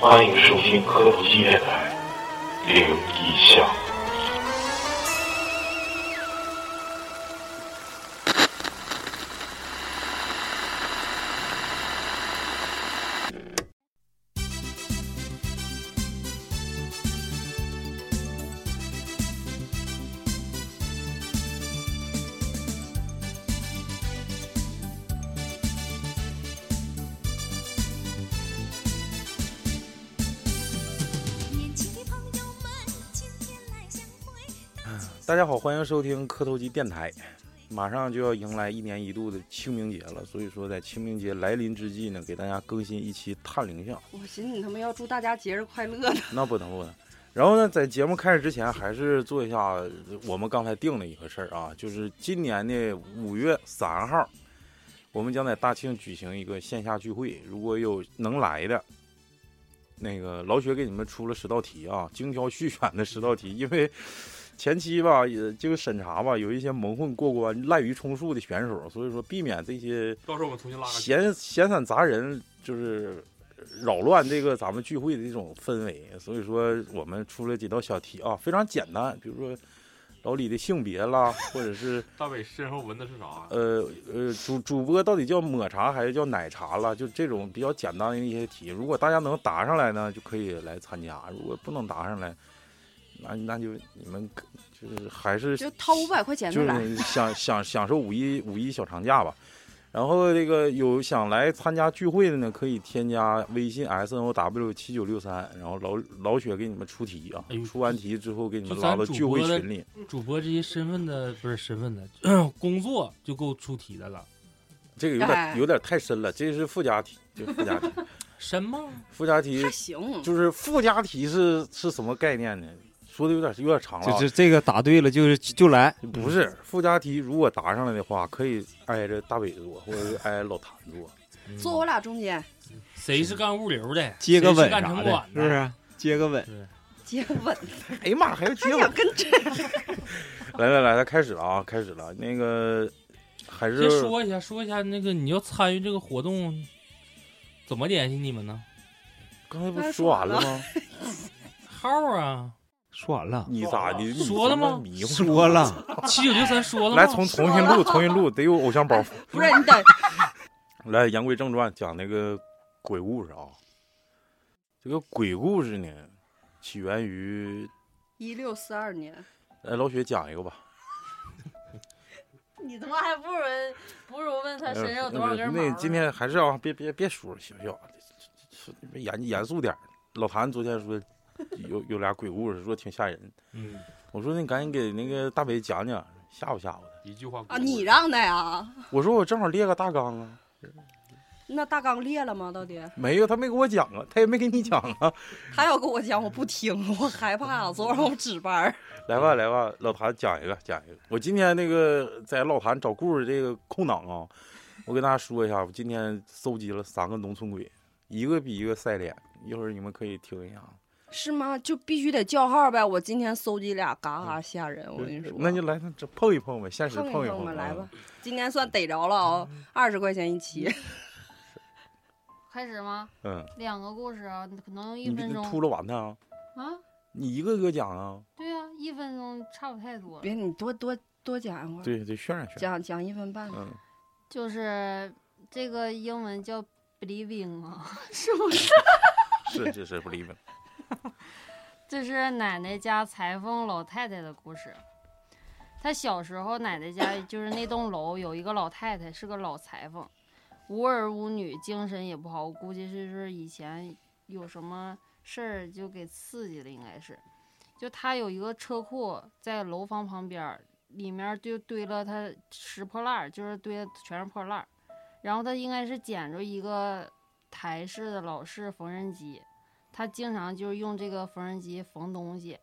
欢迎收听科普纪电台《灵异巷》。年轻的朋友们，今天来相会。大家好，欢迎收听磕头机电台。马上就要迎来一年一度的清明节了，所以说在清明节来临之际呢，给大家更新一期探灵像。我寻思你他妈要祝大家节日快乐呢，那不能不能。然后呢，在节目开始之前，还是做一下我们刚才定的一个事儿啊，就是今年的五月三号，我们将在大庆举行一个线下聚会。如果有能来的，那个老雪给你们出了十道题啊，精挑细选的十道题，因为前期吧，也这个审查吧，有一些蒙混过关、滥竽充数的选手，所以说避免这些到时候我们重新拉个群。闲闲散杂人就是扰乱这个咱们聚会的这种氛围，所以说我们出了几道小题啊，非常简单，比如说老李的性别啦，或者是大伟身上纹的是啥？啊呃呃主主播到底叫抹茶还是叫奶茶啦，就这种比较简单的一些题，如果大家能答上来呢，就可以来参加；如果不能答上来，那那就你们就是还是就掏五百块钱就的来。 是享享享受五一五一小长假吧。然后这个有想来参加聚会的呢，可以添加微信 s n o w 七九六三，然后老老雪给你们出题啊哎，呦出完题之后给你们就拉咱到主聚会播的群里。主播这些身份的不是身份的 工作就够出题的了，这个有点哎有点太深了，这是附加题，就附 加题，深吗？附加题还行，就是附加题是是什么概念呢？说的有点有点长了啊，这这这个答对了就是就来，不是附加题，如果答上来的话，可以挨着大伟坐，或者是挨着老谭坐。坐我俩中间，谁是干物流的？接个谁吻是干啥城的，管是不的？是？接个吻，接个 吻。哎呀妈，还有他接吻俩。跟这来来来，他开始了啊，开始了。那个还是先说一下，说一下那个你要参与这个活动，怎么联系你们呢？刚才不是说完了吗？ 号啊，说完了，你咋你你说了吗他妈迷糊说了，七九六三说了吗？来重重新录，重新录，得有偶像包袱。不是 你等，来，言归正传，讲那个鬼故事啊。这个鬼故事呢，起源于一六四二年，来老雪讲一个吧。你他妈还不如问不如问他身上有多少根毛哎那呢？今天还是啊，别别别说了，行不行？这这这严严肃点儿。老谭昨天说有有俩鬼故事，说挺吓人。嗯，我说你赶紧给那个大北讲讲，吓唬吓唬他。一句话啊，你让的呀？我说我正好列个大纲啊，那大纲裂了吗？到底没有，他没给我讲啊，他也没给你讲啊。他要跟我讲，我不听，我害怕。昨晚我值班儿，来吧，来吧，老谭讲一个，讲一个。我今天那个在老谭找故事这个空档啊，我给大家说一下，我今天搜集了三个农村鬼，一个比一个晒脸。一会儿你们可以听一下啊，是吗？就必须得叫号呗。我今天搜集俩，嘎嘎吓人，我跟你说。那就来那这碰一碰呗，现实碰一一碰碰吧，啊来吧。，今天算逮着了啊，二十块钱一期。开始吗？嗯，两个故事啊，可能用你一这分钟秃噜完它啊，啊？你一个个讲啊，对啊，一分钟差不太多。别，你多多多讲一会儿，对对，渲染渲染。讲讲一分半。嗯，就是这个英文叫 believing 啊， 是不是？是是是，不理解。这是奶奶家裁缝老太太的故事。她小时候，奶奶家就是那栋楼有一个老太太，是个老裁缝，无儿无女，精神也不好，我估计是是以前有什么事儿就给刺激了，应该是。就她有一个车库在楼房旁边儿，里面儿就堆了她拾破烂儿，就是堆的全是破烂儿。然后她应该是捡着一个台式的老式缝纫机，她经常就是用这个缝纫机缝东西。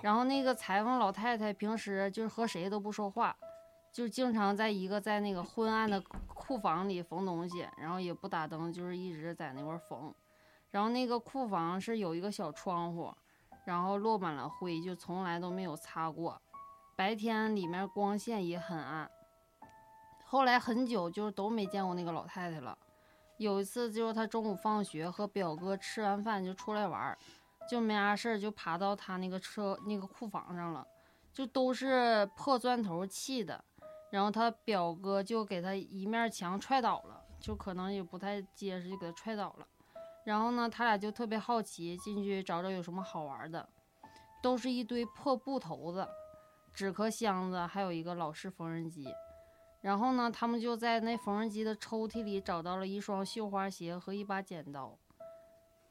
然后那个裁缝老太太平时就是和谁都不说话，就经常在一个在那个昏暗的库房里缝东西，然后也不打灯，就是一直在那块儿缝。然后那个库房是有一个小窗户，然后落满了灰，就从来都没有擦过。白天里面光线也很暗。后来很久就都没见过那个老太太了。有一次就是他中午放学和表哥吃完饭就出来玩儿，就没啥事儿就爬到他那个车那个库房上了，就都是破砖头砌的，然后他表哥就给他一面墙踹倒了，就可能也不太结实，就给他踹倒了。然后呢，他俩就特别好奇，进去找找有什么好玩的，都是一堆破布头子、纸壳箱子，还有一个老式缝纫机。然后呢，他们就在那缝纫机的抽屉里找到了一双绣花鞋和一把剪刀，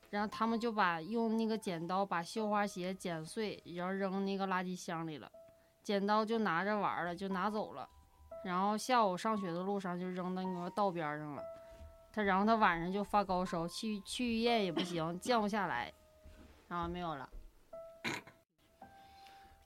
然后他们就把用那个剪刀把绣花鞋剪碎，然后扔那个垃圾箱里了，剪刀就拿着玩儿了，就拿走了。然后下午上学的路上就扔到那个道边儿上了。他然后他晚上就发高烧，去去医院也不行，降不下来，然后没有了。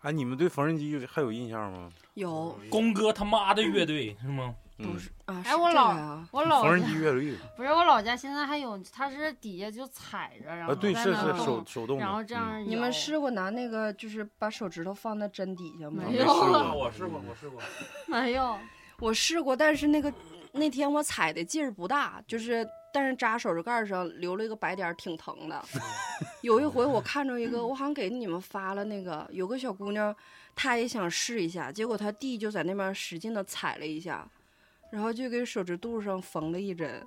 哎，你们对缝纫机有还有印象吗？有工哥他妈的乐队是吗？嗯不，是啊？哎是我这老个呀我老缝纫家机乐队不是我老家现在还有，他是底下就踩着，然啊，后对，在是那是动手手动的，然后嗯这样你们摇试过拿那个，就是把手指头放在针底下吗？没试有过，啊 我试过，我试过，没有？我试过，但是那个那天我踩的劲儿不大，就是但是扎手指盖儿上留了一个白点儿，挺疼 的。有一回我看着一个，我好像给你们发了那个，有个小姑娘，她也想试一下，结果她弟就在那边使劲的踩了一下，然后就给手指肚上缝了一 针。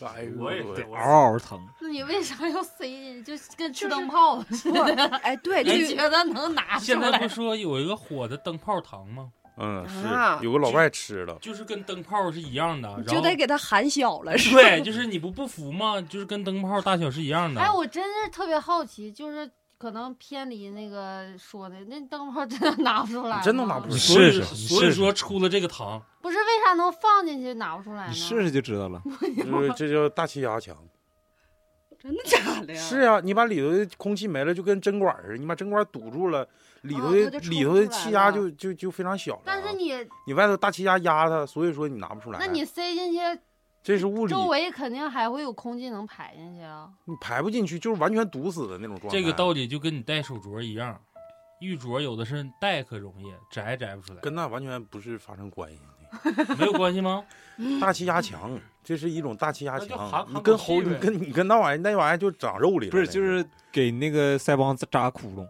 啊，哎呦我也喂对，我 嗷嗷疼。那你为啥要塞进去？就跟就是吃灯泡似不，哎，对，的，就觉得能拿出现在来不。说有一个火的灯泡糖吗？嗯啊是有个老外吃了，就是跟灯泡是一样的，然就后得给她喊小 了， 是吧？对，就是你不不服吗？就是跟灯泡大小是一样的。哎，我真是特别好奇，就是可能偏离那个说的，那灯泡真的拿不出来，真能拿不出来所以试试你所以试试说出了这个糖，来。不是为啥能放进去拿不出来哎呢？你试试就知道了。就是这叫大气压强。 真的假啊的呀？是呀、你把里头的空气没了，就跟针管儿似的，你把针管儿堵住了，里啊头它的、就出里头不的出来气压了就就就非常小了啊、 但是你，你外头大气压压它，所以说你拿不出来。那你塞进去，这是物理，周围肯定还会有空气能排进去啊。你排不进去，就是完全堵死的那种状态。这个道理就跟你戴手镯一样，玉镯有的是戴可容易，摘摘不出来，跟那完全不是发生关系。没有关系 吗？大气压强，这是一种大气压那就含强。你含跟口猴，气你呗跟你跟那玩意儿，那玩意儿就长肉里了。 不是，那就是给那个腮帮子扎窟窿，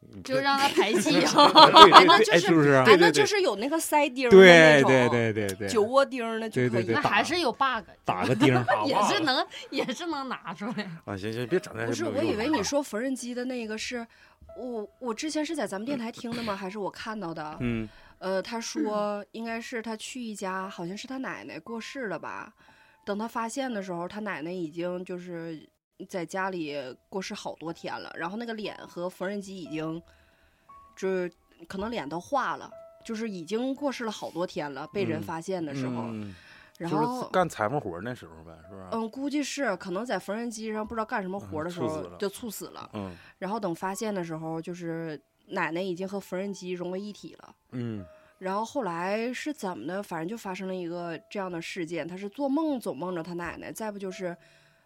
你就这让它排气啊对对那对就 哎，是是不是啊？哎，对对那对就是有那个塞钉儿的那对种，对对对对，酒窝钉儿的就可以对对对那还是有 bug， 打 个钉儿， 打也忘是了嗯能也是能拿出来。啊，行行，别整那不些是，没有我以用的为你啊说缝纫机的那个是我，我之前是在咱们电台听的吗？还是我看到的？嗯，呃，他说应该是他去一家，好像是他奶奶过世了吧？等他发现的时候，他奶奶已经就是在家里过世好多天了，然后那个脸和缝纫机已经就是可能脸都化了。就是已经过世了好多天了，被人嗯发现的时候，嗯然就后是干裁缝活儿那时候呗，是吧？嗯，估计是可能在缝纫机上不知道干什么活啊嗯的时猝候死了就猝死了，嗯然后等发现的时候，就是奶奶已经和缝纫机融为一体了。嗯然后后来是怎么的？反正就发生了一个这样的事件，他是做梦总梦着他奶奶，再不就是，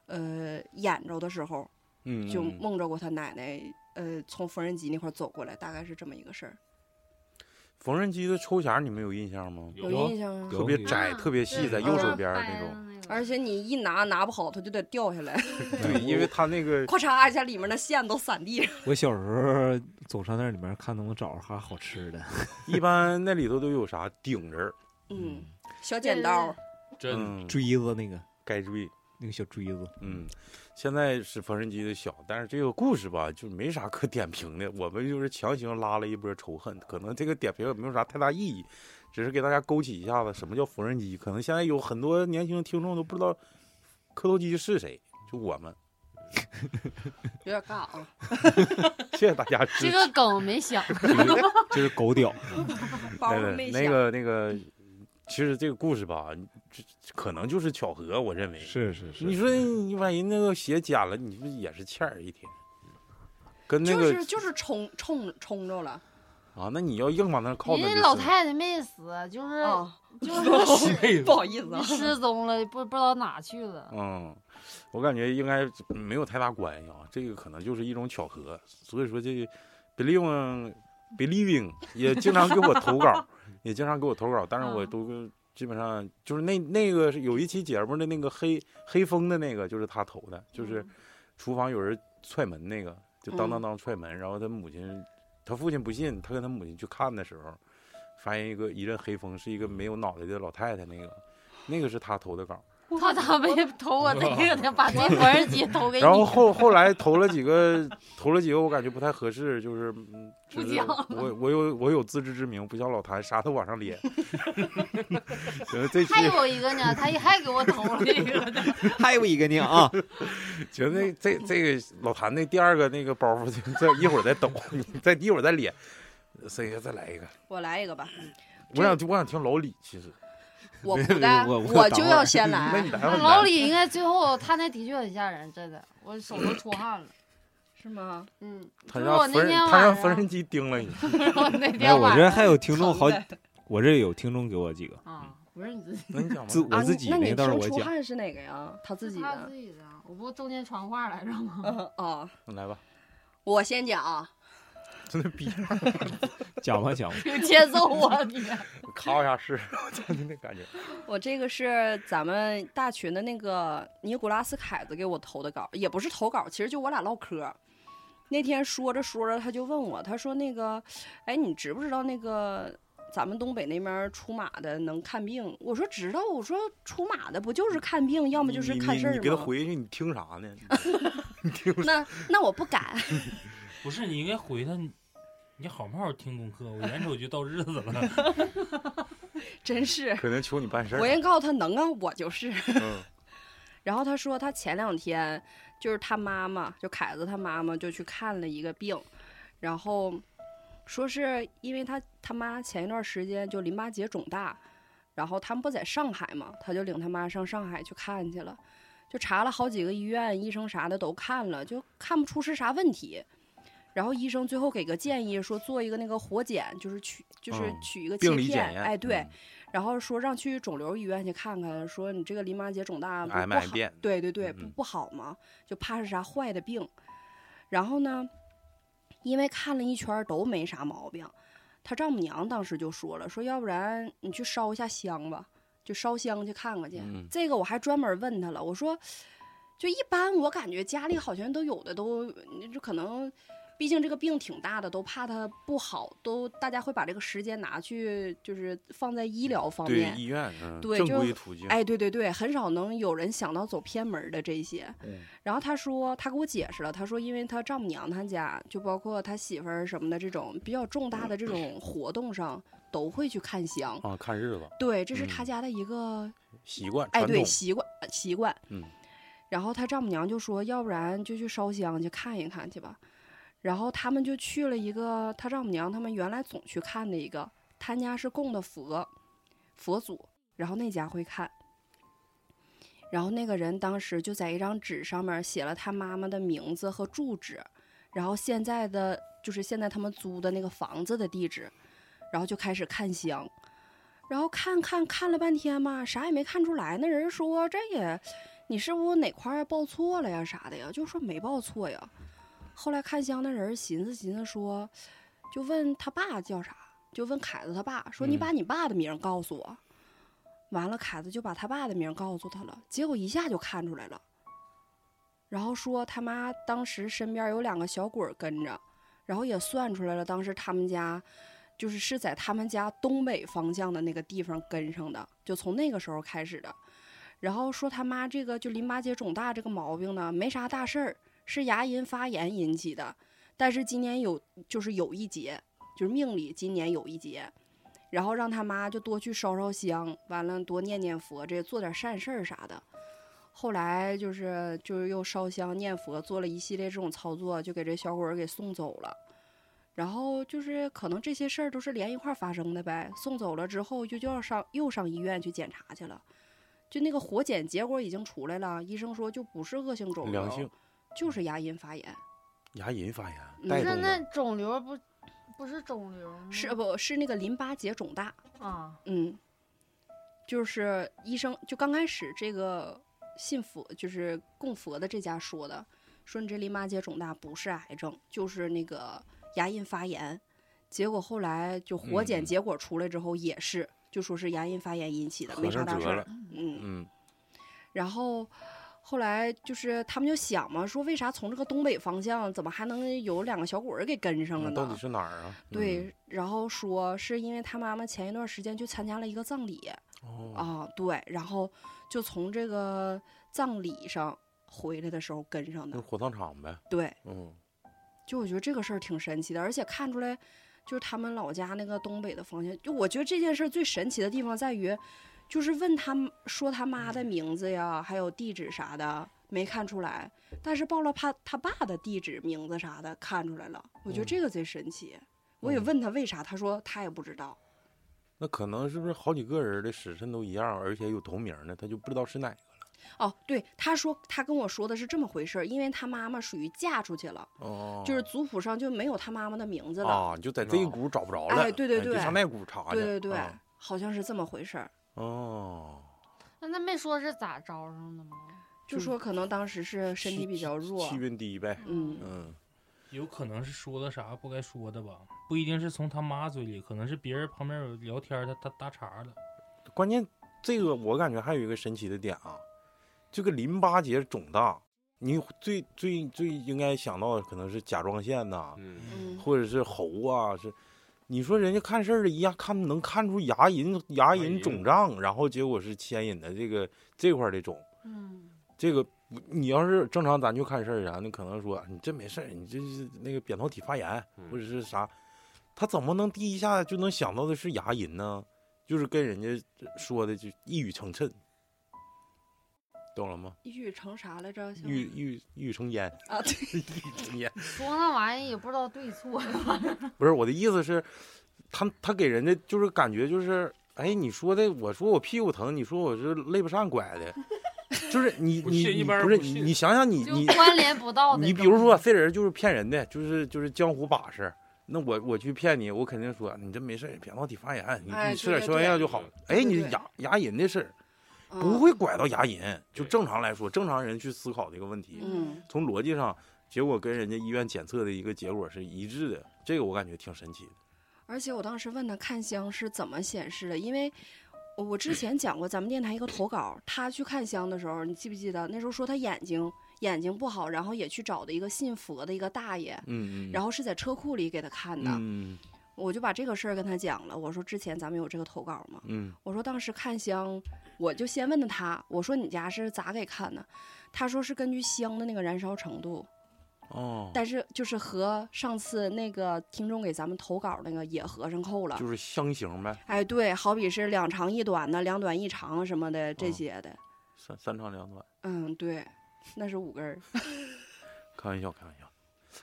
呃，演着的时候嗯，就嗯梦着过他奶奶，呃，从缝纫机那块儿走过来，大概是这么一个事儿，缝纫机的抽匣，你们有印象吗？有有印象啊。特别 有窄，啊特别细，对在就右手是边儿掰那的种。那种而且你一拿拿不好，它就得掉 下来，对，因为它那 个咔嚓一下，里面的线都散地上。我小时候总上那里面看能不能找着啥好吃的。一般那里头都有啥顶着，嗯，小剪刀儿，真嗯，锥子那个该注意，那个小锥子，嗯。现在是缝纫机的小，但是这个故事吧，就没啥可点评的。我们就是强行拉了一波仇恨，可能这个点评也没有啥太大意义，只是给大家勾起一下子什么叫缝纫机。可能现在有很多年轻听众都不知道磕头机是谁，就我们。有点尬啊。谢谢大家支持。这个梗没想，就是狗屌。 包对没对，响那个那个，其实这个故事吧，这这可能就是巧合，我认为。是是是，你说你把人那个鞋剪了，你不也是欠儿一天？跟那就个、是就是冲冲冲着了啊，那你要硬往那靠那人就家是老太太没死，就是 啊，就是 失不好意思啊，失踪了，不不知道哪去 了。嗯，我感觉应该没有太大关系啊，这个可能就是一种巧合。所以说这个 believing believing 也经常给我投稿，也经常给我投稿，但是我啊都基本上就是那那个是有一期节目的那个黑黑风的那个，就是他投的，就是厨房有人踹门那个，就当当当踹门，然后他母亲，他父亲不信，他跟他母亲去看的时候，发现一个一阵黑风，是一个没有脑袋的老太太，那个那个是他投的稿。他咋没投我这个呢？把这缝纫机投给你，然后后后来投了几个，投了几个，我感觉不太合适，就是嗯不就是讲我我有我有自知之明，不像老谭啥都往上咧。呃觉得这期还有一个呢，他还给我投了一个呢。 还有一个呢 啊，觉得那这这个老谭那第二个那个包袱，这这一会儿再抖， 你再一会儿再咧。谁再来一个？我来一个吧，我想我想听老李，其实我不带，我我就等会要儿先 那你来，来吧，哎那你老来吧李应该最后他那的确很吓人，真的，我手都出 汗了。是吗？嗯，他就是我让缝那天纫他晚上让，缝纫机叮了你， 我没那有，天哎我晚这上还有听众好疼，的我这有听众给我几个，嗯啊，不是你自己那你讲自吧。我自己啊、那那你个到时候听我出讲。汗是哪个呀？他自己他的自。己的，我不中间传话来着 吗？嗯哦，你来吧，我先讲啊，真的逼样，讲吧讲吧，有节奏 啊你！ 咔一下 是，我真的那感觉。我这个是咱们大群的那个尼古拉斯凯子给我投的稿，也不是投稿，其实就我俩唠嗑。那天说着说着，他就问我，他说那个，哎，你知不知道那个咱们东北那边出马的能看病？我说知道，我说出马的不就是看病，要么就是你看你事儿你给他吗？回去，你听啥 呢？那那我不敢， 不是，你应该回他，你你好不好听功课？我眼瞅就到日子了， 真是。 可能求你办事儿我。先告诉他能啊，我就是。嗯然后他说他前两天就是他妈妈，就凯子他妈妈就去看了一个病，然后说是因为他他妈前一段时间就淋巴结肿大，然后他们不在上海嘛，他就领他妈上上海去看去了，就查了好几个医院，医生啥的都看了，就看不出是啥问题。然后医生最后给个建议，说做一个那个活检，就是取就是嗯取一个切病片，理检验，哎对，嗯，然后说让去肿瘤医院去看看，说你这个淋巴结肿大不癌不不癌好变对对对，不嗯不好嘛，就怕是啥坏的病。然后呢，因为看了一圈儿都没啥毛病，她丈母娘当时就说了，说要不然你去烧一下香吧，就烧香去看看去。嗯这个我还专门问她了，我说，就一般我感觉家里好像都有的都，就可能。毕竟这个病挺大的，都怕它不好，都大家会把这个时间拿去，就是放在医疗方对面。医院，嗯，对正就规途径。哎，对对对，很少能有人想到走偏门儿的这些。嗯然后他说，他给我解释了，他说，因为他丈母娘他家，就包括他媳妇儿什么的，这种比较重大的这种活动上，都会去看香。啊，看日子对，这是嗯他家的一个习惯哎，传对统，习惯呃习惯。嗯。然后他丈母娘就说，要不然就去烧香去看一看去吧。然后他们就去了一个他丈母娘他们原来总去看的一个，他家是供的佛，佛祖，然后那家会看。然后那个人当时就在一张纸上面写了他妈妈的名字和住址，然后现在的就是现在他们租的那个房子的地址，然后就开始看香，然后看看看了半天吧，啥也没看出来。那人说这也，你是不是哪块儿报错了呀啥的呀？就说没报错呀。后来看香那人寻思寻思说，就问他爸叫啥，就问凯子他爸说你嗯把你爸的名儿告诉我。完了，凯子就把他爸的名儿告诉他了，结果一下就看出来了。然后说他妈当时身边有两个小鬼儿跟着，然后也算出来了，当时他们家就是是在他们家东北方向的那个地方跟上的，就从那个时候开始的。然后说他妈这个就淋巴结肿大这个毛病呢，没啥大事儿，是牙龈发炎引起的，但是今年有就是有一节，就是命里今年有一节。然后让他妈就多去烧烧香，完了多念念佛，这做点善事儿啥的。后来就是就是又烧香念佛，做了一系列这种操作，就给这小伙儿给送走了。然后就是可能这些事儿都是连一块儿发生的呗。送走了之后就就要上又上医院去检查去了，就那个活检结果已经出来了，医生说就不是恶性肿瘤，良性就是牙龈发炎，牙龈发炎嗯带不那动那的，肿瘤不不是肿瘤吗？是不是那个淋巴结肿大？啊，嗯，就是医生就刚开始这个信佛就是供佛的这家说的，说你这淋巴结肿大不是癌症，就是那个牙龈发炎。结果后来就活检嗯结果出来之后也是，就说是牙龈发炎引起的，合没上啥大折事儿了。嗯，嗯，然后后来就是他们就想嘛，说为啥从这个东北方向怎么还能有两个小鬼儿给跟上了那呢？到底是哪儿啊？嗯，对，然后说是因为他妈妈前一段时间去参加了一个葬礼哦，啊，对，然后就从这个葬礼上回来的时候跟上那的，火葬场呗。对，嗯，就我觉得这个事儿挺神奇的，而且看出来就是他们老家那个东北的方向，就我觉得这件事儿最神奇的地方在于，就是问他们说他妈嗯的名字呀，还有地址啥的。没看出来，但是报了他他爸的地址、名字啥的，看出来了。我觉得嗯这个最神奇。我也嗯问他为啥，他说他也不知道。那可能是不是好几个人的时辰都一样，而且有同名的，他就不知道是哪个哦，对，他说他跟我说的是这么回事儿，因为他妈妈属于嫁出去了，了。哦，就是族谱上就没有他妈妈的名字了。啊，你就在这一股找不着了。哎对对你就对上那股查去。对对对，啊好像是这么回事儿。哦，那他没说是咋招上的吗？就说可能当时是身体比较弱，气温低呗。嗯，嗯，有可能是说的啥不该说的吧，不一定是从他妈嘴里，可能是别人旁边有聊天儿，他他搭茬儿了。关键这个我感觉还有一个神奇的点啊，这个淋巴结肿大，你最最最应该想到的可能是甲状腺呐、嗯，嗯，或者是猴啊，是你说人家看事儿的一样，看能看出牙龈牙龈肿胀，然后结果是牵引的这个这块儿的肿，嗯，这个不你要是正常咱去看事儿啥，你可能说你这没事儿，你这是那个扁桃体发炎嗯或者是啥，他怎么能第一下就能想到的是牙龈呢？就是跟人家说的就一语成谶，懂了吗？抑郁成啥来着？像欲欲欲成 烟，啊，对，欲成烟。说那玩意儿也不知道对错。不是我的意思是，他他给人家就是感觉就是，哎，你说的，我说我屁股疼，你说我是肋巴上拐的，就是你不你信一你般人不是不信你想想你就你关联不 到的。你比如说，这人就是骗人的，就是就是江湖把式。那我我去骗你，我肯定说你这没事儿，扁桃体发炎，你哎你吃对点对消炎对药就好。哎，对你对牙牙龈的事儿嗯不，会拐到牙龈，就对正常来说，正常人去思考这个问题，嗯，从逻辑上，结果跟人家医院检测的一个结果是一致的，这个我感觉挺神奇的。而且我当时问他看香是怎么显示的，因为。我之前讲过咱们电台一个投稿，他去看香的时候，你记不记得？那时候说他眼睛眼睛不好，然后也去找的一个信佛的一个大爷，嗯嗯。然后是在车库里给他看的。嗯我就把这个事儿跟他讲了，我说之前咱们有这个投稿吗？嗯我说当时看香，我就先问的他，我说你家是咋给看的？他说是根据香的那个燃烧程度，哦，但是就是和上次那个听众给咱们投稿那个也合上扣了。就是香型呗，哎，对，好比是两长一短的，两短一长什么的这嗯些的。三三长两短，嗯，对，那是五根儿。开玩笑开玩笑。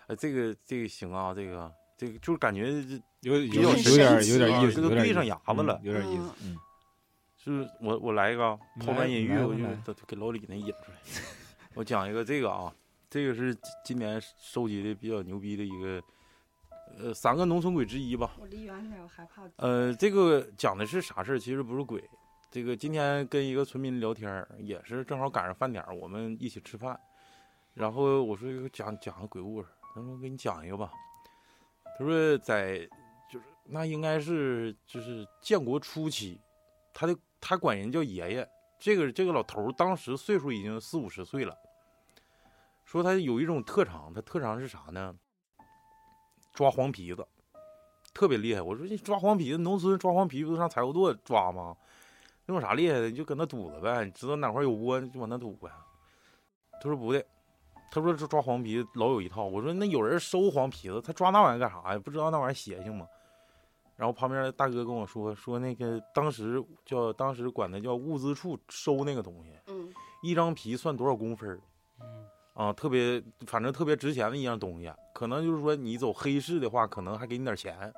哎，这个这个行啊，这个这个就是感觉这有比较啊有有点儿神有点奇儿意这思，都有点对意上思牙子了嗯有点意思嗯。嗯，是不是我我来一个啊你抛来砖引玉，来我吧就来都给老李那引出来。我讲一个这个啊，这个是今今年收集的比较牛逼的一个，呃，三个农村鬼之一吧。 我离远点，我害怕。呃，这个讲的是啥事儿？其实不是鬼。这个今天跟一个村民聊天儿，也是正好赶上饭点儿，我们一起吃饭。然后我说讲讲个鬼故事，他说给你讲一个吧。他说在就是那应该是就是建国初期，他的他管人叫爷爷。这个这个老头儿当时岁数已经四五十岁了，说他有一种特长，他特长是啥呢？抓黄皮子。特别厉害。我说你抓黄皮子，农村抓黄皮不都上柴火垛抓吗？那有啥厉害的？你就搁那堵着呗，你知道哪块有窝就往那堵呗。他说不对，他说这抓黄皮子老有一套。我说那有人收黄皮子，他抓那玩意儿干啥呀？不知道那玩意儿邪性吗？然后旁边的大哥跟我说说那个当时叫当时管他叫物资处收那个东西，嗯一张皮算多少公分儿嗯，啊？特别反正特别值钱的一样东西，啊可能就是说你走黑市的话，可能还给你点钱，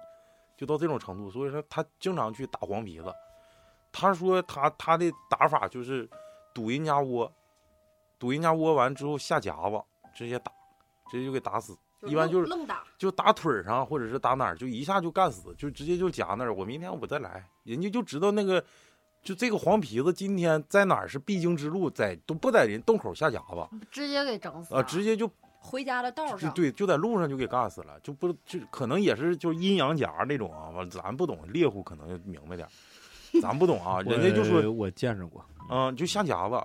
就到这种程度。所以说他经常去打黄皮子。他说他他的打法就是堵人家窝，堵人家窝完之后下夹子直接打，直接就给打死。一般就是愣打。就打腿儿上，或者是打哪儿，就一下就干死，就直接就夹那儿。我明天我再来，人家就知道那个，就这个黄皮子今天在哪儿是必经之路，在都不在人洞口下夹子直接给整死啊，直接就回家的道就上，对，就在路上就给干死了，就不就可能也是就阴阳夹那种啊，完咱不懂猎户可能就明白点儿。咱不懂 啊，人家就说我我见着过，嗯，就下夹子，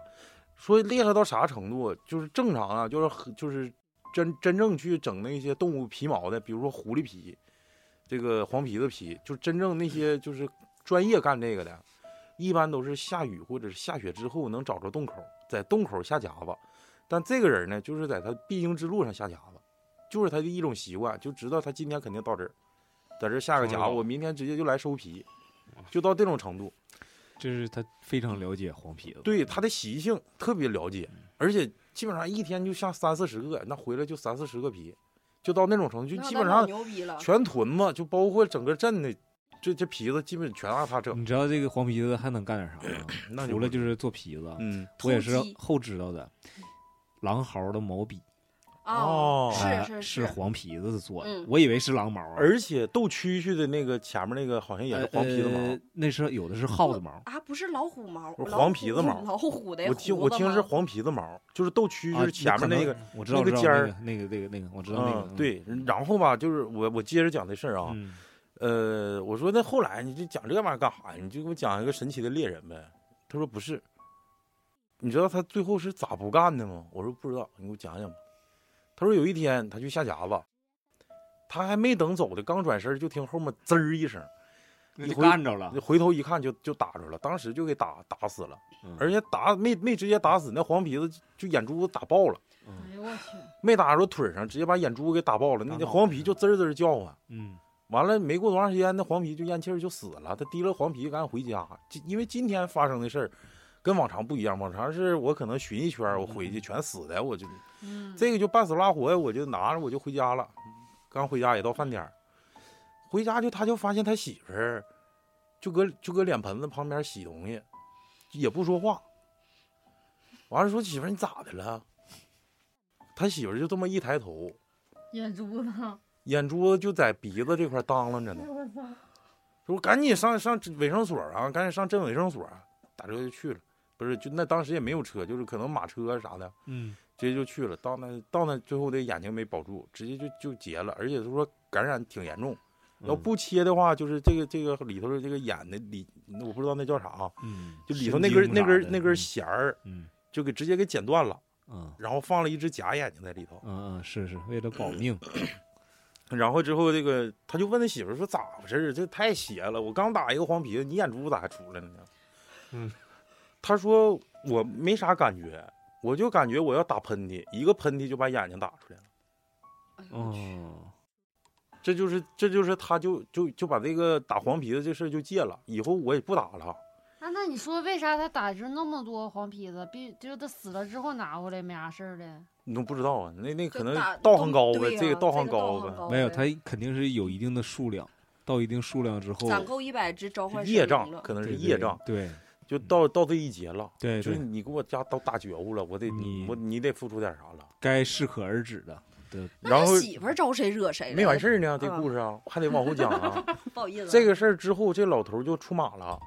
说厉害到啥程度？就是正常啊，就是很就是真真正去整那些动物皮毛的，比如说狐狸皮，这个黄皮子皮，就真正那些就是专业干这个的，一般都是下雨或者是下雪之后能找着洞口，在洞口下夹子。但这个人呢，就是在他必经之路上下夹子，就是他的一种习惯，就知道他今天肯定到这儿，在这儿下个夹子，我明天直接就来收皮，就到这种程度。就是他非常了解黄皮子，对他的习性特别了解，而且基本上一天就下三四十个，那回来就三四十个皮，就到那种程度，就那基他本老上牛逼了，全屯子，就包括整个镇的这这皮子，基本全让他整。你知道这个黄皮子还能干点啥吗？ 那除了就是做皮子，嗯我也是偷鸡后知道的。嗯狼毫的毛笔哦哎是是是，黄皮子做的嗯，我以为是狼毛啊，而且斗蛐蛐的那个前面那个好像也是黄皮子毛，嗯呃那是有的是耗子毛，啊，不是老虎毛，不是老黄虎皮子毛老虎的我听胡我子听是毛哎黄皮子毛，就是斗蛐蛐前面呃那个，啊，我知道那个知道尖儿那个那个那个，我知道那个嗯，，对。然后吧，就是我我接着讲这事儿啊，嗯，呃，我说那后来你就讲这玩意儿干啥呀？你就给我讲一个神奇的猎人呗。他说不是，你知道他最后是咋不干的吗？我说不知道，你给我讲讲吧。他说有一天他去下夹子，他还没等走的，刚转身就听后面滋儿一声，那一就回干着了，回头一看就就打着了，当时就给打打死了嗯，而且打没没直接打死，那黄皮子就眼珠子打爆了，哎呦我去，没打着腿上，直接把眼珠子给打爆了，那打那脑黄袋皮上就滋儿滋儿叫唤。嗯，完了，没过多长时间，那黄皮就咽气儿就死了。他提了黄皮赶紧回家，今因为今天发生的事儿跟往常不一样，往常是我可能巡一圈儿，我回去全死的，我就嗯，这个就半死不拉活呀，我就拿着我就回家了。刚回家也到饭点儿，回家就他就发现他媳妇儿就搁就搁脸盆子旁边洗东西，也不说话。完了说媳妇儿你咋的了？他媳妇儿就这么一抬头，眼珠子， 眼珠子就在鼻子这块儿当啷着呢。我操，说赶紧上上卫生所啊，赶紧上镇卫生所啊、打车就去了。不是，就那当时也没有车，就是可能马车啥的，嗯，直接就去了。到那到那最后的眼睛没保住，直接就就结了，而且他说感染挺严重，嗯要不切的话，就是这个这个里头的这个眼的里，我不知道那叫啥啊，嗯，就里头那根神经那啥的根那根弦儿嗯就给直接给剪断了，嗯然后放了一只假眼睛在里头。嗯嗯，是是为了保命，然后之后这个他就问他媳妇儿说咋回事儿？啊这太邪了！我刚打一个黄皮子，你眼珠子咋还出来了呢？嗯，他说我没啥感觉，我就感觉我要打喷嚏，一个喷嚏就把眼睛打出来了。哎呦我去嗯哦，这就是这就是他就就就把这个打黄皮子这事儿就戒了，以后我也不打了。啊，那你说为啥他打着那么多黄皮子，必就是他死了之后拿回来没啥事儿的？你都不知道啊，那那可能就打道行高呗，对呀这个道行这个道高行呗。高没有，他肯定是有一定的数量，到一定数量之后，攒够一百只召唤神业龙障了可能是对业障，，对就到到这一节了。对就是对，你给我家都大觉悟了，我得你我你得付出点啥了。该适可而止的，对，那他然后媳妇儿招谁惹谁了？没完事儿呢，这啊故事啊，还得往后讲啊。不好意思啊，这个事儿之后，这老头儿就出马了，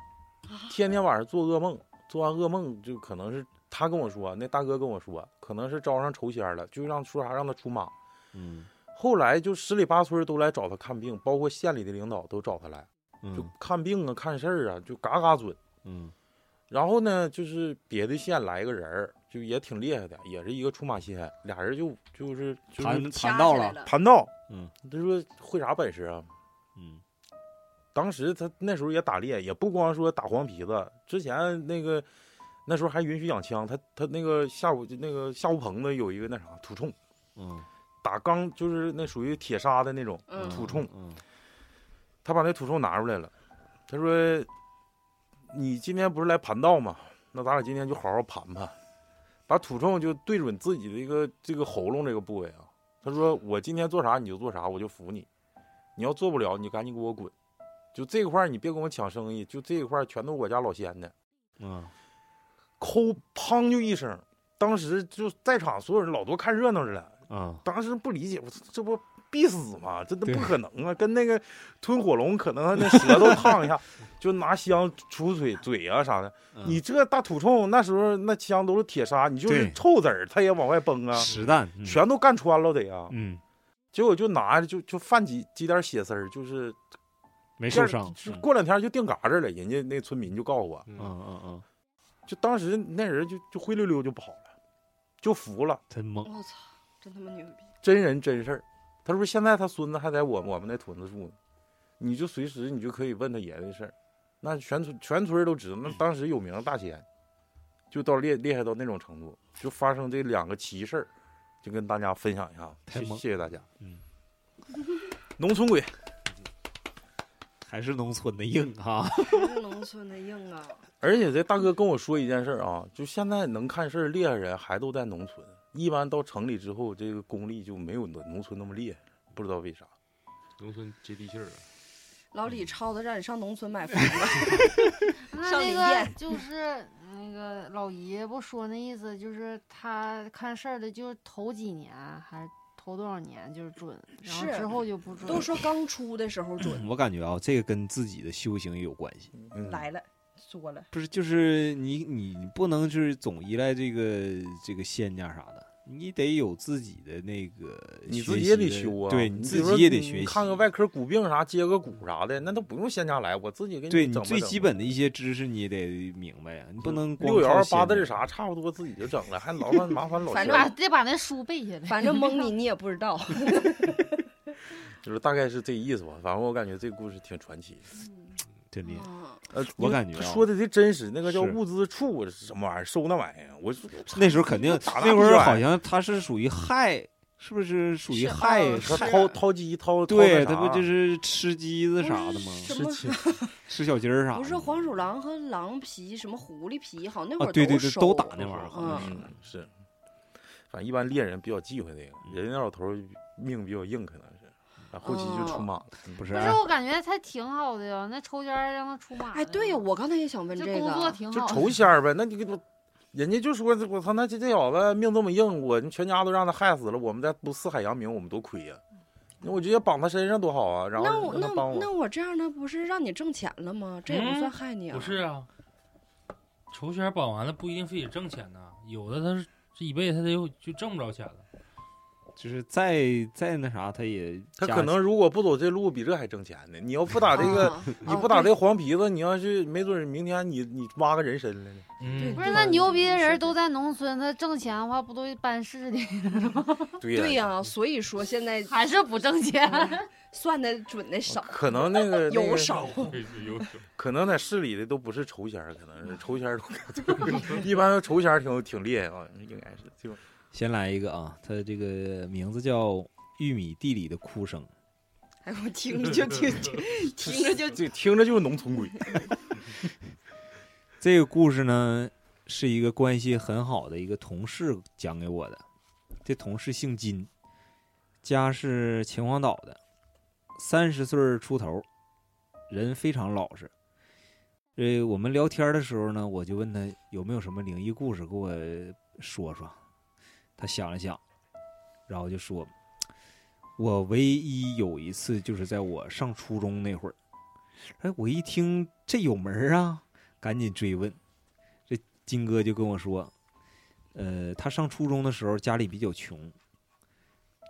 天天晚上做噩梦，做完噩梦就可能是他跟我说，那大哥跟我说，可能是招上仇仙儿了，就让说啥让他出马。嗯后来就十里八村儿都来找他看病，包括县里的领导都找他来，就嗯看病啊、看事儿啊，就嘎嘎准。嗯然后呢，就是别的县来个人儿，就也挺厉害的，也是一个出马仙，俩人就就是就是谈掐谈起到来了，了，谈到，嗯，他说会啥本事啊？嗯当时他那时候也打猎，也不光说打黄皮子，之前那个那时候还允许养枪，他他那个下午那个下午棚子有一个那啥土铳，嗯，打钢就是那属于铁砂的那种，嗯，土铳嗯他把那土铳拿出来了，他说：“你今天不是来盘道吗？那咱俩今天就好好盘盘，把土铳就对准自己的一个这个喉咙这个部位啊。”他说：“我今天做啥你就做啥，我就服你。你要做不了，你赶紧给我滚。就这块儿你别跟我抢生意，就这一块儿全都是我家老仙的。”嗯抠，砰就一声，当时就在场所有人老多看热闹的了。啊当时不理解，我说这不必死吗？这都对不可能啊！跟那个吞火龙可能那舌头烫 一下，就拿香杵嘴嘴啊啥的。嗯你这大土铳那时候那枪都是铁砂，你就是对臭子儿，它也往外崩啊，实弹嗯全都干穿了得啊！嗯结果就拿着就就泛几几点血丝儿，就是没第受二伤。就嗯过两天就定嘎子了，人家那村民就告诉我，嗯嗯嗯，就当时那人就就灰溜溜就跑了，就服了，真猛！我操，真他妈牛逼！真人真事儿。他说现在他孙子还在我我们那屯子住呢，你就随时你就可以问他爷爷的事儿，那全村全村都知道，那当时有名的大仙，就到厉厉害到那种程度，就发生这两个奇事儿，就跟大家分享一下，太谢猛谢谢大家。嗯，农村鬼，还是农村的硬哈。还是农村的硬啊！而且这大哥跟我说一件事儿啊，就现在能看事儿厉害人还都在农村，一般到城里之后，这个功力就没有农农村那么厉害，不知道为啥。农村接地气儿啊，老嗯李超子让你上农村买房子， 那上那李个艳就是 那个老姨不说那意思，就是他看事儿的，就是头几年还是头多少年就是准，然后是之后就不准。都说刚出的时候准。我感觉啊，这个跟自己的修行也有关系。嗯、来了，说了，不是，就是你你不能就是总依赖这个这个仙家啥的，你得有自己的那个你学自己习也得的修啊，对你比自如说己也得你学习，看个外科骨病啥，接个骨啥的，那都不用仙家来，我自己给对你整吧最整基吧本的一些知识你也得明白呀，你不能光六靠爻仙八字家儿啥差不多自己就整了，还劳 烦麻烦老反仙正把儿，得把那书背下来。反正蒙你你也不知 道。就是大概是这意思吧。反正我感觉这故事挺传奇。真厉害。嗯呃，因我为感觉他啊说的这真实，那个叫是物资处是什么玩意儿，收那玩意儿，我 说那时候肯定打大那会屁儿眼好像他是属于害，是不是属于是害啊他是害？掏掏鸡掏掏对，那他不啥就是吃鸡子不啥是的吗？什么吃吃小鸡儿啥的吗？不是黄鼠狼和狼皮，什么狐狸皮，好像那会啊，儿对对对，收都打那玩意儿，好嗯像是嗯是，反正一般猎人比较忌讳这个，人家老头儿命比较硬，可能是，啊，后期就出马了。不是不是，我感觉他挺好的呀，那抽签儿让他出马的。哎，对呀，我刚才也想问这这工作个，啊挺就好的。愁仙儿呗。那你给我，人家就说这我操，那这这小子命这么硬，我全家都让他害死了，我们再不四海扬名，我们多亏呀、那我直接绑他身上多好啊，然那后我让那他帮我。那我这样的不是让你挣钱了吗？这也不嗯算害你啊。不是啊，筹钱绑完了不一定非得挣钱呐，有的他是这一辈子他得有就挣不着钱了。就是再再那啥，他也他加可能如果不走这路，比这还挣钱呢。你要不打这个，啊，你不打这黄皮子，你要是没准明天你你挖个人参来呢。对嗯不，是那牛逼的人都在农村，他挣钱的话不都办事的，对啊对呀，所以说现在 还是不挣钱？ 算的准的少，可能那 个那有个少。有手可能在市里的都不是仇仙儿，可能是仇仙儿都， 一般仇仙儿挺挺厉害啊，应该是就先来一个啊，他这个名字叫《玉米地里的哭声》。哎，我听着就听听听着就这听着就是农村鬼。这个故事呢，是一个关系很好的一个同事讲给我的。这同事姓金，家是秦皇岛的，三十岁儿出头，人非常老实。呃，我们聊天的时候呢，我就问他有没有什么灵异故事给我说说。他想了想，然后就说：“我唯一有一次就是在我上初中那会儿。”哎，我一听这有门儿啊，赶紧追问。这金哥就跟我说，呃，他上初中的时候家里比较穷，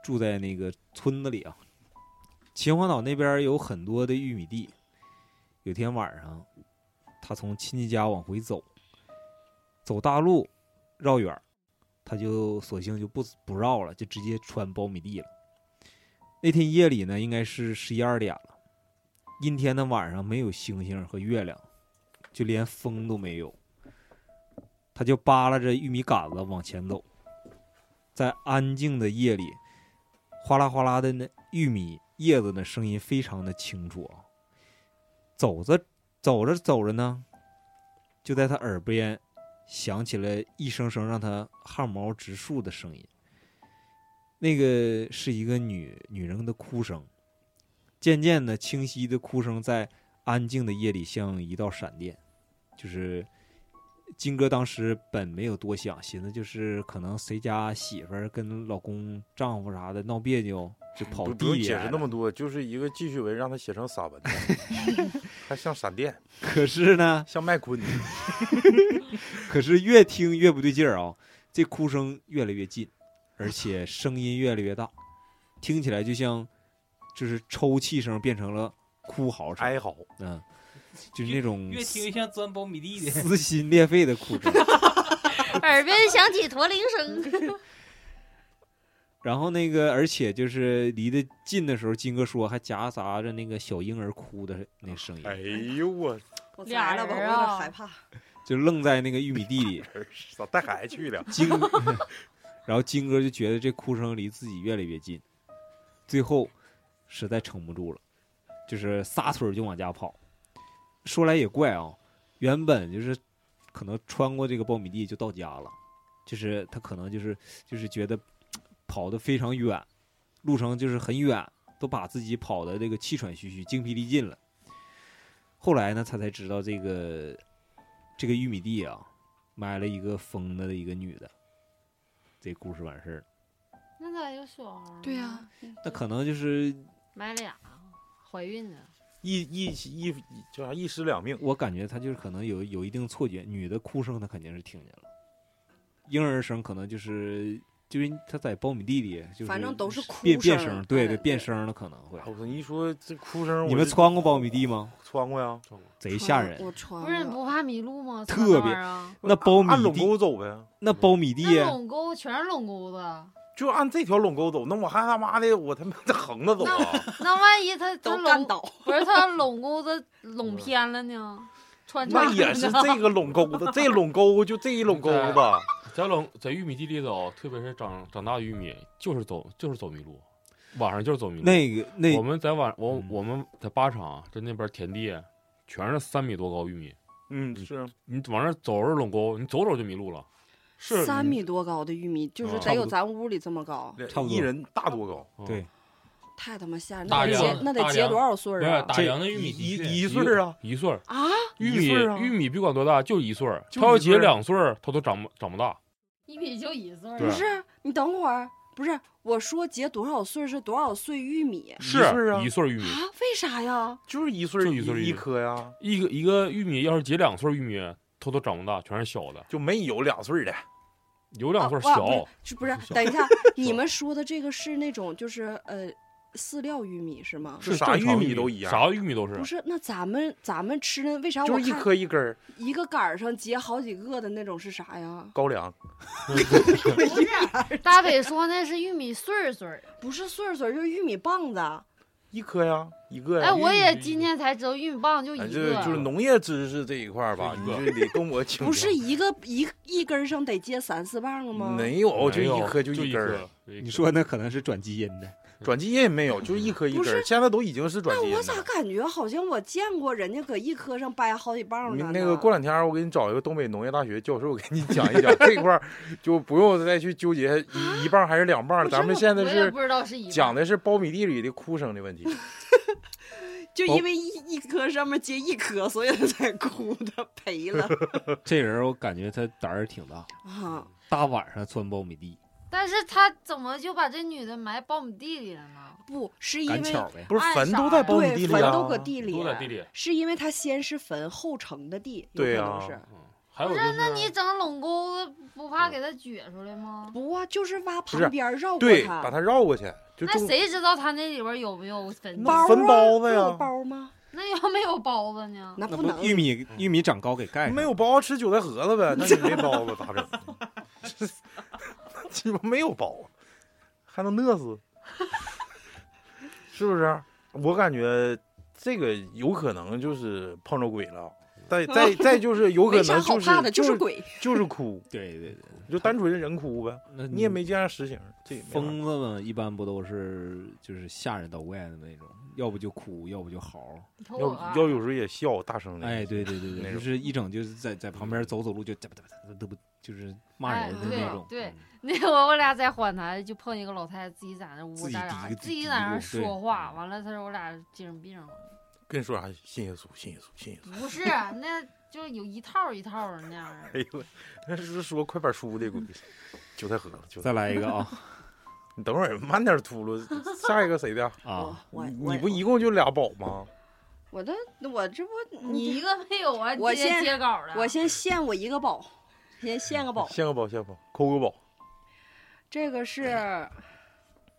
住在那个村子里啊。秦皇岛那边有很多的玉米地。有天晚上，他从亲戚家往回走，走大路绕远儿，他就索性就不不绕了，就直接穿苞米地了。那天夜里呢，应该是十一二点了。阴天的晚上没有星星和月亮，就连风都没有。他就扒拉着玉米杆子往前走，在安静的夜里，哗啦哗啦的那玉米叶子的声音非常的清楚啊。走着走着走着呢，就在他耳边响起了一声声让他汗毛直竖的声音。那个是一个女女人的哭声，渐渐的清晰的哭声在安静的夜里像一道闪电，就是金哥当时本没有多想，寻思就是可能谁家媳妇儿跟老公丈夫啥的闹别扭，就跑嗯不不地用里解来释了那么多，就是一个记叙文，让他写成散文的，还像闪电，可是呢，像麦昆。 可是越听越不对劲儿啊，这哭声越来越近，而且声音越来越大，听起来就像就是抽泣声变成了哭嚎声，哀嚎，嗯，就是那种 哎越听越像钻苞米地的。撕心裂肺的哭声。耳边响起驼铃声。 然后那个，而且就是离得近的时候，金哥说还夹杂着那个小婴儿哭的那声音，哎呦我我俩猜了吧，我人有啊点害怕。嗯就愣在那个玉米地里。真 是咋带孩子去了？金，然后金哥就觉得这哭声离自己越来越近，最后实在撑不住了，就是撒腿儿就往家跑。说来也怪啊，原本就是可能穿过这个苞米地就到家了，就是他可能就是就是觉得跑得非常远，路程就是很远，都把自己跑的这个气喘吁吁、精疲力尽了。后来呢，他才知道这个这个玉米地啊，埋了一个疯了的一个女的，这故事完事儿了。那咋有小孩儿？对呀，那可能就是买俩，怀孕的。一一一一叫啥？一尸两命。我感觉他就是可能有有一定错觉，女的哭声他肯定是听见了，婴儿声可能就是就是他在苞米地里就是反正都是哭变变声哎声，对对对变对声了可能会哎。我说你一说这哭声，我你们就穿过苞米地吗？穿过呀？撞过来贼吓人。我穿不是你过不怕迷路吗？特在那别儿啊，那苞按米垄地，沟走呗，那苞米地，那垄沟全是垄沟子，就按这条垄沟走。那我还他妈的 我他妈的横着走啊！那万一 他他都干垄倒，不是他垄沟子垄偏了呢？穿啊那插也是 呢这个垄沟子，这垄沟就这一垄沟子，在垄在玉米地里走，特别是长长大玉米，就是走就是走迷路，晚上就是走迷路。那个那我们在晚我嗯我们在八厂，啊在那边田地，全是三米多高玉米，嗯是。你往那走着垄沟，你走走就迷路了。是三米多高的玉米，就是得啊差有不多咱屋里这么高，差不多一人大多高，嗯对太他妈吓人！大那得梁结那得大结梁多少岁不儿是啊？打烊的玉米一的确一一岁儿啊，一岁儿啊，一玉米岁儿啊玉米别管多大，就一岁儿。就它要一岁结儿两岁儿，它都长不长不大。一米就一岁儿对不啊，是你等会儿，不是我说结多少岁是多少岁玉米是岁儿啊一岁儿玉米，啊？为啥呀？就是一岁儿就一岁儿一一颗呀，一个一个玉米要是结两穗儿玉米，它都长不大，全是小的。就没有两岁儿的。有两穗儿啊哇小，不是，不是小 等一下，你们说的这个是那种就是呃饲料玉米是吗？是啥正常玉米米都一样啥玉米都是 不。 是，那咱们咱们吃的为啥啊就我是一看颗一根儿一个杆儿上结好几个的那种是啥呀？高粱，不是大北说那是玉米穗儿穗儿。不是穗儿穗儿，就是玉米棒子。一颗呀，一个哎，呀。我也今天才知道玉米棒就一哎，个，这就是农业知识这一块儿吧，就你一个就得跟我请教。不是一个一一根儿上得结三四棒了吗？没有，哦就没有一颗就一一根儿啊颗，。你你说那可能是转基因的，转基因也没有，就是嗯一颗一不根儿。是现在都已经是转那基因我咋了。感觉好像我见过人家搁一棵上掰好几棒你呢呢？那个过两天儿我给你找一个东北农业大学教授给你讲一讲 这块儿，就不用再去纠啊结一一磅还是两磅了。我咱们真现的在我也是不知道是一个讲的是苞米地里的哭声的问题。哎就哦因为一一棵上面结一棵，所以他才哭的 赔了这人我感觉他胆儿挺大，啊！大晚上钻苞米地，但是他怎么就把这女的埋苞米地里了呢？不是因赶为巧呗。不是爱坟啥都在呀苞米对地里坟啊，都搁地里，都在地里。是因为他先是坟后成的地，有对可啊能是。嗯，还有不，就是那是你整垄沟子不嗯怕给他撅出来吗？不啊，就是挖不是旁边儿绕过对，它把它绕过去，就那种谁知道他那里边有没有坟包地？啊分包子不有呀包吗？ 那要没有包子呢？那那不能玉米玉米长高给盖上哎没有包子吃韭菜盒子呗，那你没包子咋整？ 鸡巴没有包子，还能饿死？ 是不是？我感觉这个有可能就是碰着鬼了。再 再再就是有可没啥能好就怕是的，就是是鬼。就是哭，对对对，就单纯人哭 呗。那你也没见着实行，这也没法疯子们一般不都是就是吓人捣怪的那种，要不就哭，要不就嚎。你瞅要我啊，要有时候也笑，大声的。哎，对对对那对，种就是一整就是在在旁边走走路就嘚啵嘚啵嘚啵，就是骂哎人的对那种。对， 那会儿我俩在缓台就碰一个老太太，自己在那自屋己咋咋，嘀咕自己在那嘀咕说话，完了他说我俩精神病了，跟你说啥？信耶稣，信耶稣，信耶稣。不是，啊那就是有一套一套的那样的。哎呦，那是说快板书的，估计嗯韭菜盒子。韭菜再来一个啊你等会儿慢点秃噜，下一个谁的？啊！我你我你不一共就俩宝吗？我的我这不你一个没有啊？我今天先接稿了，我先献我一个宝，先献个宝。献个宝，献个宝，抠个宝。这个是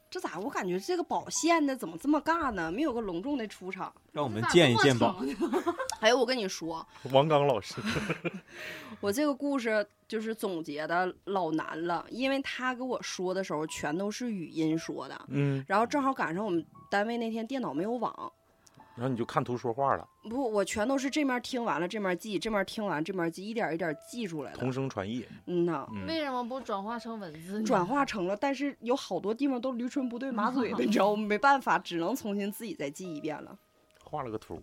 这咋我感觉这个宝县的怎么这么尬呢？没有个隆重的出场。让我们咋见一这么见宝。长呢 哎，我跟你说，王刚 老师，我这个故事就是总结的老难了，因为他给我说的时候全都是语音说的，嗯，然后正好赶上我们单位那天电脑没有网，然后你就看图说话了，不，我全都是这面听完了这面记，这面听完这面记，一点一点记出来同的。声传译，嗯呐，为什么不转化成文字呢？转化成了，但是有好多地方都驴唇不对马嘴的，你知道吗？没办法，只能重新自己再记一遍了。画了个图，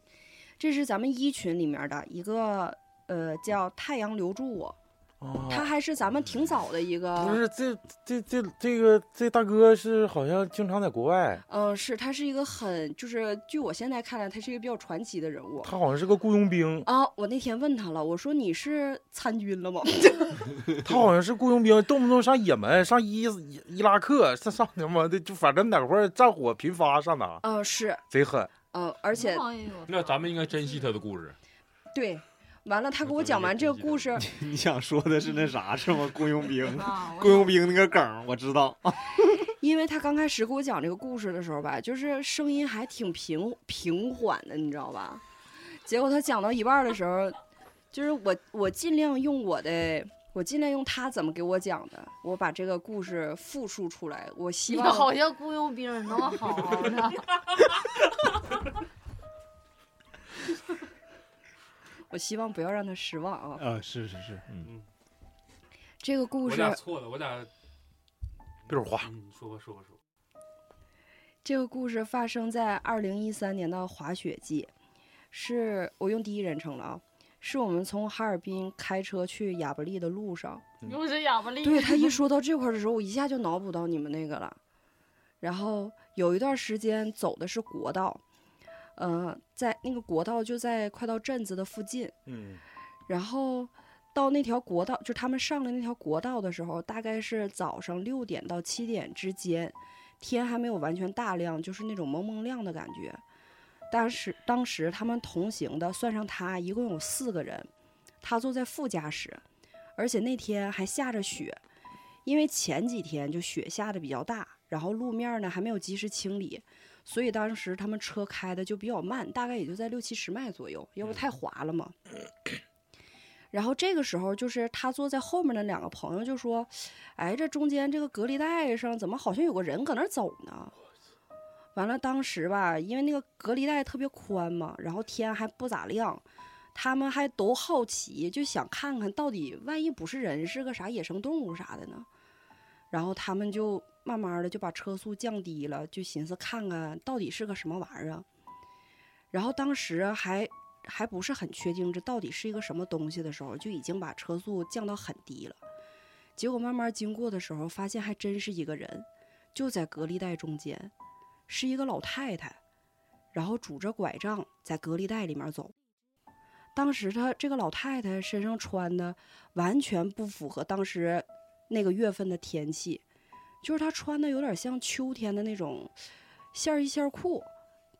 这是咱们一群里面的一个呃叫太阳留住我，啊他还是咱们挺早的一个，不是这这这这个这大哥是好像经常在国外，嗯、是他是一个很就是据我现在看来，他是一个比较传奇的人物。他好像是个雇佣兵， 啊！我那天问他了，我说你是参军了吗？ 他好像是雇佣兵，动不动上也门，上伊伊伊拉克，上上他妈的，就反正哪块儿战火频发上哪，嗯、是，贼狠。嗯、而且我好像也有那咱们应该珍惜他的故事。对，完了他给我讲完这个故事，你想说的是那啥是吗？雇佣兵，啊，雇佣兵那个梗我知道。因为他刚开始给我讲这个故事的时候吧，就是声音还挺平平缓的，你知道吧？结果他讲到一半儿的时候，就是我我尽量用我的，我尽量用他怎么给我讲的，我把这个故事复述出来。我希你望好像雇佣兵能好好的，我希望不要让他失望啊！啊，是是是，这个故我事俩错了，我俩别说话嗯，说吧说吧说吧。这个故事发生在二零一三年的滑雪季，是我用第一人称了啊，是我们从哈尔滨开车去亚布力的路上。 又是哑巴力。对 他一说到这块儿的时候，我一下就脑补到你们那个了。然后有一段时间走的是国道，呃，在那个国道就在快到镇子的附近，嗯，然后到那条国道，就他们上了那条国道的时候，大概是早上六点到七点之间，天还没有完全大亮，就是那种蒙蒙亮的感觉。当时当时他们同行的，算上他，一共有四个人，他坐在副驾驶，而且那天还下着雪，因为前几天就雪下的比较大，然后路面呢还没有及时清理。所以当时他们车开的就比较慢，大概也就在六七十迈左右，要不太滑了嘛。然后这个时候，就是他坐在后面的两个朋友就说：“哎，这中间这个隔离带上怎么好像有个人搁那儿走呢？”完了，当时吧，因为那个隔离带特别宽嘛，然后天还不咋亮，他们还都好奇，就想看看到底万一不是人是个啥野生动物啥的呢。然后他们就慢慢的就把车速降低了，就寻思看看到底是个什么玩意儿啊。然后当时还还不是很确定这到底是一个什么东西的时候，就已经把车速降到很低了。结果慢慢经过的时候，发现还真是一个人，就在隔离带中间，是一个老太太，然后拄着拐杖在隔离带里面走。当时她这个老太太身上穿的完全不符合当时那个月份的天气，就是她穿的有点像秋天的那种线衣线裤，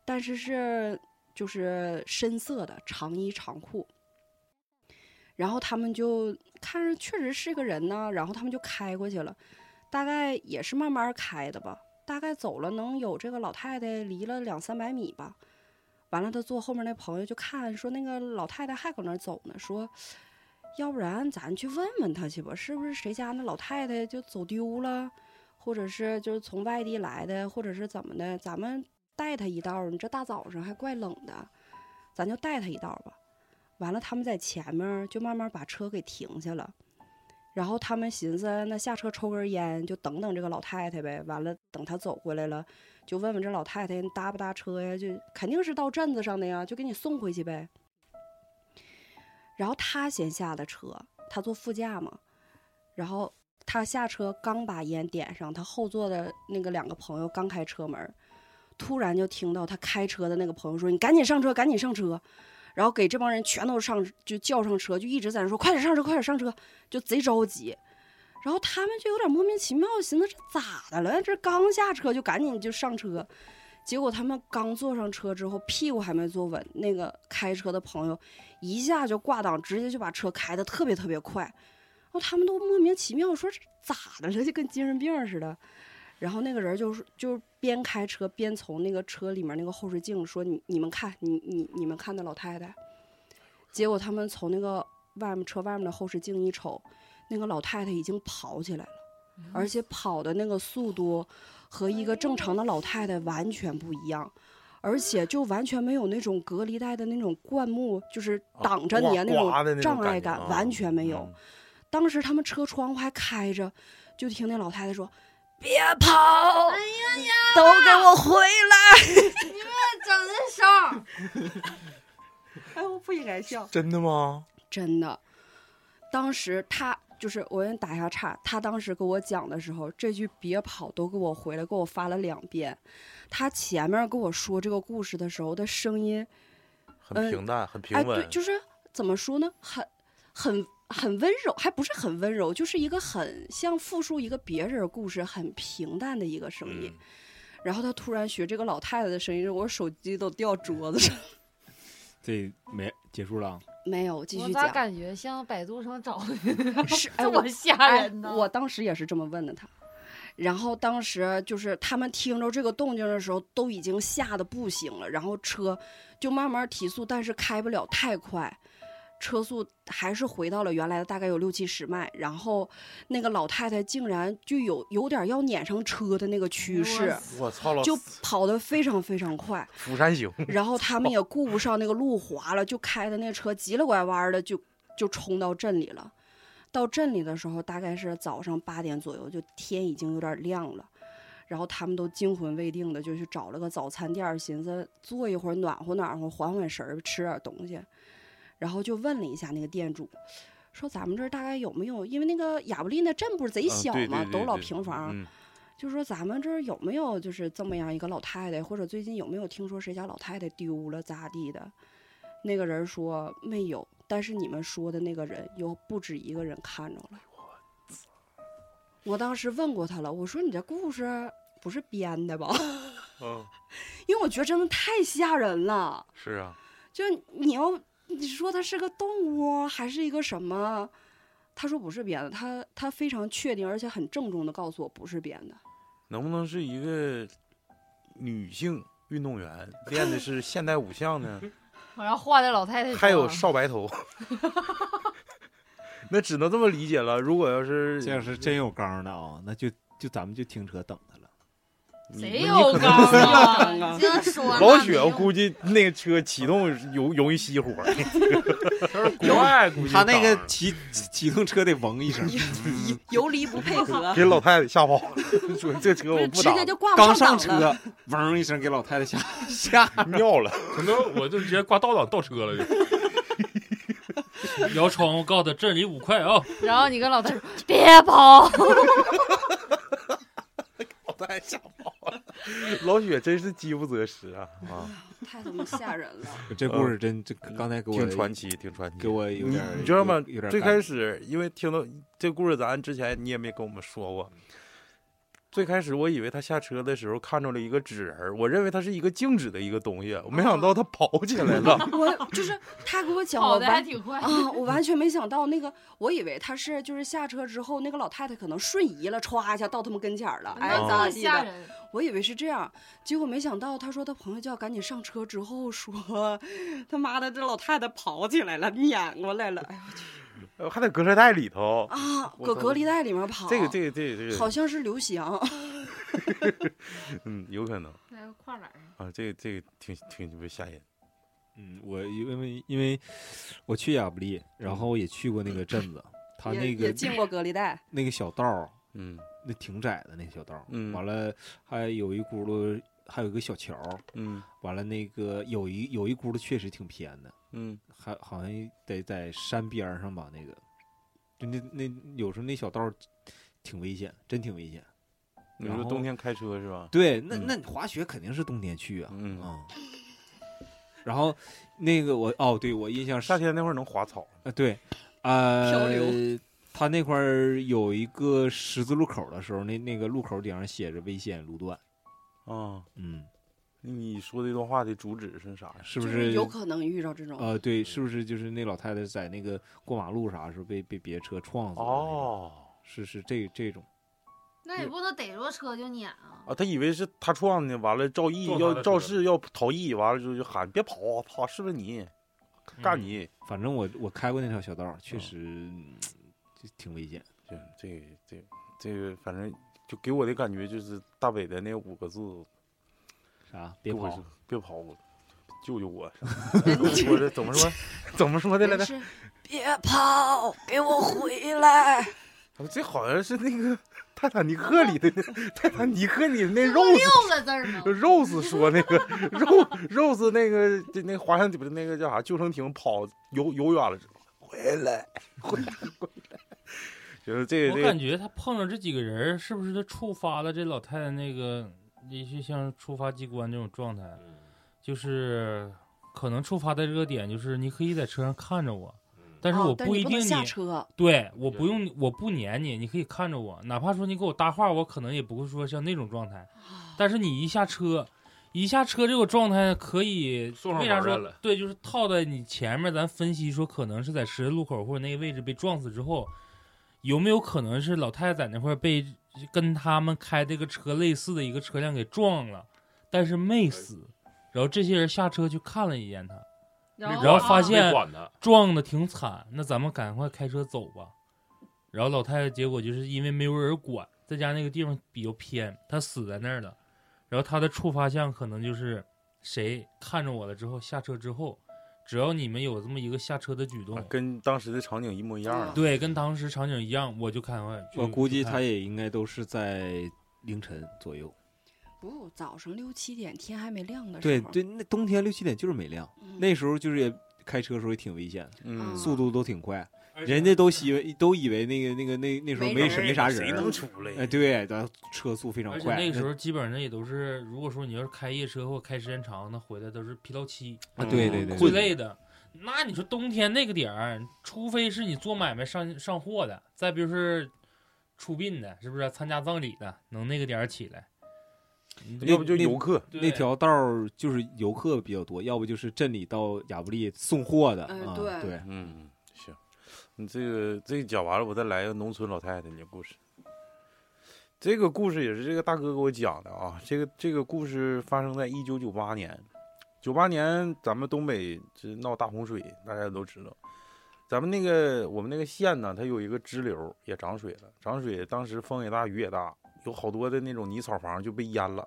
但是是就是深色的长衣长裤。然后他们就看着确实是个人呢，然后他们就开过去了，大概也是慢慢开的吧，大概走了能有这个老太太离了两三百米吧。完了，他坐后面那朋友就看说那个老太太还搁那儿走呢，说要不然咱去问问她去吧，是不是谁家那老太太就走丢了，或者是就是从外地来的，或者是怎么的，咱们带他一道儿，你这大早上还怪冷的，咱就带他一道儿吧。完了，他们在前面儿就慢慢把车给停下了，然后他们寻思那下车抽根烟，就等等这个老太太呗。完了，等她走回来了，就问问这老太太你搭不搭车呀？就肯定是到镇子上的呀，就给你送回去呗。然后他先下的车，他坐副驾嘛，然后他下车刚把烟点上，他后座的那个两个朋友刚开车门儿，突然就听到他开车的那个朋友说：“你赶紧上车，赶紧上车！”然后给这帮人全都上，就叫上车，就一直在那说：“快点上车，快点上车！”就贼着急。然后他们就有点莫名其妙，寻思这咋的了？这刚下车就赶紧就上车，结果他们刚坐上车之后，屁股还没坐稳，那个开车的朋友一下就挂档，直接就把车开的特别特别快。然后他们都莫名其妙说这咋的了，就跟精神病似的。然后那个人儿就是就是边开车边从那个车里面那个后视镜说你你们看你你你们看那老太太，结果他们从那个外面车外面的后视镜一瞅，那个老太太已经跑起来了，而且跑的那个速度和一个正常的老太太完全不一样。而且就完全没有那种隔离带的那种灌木，就是啊挡着你刮那刮的那种种障碍感感觉，啊完全没有。嗯当时他们车窗户还开着，就听那老太太说：“别跑，哎呀呀，都给我回来整的声！！”哎，我不应该笑，嗯真的吗？真的。当时他就是我给你打一下岔，他当时跟我讲的时候，这句“别跑，都给我回来”给我发了两遍。他前面跟我说这个故事的时候的声音，很嗯平淡，很平哎，稳，对，就是怎么说呢，很很很温柔，还不是很温柔，就是一个很像复述一个别人故事，很平淡的一个声音。嗯然后他突然学这个老太太的声音，我手机都掉桌子上。这没结束了啊， 没有，继我续咋讲。感觉像百度上找的是哎，这我么吓哎人呢？我当时也是这么问的他。然后当时就是他们听着这个动静的时候，都已经吓得不行了。然后车就慢慢提速，但是开不了太快，车速还是回到了原来的大概有六七十迈。然后那个老太太竟然就有有点要撵上车的那个趋势，我操了，就跑得非常非常快。釜山行， 然后他们也顾不上那个路滑了，就开的那车急了拐弯儿的就就冲到镇里了。到镇里的时候，大概是早上八点左右，就天已经有点亮了。然后他们都惊魂未定的，就去找了个早餐店儿，寻思坐一会儿暖和暖和，缓缓神儿，吃点儿东西。然后就问了一下那个店主，说咱们这儿大概有没有？因为那个亚布力那镇不是贼嗯小对嘛，对都对老对平房。嗯就说咱们这儿有没有就是这么样一个老太太，或者最近有没有听说谁家老太太丢了咋地的？那个人说没有，但是你们说的那个人有不止一个人看着了。我当时问过他了，我说你这故事不是编的吧？ 嗯，因为我觉得真的太吓人了。是啊，就是你要你说它是个动物啊还是一个什么？他说不是编的，他他非常确定而且很郑重的告诉我不是编的。能不能是一个女性运动员练的是现代五项呢？我让画的老太太还有说少白头， 那只能这么理解了。如果要是这要是真有刚的啊，那就就咱们就停车等他了。你谁那你有可高能啊？你这说呢老雪，我没估计那个车启动容容易熄火。他是国外估计他那挡个着骑启动车得嗡一声，游离不配合给，老太太吓跑了， 说这车不我是不直打接了，就挂不 刚上上档了。车，嗡一声给老太太 吓吓。尿 了。可能我就直接挂倒档倒车了就。摇窗户告诉他这里五块啊，有然后你跟老太太说别跑，老太太吓跑了，老雪真是饥不择食啊啊！太他妈吓人了！这故事真这刚才给我嗯挺传奇，挺传奇。给我有你点儿你知道吗有有点？儿最感开始因为听到这故事，咱之前你也没跟我们说过。嗯最开始我以为他下车的时候看着了一个纸人儿，我认为它是一个静止的一个东西，我没想到它跑起来了。 我就是他给我讲，我跑的还完挺快。 啊，我完全没想到那个，我以为他是就是下车之后，那个老太太可能瞬移了，歘一下到他们跟前儿了，哎，那这咋么地嗯哦吓的？人？我以为是这样，结果没想到他说他朋友叫赶紧上车之后说，他妈的这老太太跑起来了，撵过来了，哎呀哦呃 还在隔热带里头，啊，我搁操隔离带里面跑，这个这个这个啊这好个，像是刘翔，嗯，有可能那个跨栏儿啊，这个这个挺挺挺吓人。嗯，我因为因为我去亚布力，然后也去过那个镇子，他也那也个进过隔离带，那个小道儿，嗯那挺窄的那个小道儿，嗯完了还有一轱辘，还有一个小桥儿，嗯完了那个有一有一轱辘确实挺偏的，嗯还好像得在山边儿上吧，那个就那那有时候那小道儿挺危险，真挺危险。你然说后冬天开车是吧？对，那嗯那你滑雪肯定是冬天去啊，嗯啊。然后那个我哦，对我印象是夏天那会儿能滑草，啊，对，呃，漂流他那块儿有一个十字路口的时候，那那个路口顶上写着危险路段，啊，嗯，你说这段话的主旨是啊啥呀？是不？就是有可能遇着这种，呃，嗯对，是不是就是那老太太在那个过马路啥时候被被别车撞死了那种？哦，是是这这种，那也不能逮着车就撵啊。啊，他以为是他撞的，完了赵毅撞他要的肇车事要逃逸，完了就就喊别跑，啊跑是不是你？嗯干你！反正我我开过那条小道儿，确实、嗯就挺危险。这这这这个，反正就给我的感觉就是大北的那五个字，啥？别给我是跑！别跑，救救 我！我这怎么说？怎么说的来着？是别跑，给我回来！这好像是那个《泰坦尼克》里的那《泰坦尼克》里的那这不肉六个字儿吗？ Rose 说那个肉 Rose 那个就那滑翔艇不是那个叫啥救生艇跑游游远了，回来回来回来，就是这我这感觉他碰上这几个人儿，是不是他触发了这老太太那个，也许像触发机关这种状态，就是可能触发的这个点就是你可以在车上看着我，但是啊我但你一不定能你，下车，对我对不用我不撵你，你可以看着我，哪怕说你给我搭话，我可能也不会说像那种状态，啊但是你一下车。一下车这个状态可以送，上为啥板说儿来了对？就是套在你前面，咱分析说可能是在十字路口或者那个位置被撞死之后，有没有可能是老太太在那块儿被跟他们开这个车类似的一个车辆给撞了，但是没死，然后这些人下车去看了一眼他，然然后啊发现没管他，撞的挺惨，那咱们赶快开车走吧。然后老太太结果就是因为没有人管，在家那个地方比较偏，她死在那儿了。然后她的触发项可能就是谁看着我了之后下车之后，只要你们有这么一个下车的举啊动，跟当时的场景一模一样啊。对，跟当时场景一样，我就看我就我估计看他也应该都是在凌晨左右。不，早上六七点天还没亮的时对候，对，那冬天六七点就是没亮，嗯，那时候就是也开车的时候也挺危险的，嗯嗯，速度都挺快，而且人家都以为都以为那个那个那那时候没没人什没啥谁人能儿，出来？哎，对，咱车速非常而且快，那个时候基本上也都是，如果说你要是开夜车或开时间长，那回来都是疲劳期啊，对对对，之类的。那你说冬天那个点儿，除非是你做买卖上上货的，再比如是出殡的，是不是参加葬礼的，能那个点儿起来？要不就那游客，那条道儿就是游客比较多，要不就是镇里到亚布力送货的嗯啊，对对，嗯，行，你这个这个讲完了，我再来一个农村老太太的故事。这个故事也是这个大哥给我讲的啊。这个这个故事发生在一九九八年，九八年咱们东北这闹大洪水，大家都知道。咱们那个我们那个县呢，它有一个支流也涨水了，涨水当时风也大，雨也大，有好多的那种泥草房就被淹了。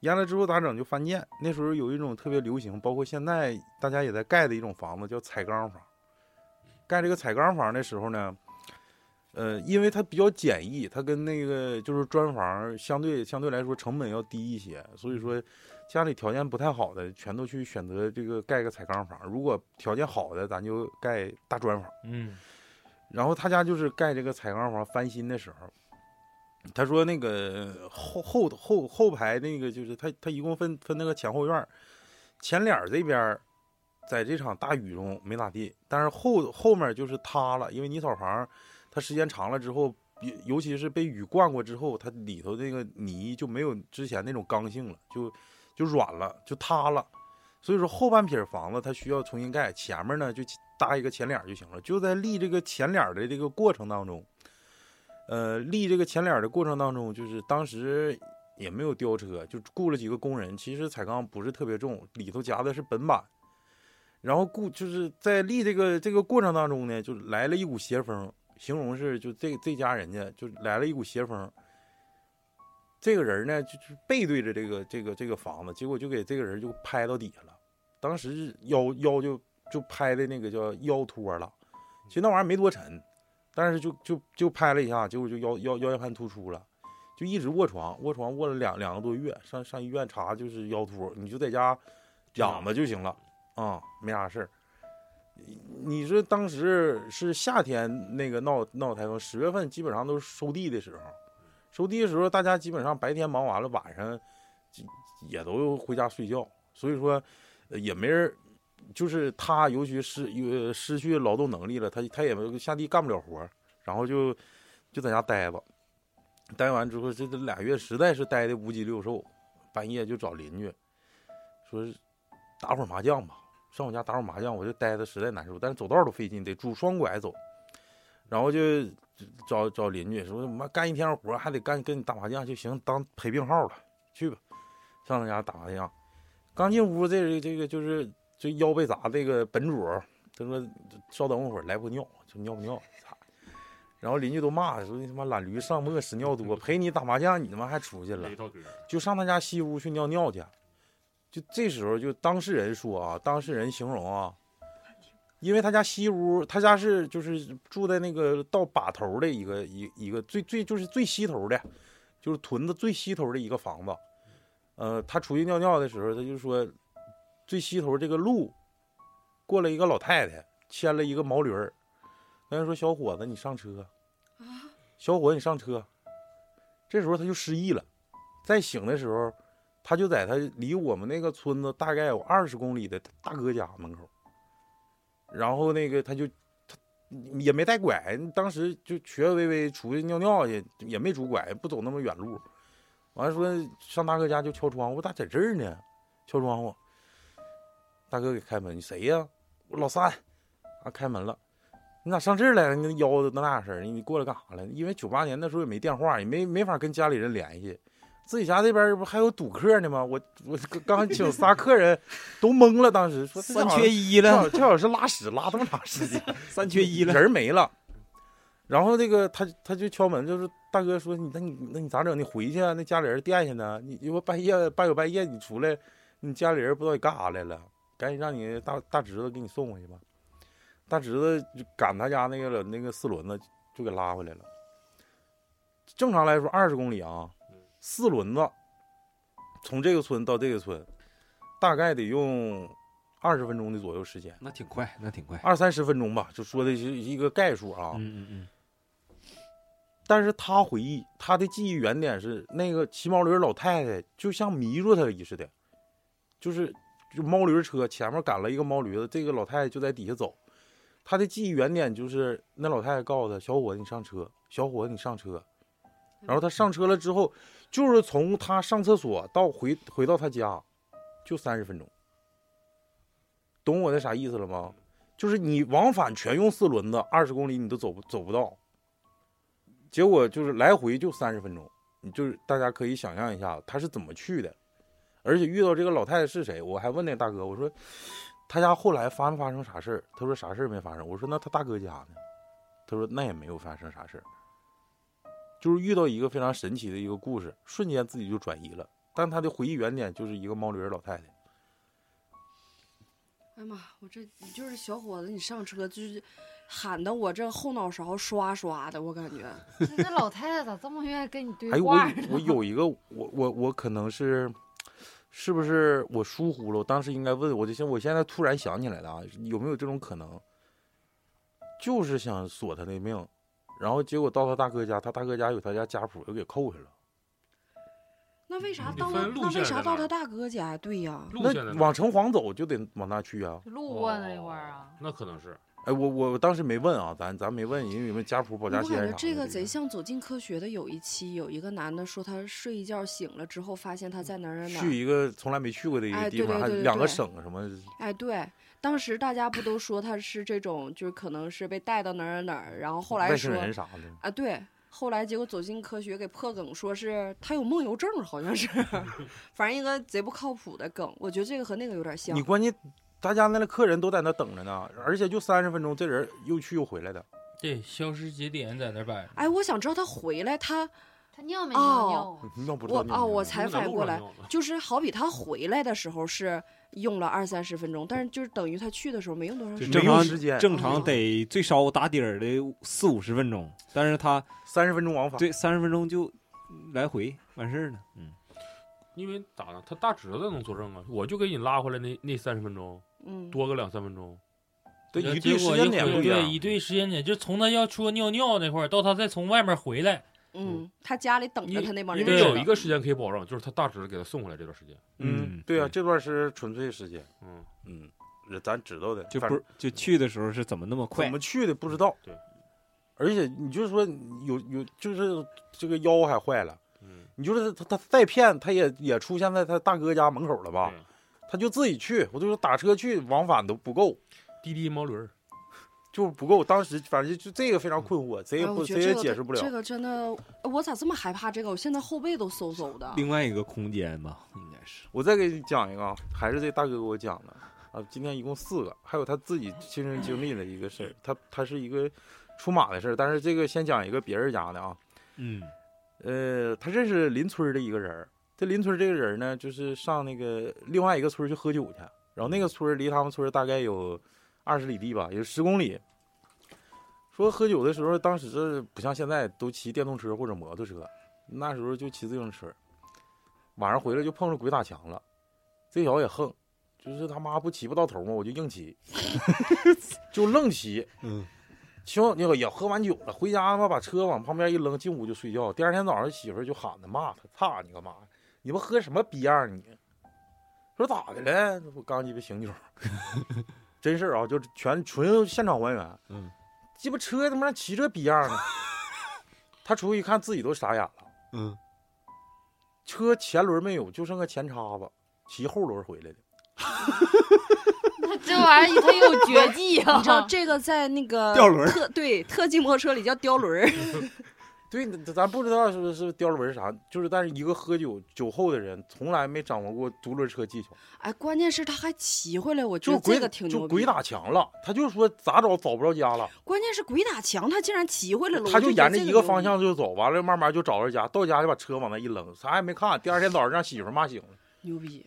淹了之后咋整就翻建？那时候有一种特别流行，包括现在大家也在盖的一种房子叫彩钢房。盖这个彩钢房的时候呢，呃，因为它比较简易，它跟那个就是砖房相对相对来说成本要低一些，所以说家里条件不太好的全都去选择这个盖个彩钢房。如果条件好的，咱就盖大砖房。嗯，然后他家就是盖这个彩钢房翻新的时候，他说那个后后后后排那个就是他他一共分分那个前后院儿，前脸儿这边儿在这场大雨中没咋地，但是后后面就是塌了，因为泥草房它时间长了之后，尤尤其是被雨灌过之后，它里头那个泥就没有之前那种刚性了，就就软了，就塌了。所以说后半撇房子它需要重新盖，前面呢就搭一个前脸儿就行了。就在立这个前脸儿的这个过程当中，呃，立这个前脸儿的过程当中，就是当时也没有吊车，就雇了几个工人。其实彩钢不是特别重，里头夹的是本板。然后雇就是在立这个这个过程当中呢，就来了一股邪风，形容是就这这家人家就来了一股邪风。这个人呢，就就背对着这个这个这个房子，结果就给这个人就拍到底下了。当时腰腰就就拍的那个叫腰脱了，其实那玩意儿没多沉，但是就就就拍了一下，结果就腰腰腰间盘突出了，就一直卧床，卧床卧了两两个多月，上上医院查就是腰突，你就在家养着就行了啊、没啥事儿。你你说当时是夏天那个闹闹台风，十月份基本上都是收地的时候，收地的时候大家基本上白天忙完了，晚上就也都回家睡觉，所以说呃也没人就是他，尤其失呃失去劳动能力了，他他也没下地干不了活儿，然后就就在家待吧，待完之后这这俩月实在是待的五脊六兽，半夜就找邻居说是打会儿麻将吧，上我家打会儿麻将，我就待的实在难受，但是走道儿都费劲，得拄双拐走，然后就找找邻居说，妈干一天活还得干跟你打麻将就行，当陪病号了，去吧，上他家打麻将。刚进屋，这个这个就是这腰被砸这个本主，他说稍等我会儿来泡尿，就尿不尿，操！然后邻居都骂说你他妈懒驴上磨屎尿多，陪你打麻将你他妈还出去了雷，道哥，就上他家西屋去尿尿去。就这时候，就当事人说啊，当事人形容啊，因为他家西屋，他家是就是住在那个到把头的一个一一个最最就是最西头的，就是屯子最西头的一个房子。呃，他出去尿尿的时候，他就说，最西头这个路过来一个老太太，牵了一个毛驴儿。他就说：“小伙子，你上车。”小伙子，你上车。这时候他就失忆了。再醒的时候，他就在他离我们那个村子大概有二十公里的大哥家门口。然后那个他就他也没带拐，当时就瘸巍巍出去尿尿去，也没拄拐，不走那么远路。完了说上大哥家就敲窗户，咋在这儿呢？敲窗户，大哥给开门，你谁呀、我老三。啊，开门了。你咋上这儿来了？你腰子那大声儿，你过来干啥来？因为九八年那时候也没电话，也没没法跟家里人联系，自己家这边儿不还有赌客呢吗？我我刚刚请仨客人，都懵了，当时说这三好像缺一这了好，这好像是拉屎拉这么长时间，三缺一了，人没了。然后这个他他就敲门，就是大哥说你那你那你咋整？你回去啊，那家里人惦记呢。你我半夜半宿半夜你出来，你家里人不知道你干啥来了，赶紧让你大大侄子给你送回去吧。大侄子就赶他家那个了那个四轮子就给拉回来了。正常来说二十公里啊，四轮子从这个村到这个村，大概得用二十分钟的左右时间。那挺快，那挺快。二三十分钟吧，就说的是一个概述啊。嗯嗯嗯，但是他回忆，他的记忆原点是那个骑毛驴老太太就像迷住他一似的，就是就毛驴车前面赶了一个毛驴子，这个老太太就在底下走。他的记忆原点就是那老太太告诉他：“小伙子，你上车，小伙子，你上车。”然后他上车了之后，就是从他上厕所到回回到他家，就三十分钟。懂我的啥意思了吗？就是你往返全用四轮子，二十公里你都走不走不到。结果就是来回就三十分钟，你就是大家可以想象一下他是怎么去的，而且遇到这个老太太是谁，我还问那大哥，我说他家后来发没发生啥事儿？他说啥事儿没发生。我说那他大哥家呢？他说那也没有发生啥事儿，就是遇到一个非常神奇的一个故事，瞬间自己就转移了，但他的回忆原点就是一个毛驴儿老太太。哎呀妈，我这你就是小伙子，你上车就是喊的我这后脑勺刷刷的，我感觉这老太太咋这么愿意跟你对哎还有我话呢？我有一个我我我可能是是不是我疏忽了？我当时应该问，我就现我现在突然想起来了啊，有没有这种可能？就是想索他那命，然后结果到他大哥家，他大哥家有他家家谱，又给扣下了。那为啥你到分那路那为线在啥哪到儿他大哥家呀？对呀，路线在那哪往城隍走就得往那去啊！路过那块儿哦啊，哦那可能是哎，我我我当时没问啊，咱咱没问，因为你们家谱保我家感仙啥的。觉这个贼像《走进科学》的有一期，有一个男的说他睡一觉醒了之后，发现他在哪儿哪儿哪去儿。一个从来没去过的一个哎地对方，对还对对两个对省什么？哎，对，当时大家不都说他是这种，就是可能是被带到哪儿哪儿哪儿，然后后来外星说人啥的。啊，对，后来结果走进科学给破梗，说是他有梦游症，好像是， 反正一个贼不靠谱的梗。我觉得这个和那个有点像你。关键大家那个客人都在那等着呢，而且就三十分钟，这人又去又回来的。对，消失节点在那儿摆着。哎，我想知道他回来，他她尿没尿尿哦啊？要不知我道你有没哦，有我看才路在反应路过上来尿了，就是好比他回来的时候是用了二三十分钟，但是就是等于他去的时候没用多长时就间。正没有常时间正常得最少打底儿得四五十分钟，但是他三十分钟往返，对三十分钟就来回完事儿了。嗯，因为咋呢？他大侄子能作证啊，我就给你拉回来那那三十分钟，嗯，多个两三分钟，对然后一结对时果一间点不回一对样一。对时间点，就从他要说尿尿那块儿到他再从外面回来，嗯，他家里等因着他那帮嗯因人为去对了。有一个时间可以保证，就是他大侄子给他送回来这段时间，嗯对啊，对这段是纯粹时间，嗯，嗯，咱知道的，就反不是就去的时候是怎么那么快怎么？去的不知道。对，而且你就说有有就是这个腰还坏了，嗯，你就是他他再骗他也也出现在他大哥家门口了吧对？他就自己去，我就说打车去，往返都不够。滴滴毛驴儿，就不够。当时反正就这个非常困惑，谁也哎不我觉谁也得这个解释不了这。个真的，哎我咋这么害怕这个？我现在后背都嗖嗖的。另外一个空间吧，应该是我再给你讲一个啊，还是这大哥给我讲的啊。今天一共四个，还有他自己亲身经历的一个事儿。他他是一个出马的事儿，但是这个先讲一个别人家的啊。嗯呃，他认识邻村儿的一个人儿。这邻村儿这个人儿呢，就是上那个另外一个村儿去喝酒去，然后那个村儿离他们村儿大概有二十里地吧，也就十公里。说喝酒的时候，当时这不像现在都骑电动车或者摩托车，那时候就骑自行车。晚上回来就碰着鬼打墙了，这小子也横，就是他妈不骑不到头嘛，我就硬骑，就愣骑。嗯，行，那个也喝完酒了，回家他妈把车往旁边一扔，进屋就睡觉。第二天早上，媳妇儿就喊他骂他，操你干嘛？你们喝什么逼样儿你？说咋的了？这不刚鸡巴醒酒，真事儿啊，就全纯现场还原。嗯，鸡巴车他妈骑这逼样儿呢，他出去一看自己都傻眼了。嗯，车前轮没有，就剩个前叉子，骑后轮回来的。 他这玩意儿他有绝技啊！你知道这个在那个 吊轮儿特对特技摩托车里叫吊轮儿，对，咱不知道是不是是吊轮儿啥，就是但是一个喝酒酒后的人从来没掌握过独轮车技巧，哎，关键是他还骑回来，我觉就是得鬼这个挺就牛鬼逼。打墙了，他就说咋找找不着家了，关键是鬼打墙，他竟然骑回来了，他我就就沿觉着得一这个牛方逼向就走，完了慢慢就找着家，到家就把车往那一扔，啥也没看，第二天早上让媳妇骂醒了，牛逼，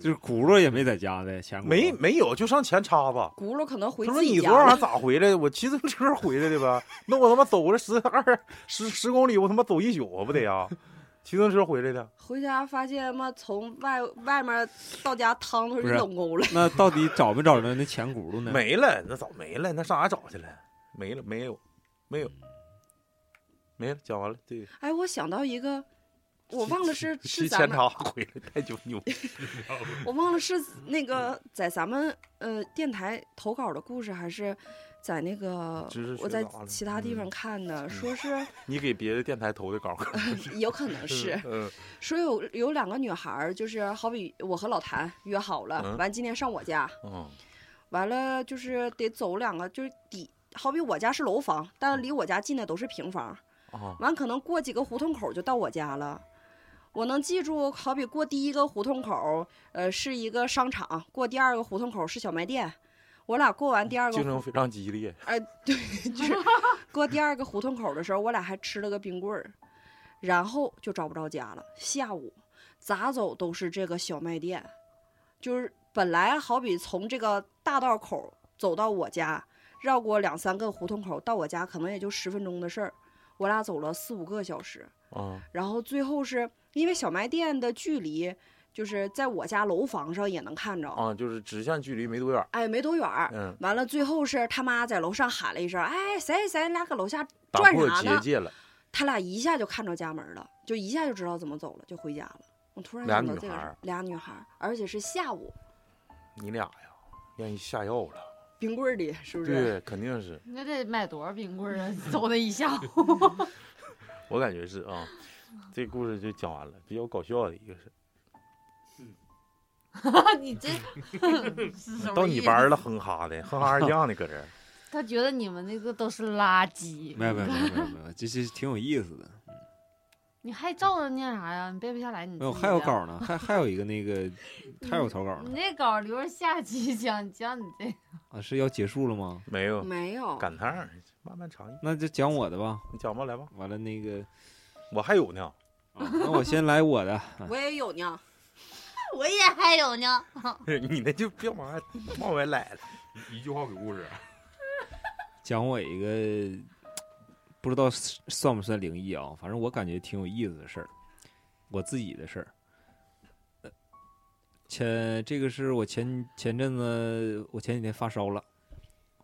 就是轱辘也没在家呗，前轱辘没没有就上前叉子。轱辘可能回他说自你啊己昨家天晚了。上咋回来的？我骑自行车回来的呗。那我他妈走了十二十十公里，我他妈走一宿啊，不得呀？骑自行车回来的。回家发现妈从外外面到家趟都不是是 冷沟了，那到底找没找着那前轱辘呢？没了，那早没了，那上哪找去了？没了，没有，没有，没了。讲完了，对，哎，我想到一个，我忘了是骑是前咱们，叉回来太牛牛。我忘了是那个在咱们呃电台投稿的故事，还是在那个知识学啊嗯我在杂了其他地方看的，说是你给别的电台投的稿有可 能 是嗯，说有有两个女孩儿，就是好比我和老谭约好了嗯，完今天上我家，嗯完了就是得走两个，就是底，好比我家是楼房，但离我家近的都是平房。啊，完可能过几个胡同口就到我家了。我能记住，好比过第一个胡同口，呃，是一个商场；过第二个胡同口是小卖店。我俩过完第二个竞胡，争非常激烈。哎、对， 就是过第二个胡同口的时候，我俩还吃了个冰棍儿，然后就找不着家了。下午咋走都是这个小卖店，就是本来好比从这个大道口走到我家，绕过两三个胡同口到我家，可能也就十分钟的事儿。我俩走了四五个小时，啊，然后最后是因为小卖店的距离，就是在我家楼房上也能看着，啊，就是直线距离没多远。哎，没多远儿。嗯，完了，最后是他妈在楼上喊了一声：“哎，谁谁谁，你俩搁楼下打转破啥结呢界了。？”他俩一下就看着家门了，就一下就知道怎么走了，就回家了。我突然俩想到女这个孩事儿儿，俩女孩儿，而且是下午你俩呀，让人下药了。冰棍儿里，是不是？对，肯定是，那得买多少冰棍儿啊？走那一 下午，我感觉是啊。这故事就讲完了，比较搞笑的一个是，啊你 这是什么到你意思班儿了，哼哈的，哼哈二将的搁 这儿。他觉得你们那个都是垃圾，没有没有没有没有没有，这是挺有意思的。你还照着念啥呀？你背不下来你自己没的。有还有稿呢，还还有一个那个还有投稿你呢那稿留着下期讲，讲你这啊，是要结束了吗？没有，没有，赶趟儿，慢慢尝一。那就讲我的吧。你讲吧，来吧，完了那个，我还有呢。 那我先来我的。我也有呢。我也还有呢。你那就别往外往外来了。一句话鬼故事，啊讲我一个不知道是算不算灵异啊，反正我感觉挺有意思的事儿，我自己的事儿。呃前这个是我前前阵子，我前几天发烧了，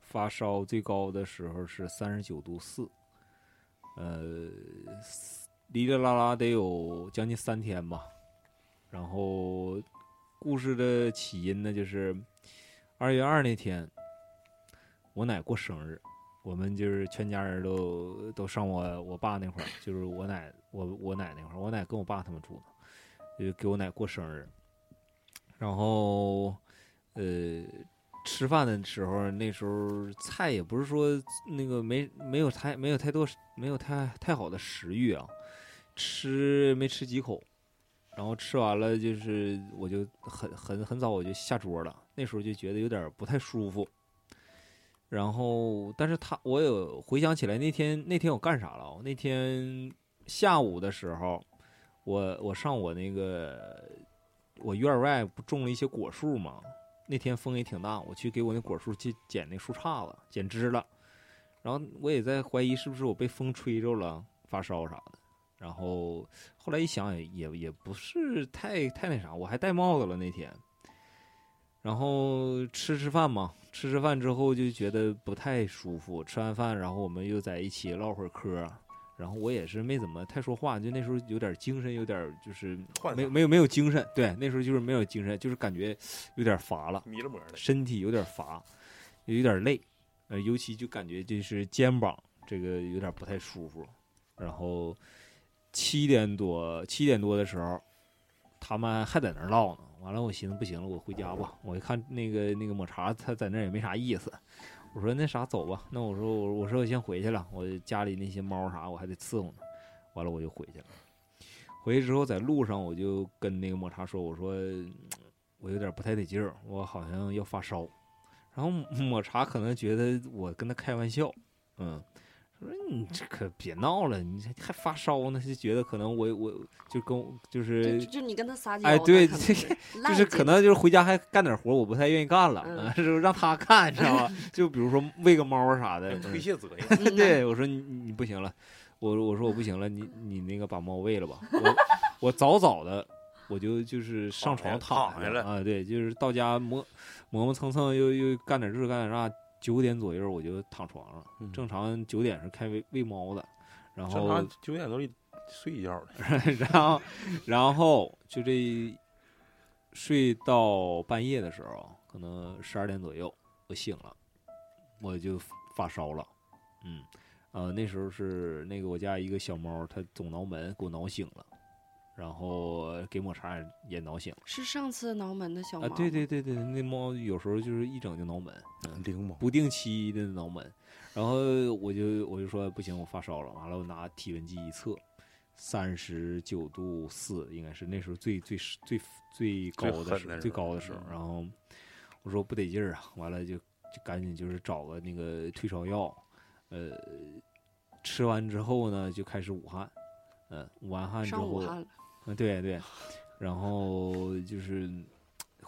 发烧最高的时候是三十九度四，呃，哩哩啦啦得有将近三天吧。然后故事的起因呢，就是二月二那天，我奶过生日，我们就是全家人都都上我我爸那块儿，就是我奶我我奶那块儿，我奶跟我爸他们住呢，就给我奶过生日，然后呃吃饭的时候，那时候菜也不是说那个没没有太没有太多没有太太好的食欲啊，吃没吃几口，然后吃完了就是我就很很很早我就下桌了，那时候就觉得有点不太舒服。然后，但是他我有回想起来那天那天我干啥了？哦那天下午的时候，我我上我那个我院儿外不种了一些果树嘛，那天风也挺大，我去给我那果树去捡那树杈子、捡枝了。然后我也在怀疑是不是我被风吹着了，发烧啥的。然后后来一想也也也不是太太那啥，我还戴帽子了那天。然后吃吃饭嘛，吃吃饭之后就觉得不太舒服。吃完饭，然后我们又在一起唠会儿嗑儿，然后我也是没怎么太说话，就那时候有点精神，有点就是涣没散没有没有精神，对，那时候就是没有精神，就是感觉有点乏了，迷了魔了。身体有点乏，有点累，呃，尤其就感觉就是肩膀这个有点不太舒服。然后七点多七点多的时候，他们还在那儿唠呢。完了，我寻思不行了，我回家吧。我一看那个那个抹茶，他在那儿也没啥意思。我说那啥，走吧。那我说我我说我先回去了，我家里那些猫啥我还得伺候呢。完了我就回去了。回去之后，在路上我就跟那个抹茶说，我说我有点不太得劲儿，我好像要发烧。然后抹茶可能觉得我跟他开玩笑，嗯，说你这可别闹了，你这还发烧呢，就觉得可能我我就跟我就是就就你跟他撒娇，哎对他可能是就赖是着可能就是回家还干点活，我不太愿意干了，嗯啊 就是让他干，知 道吧？就比如说喂个猫啥的，推卸责任，嗯对，我说你你不行了，我我说我不行了，你你那个把猫喂了吧。我我 早早的我就就是上床躺躺下了啊，对，就是到家磨磨磨蹭蹭又又干点这干点那，九点左右我就躺床上了。嗯正常九点是开喂喂猫的，嗯然正后哦常九点多睡一觉了。然后 然后就这睡到半夜的时候，可能十二点左右我醒了，我就发烧了。嗯，呃，那时候是那个我家一个小猫，它总挠门，给我挠醒了，然后给抹茶也也挠醒是上次挠门的小了。猫啊，对对对对，那猫有时候就是一整就挠门，嗯，灵猫，不定期的挠门，然后我就我就说不行，我发烧了。完了，我拿体温计一测，三十九度四，应该是那时候最最最最高的狠时的时候最高的时候嗯。然后我说不得劲儿啊，完了就就赶紧就是找个那个退烧药，呃，吃完之后呢就开始武汉，嗯、武完汗之上武后，汉了，嗯，对对，然后就是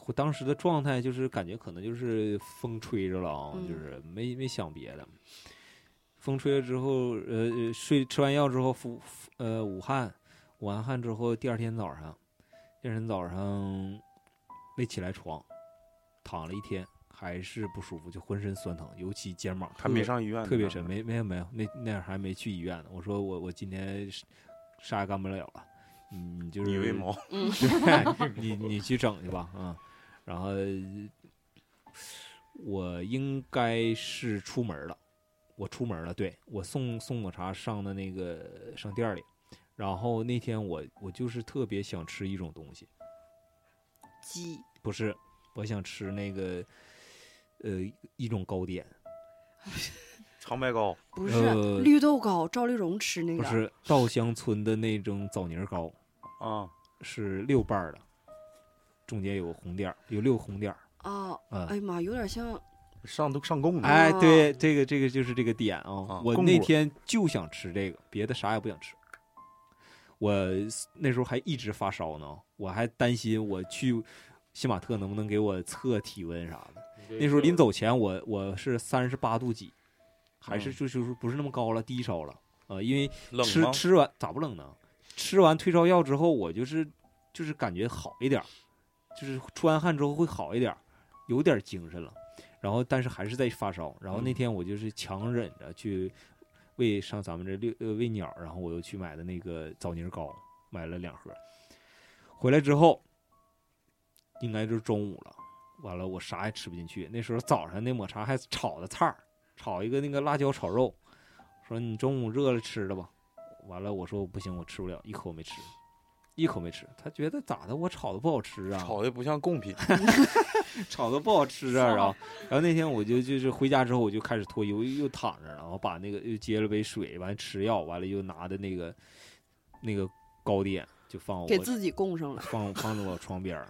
我当时的状态就是感觉可能就是风吹着了啊，嗯就是没没想别的。风吹了之后，呃，呃睡吃完药之后，服服呃捂汗，捂完汗之后，第二天早上，第二天早上没起来床，躺了一天，还是不舒服，就浑身酸疼，尤其肩膀还没特上医院呢，特别深，没没有没有，那那会儿还没去医院呢。我说我我今天是啥也干不了了，嗯，就是你喂 猫，嗯，对 你你去整去吧，嗯。然后我应该是出门了，我出门了，对我送送抹茶上的那个上店里，然后那天我我就是特别想吃一种东西，鸡不是，我想吃那个呃一种糕点，长白糕，不是、呃绿豆糕，赵丽蓉吃那个不是稻香村的那种枣泥儿糕， 啊，是六瓣儿的，中间有个红点儿，有六红点儿，啊，嗯。哎呀妈，有点像上都上供了。哎，啊对，这个这个就是这个点啊、啊我供那果天就想吃这个，别的啥也不想吃。我那时候还一直发烧呢，我还担心我去新玛特能不能给我测体温啥的。那时候临走前我，我是三十八度几，还是嗯就就是不是那么高了，低烧了啊、呃因为冷吃吗？吃完咋不冷呢？吃完退烧药之后，我就是就是感觉好一点儿，就是出完汗之后会好一点儿，有点儿精神了。然后但是还是在发烧。然嗯后那天我就是强忍着去喂上咱们这六呃喂鸟儿，然后我又去买的那个枣泥儿糕，买了两盒儿。回来之后，应该就是中午了。完了，我啥也吃不进去。那时候早上那抹茶还炒的菜儿，炒一个那个辣椒炒肉，说你中午热了吃了吧。完了，我说我不行，我吃不了，一口没吃。一口没吃。他觉得咋的，我炒的不好吃啊，嗯炒的不像贡品，炒的不好吃啊。然后，然后那天我就就是回家之后我就开始脱衣服，又又躺着，然后把那个又接了杯水，完了吃药，完了又拿的那个那个糕点就放我给自己供 上了。放放在我床边儿，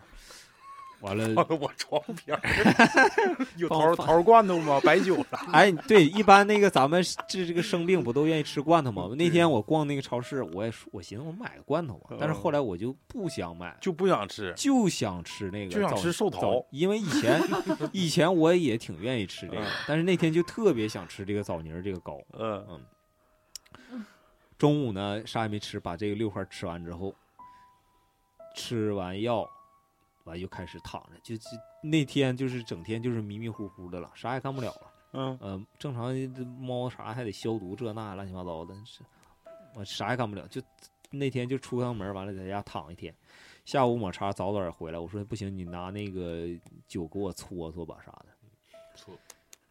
完了放在我床边儿， 有放桃放桃罐头吗？白酒了，哎，对，一般那个咱们治这个生病不都愿意吃罐头吗？那天我逛那个超市，我也说我寻思我买个罐头吧，但嗯是后来我就不想买，就不想吃。就想吃那个，就想吃寿桃枣因为以前以前我也挺愿意吃这个嗯，但是那天就特别想吃这个枣泥儿这个糕。嗯中午呢啥也没吃，把这个六块吃完之后，吃完药，完又开始躺着，就就那天就是整天就是迷迷糊糊的了，啥也干不了了。嗯，呃，正常这猫啥还得消毒，这那乱七八糟的，是我啥也干不了。就那天就出趟门，完了在家躺一天，下午抹茶早点回来，我说不行，你拿那个酒给我搓搓吧啥的。搓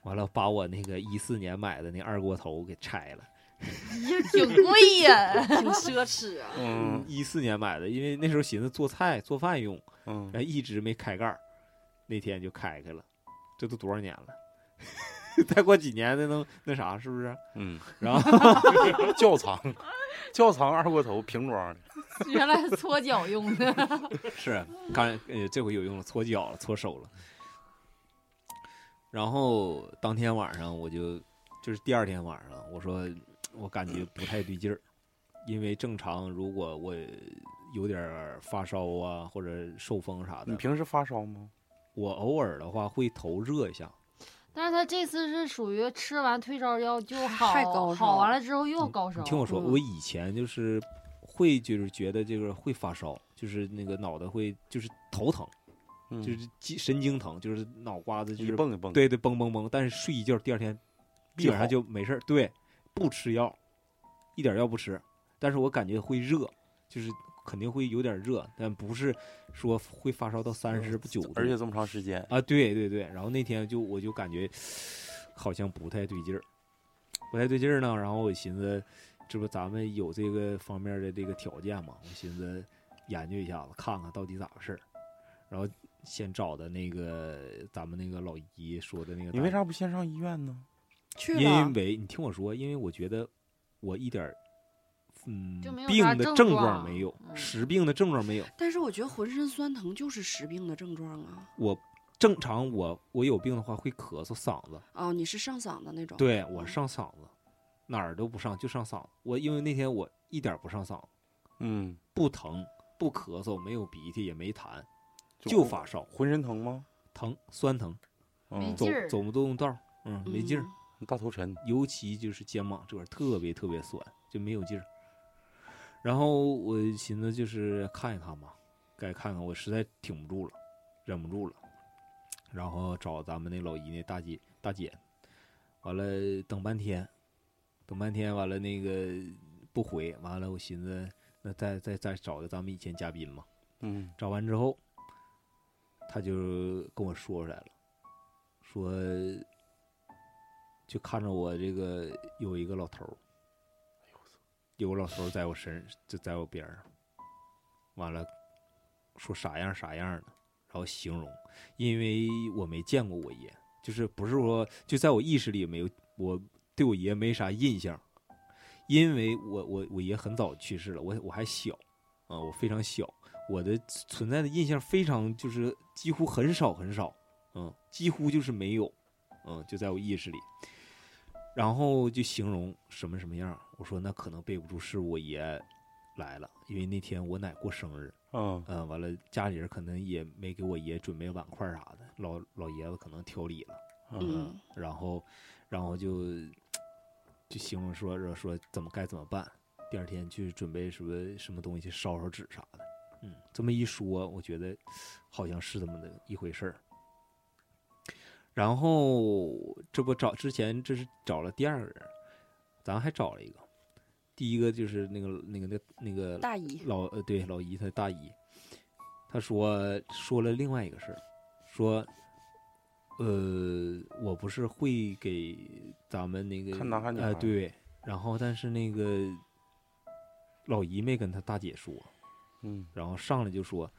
完了，把我那个一四年买的那二锅头给拆了。挺贵呀、 挺奢侈啊！嗯一四年买的，因为那时候寻思做菜做饭用，嗯然，后一直没开盖儿，那天就开开了。这都多少年了？ 再过几年那能那啥是不是？ 嗯，然后窖藏，窖藏二锅头瓶装的，原来搓脚用 的。是，刚呃这回有用了，搓脚了，搓手了。然后当天晚上我就，就是第二天晚上，我说我感觉不太对劲儿，因为正常如果我有点儿发烧啊或者受风啥你的，平时发烧吗？我偶尔的话会头热一下，但是他这次是属于吃完退烧药就好，太高烧好完了之后又高烧。你听我说，嗯我以前就是会就是觉得这个会发烧，就是那个脑袋会就是头疼，嗯就是肌神经疼，就是脑瓜子就一是蹦一蹦，，对对，蹦蹦蹦，但是睡一觉，第二天基本上就没事儿。对，不吃药，一点药不吃，但是我感觉会热，就是肯定会有点热，但不是说会发烧到三十九度。嗯而且这么长时间，啊，对对对，然后那天就我就感觉好像不太对劲儿，不太对劲儿呢。然后我寻思，这不咱们有这个方面的这个条件嘛，我寻思研究一下子，看看到底咋回事儿。然后先找的那个咱们那个老姨说的那个大夫，你为啥不先上医院呢？去了因，为你听我说，因为我觉得我一点儿嗯就没有病啥的症症状状没有，嗯实病的症状没有。但是我觉得浑身酸疼就是实病的症状啊！我正常我我有病的话会咳嗽嗓子，哦，你是上嗓的那种？，对我上嗓子，哪儿都不上，就上嗓子。我因为那天我一点儿不上嗓子，嗯，不疼，不咳嗽，没有鼻涕，也没痰，就发烧，浑身疼吗？疼酸疼，没嗯，走劲儿走不动道儿，嗯，没劲儿，嗯大头沉，尤其就是肩膀这块儿特别特别酸，就没有劲儿。然后我寻思就是看一看吧，该看看，我实在挺不住了，忍不住了，然后找咱们那老姨那大姐大姐，完了等半天，等半天完了那个不回，完了我寻思那再再再找的咱们以前嘉宾嘛，嗯，找完之后，他就跟我说出来了，说就看着我这个有一个老头儿，有个老头儿在我身就在我边儿上，完了说啥样啥样的，然后形容，因为我没见过我爷，就是不是说就在我意识里没有我对我爷没啥印象，因为我我我爷很早去世了，我我还小啊、我非常小。我的存在的印象非常就是几乎很少很少，嗯，几乎就是没有，嗯，就在我意识里。然后就形容什么什么样儿，我说那可能背不住是我爷来了，因为那天我奶过生日，嗯，嗯，完了家里人可能也没给我爷准备碗筷啥的，老老爷子可能挑理了，嗯，然后，然后就就形容说说说怎么该怎么办，第二天去准备什么什么东西去烧烧纸啥的。嗯，这么一说，我觉得好像是这么的一回事儿。然后这不找之前这是找了第二个人，咱还找了一个，第一个就是那个那个那那个大姨，老呃对老姨，她大姨，她说说了另外一个事儿，说，呃，我不是会给咱们那个看男孩女呃孩对，然后但是那个老姨没跟她大姐说，嗯然后上来就说：“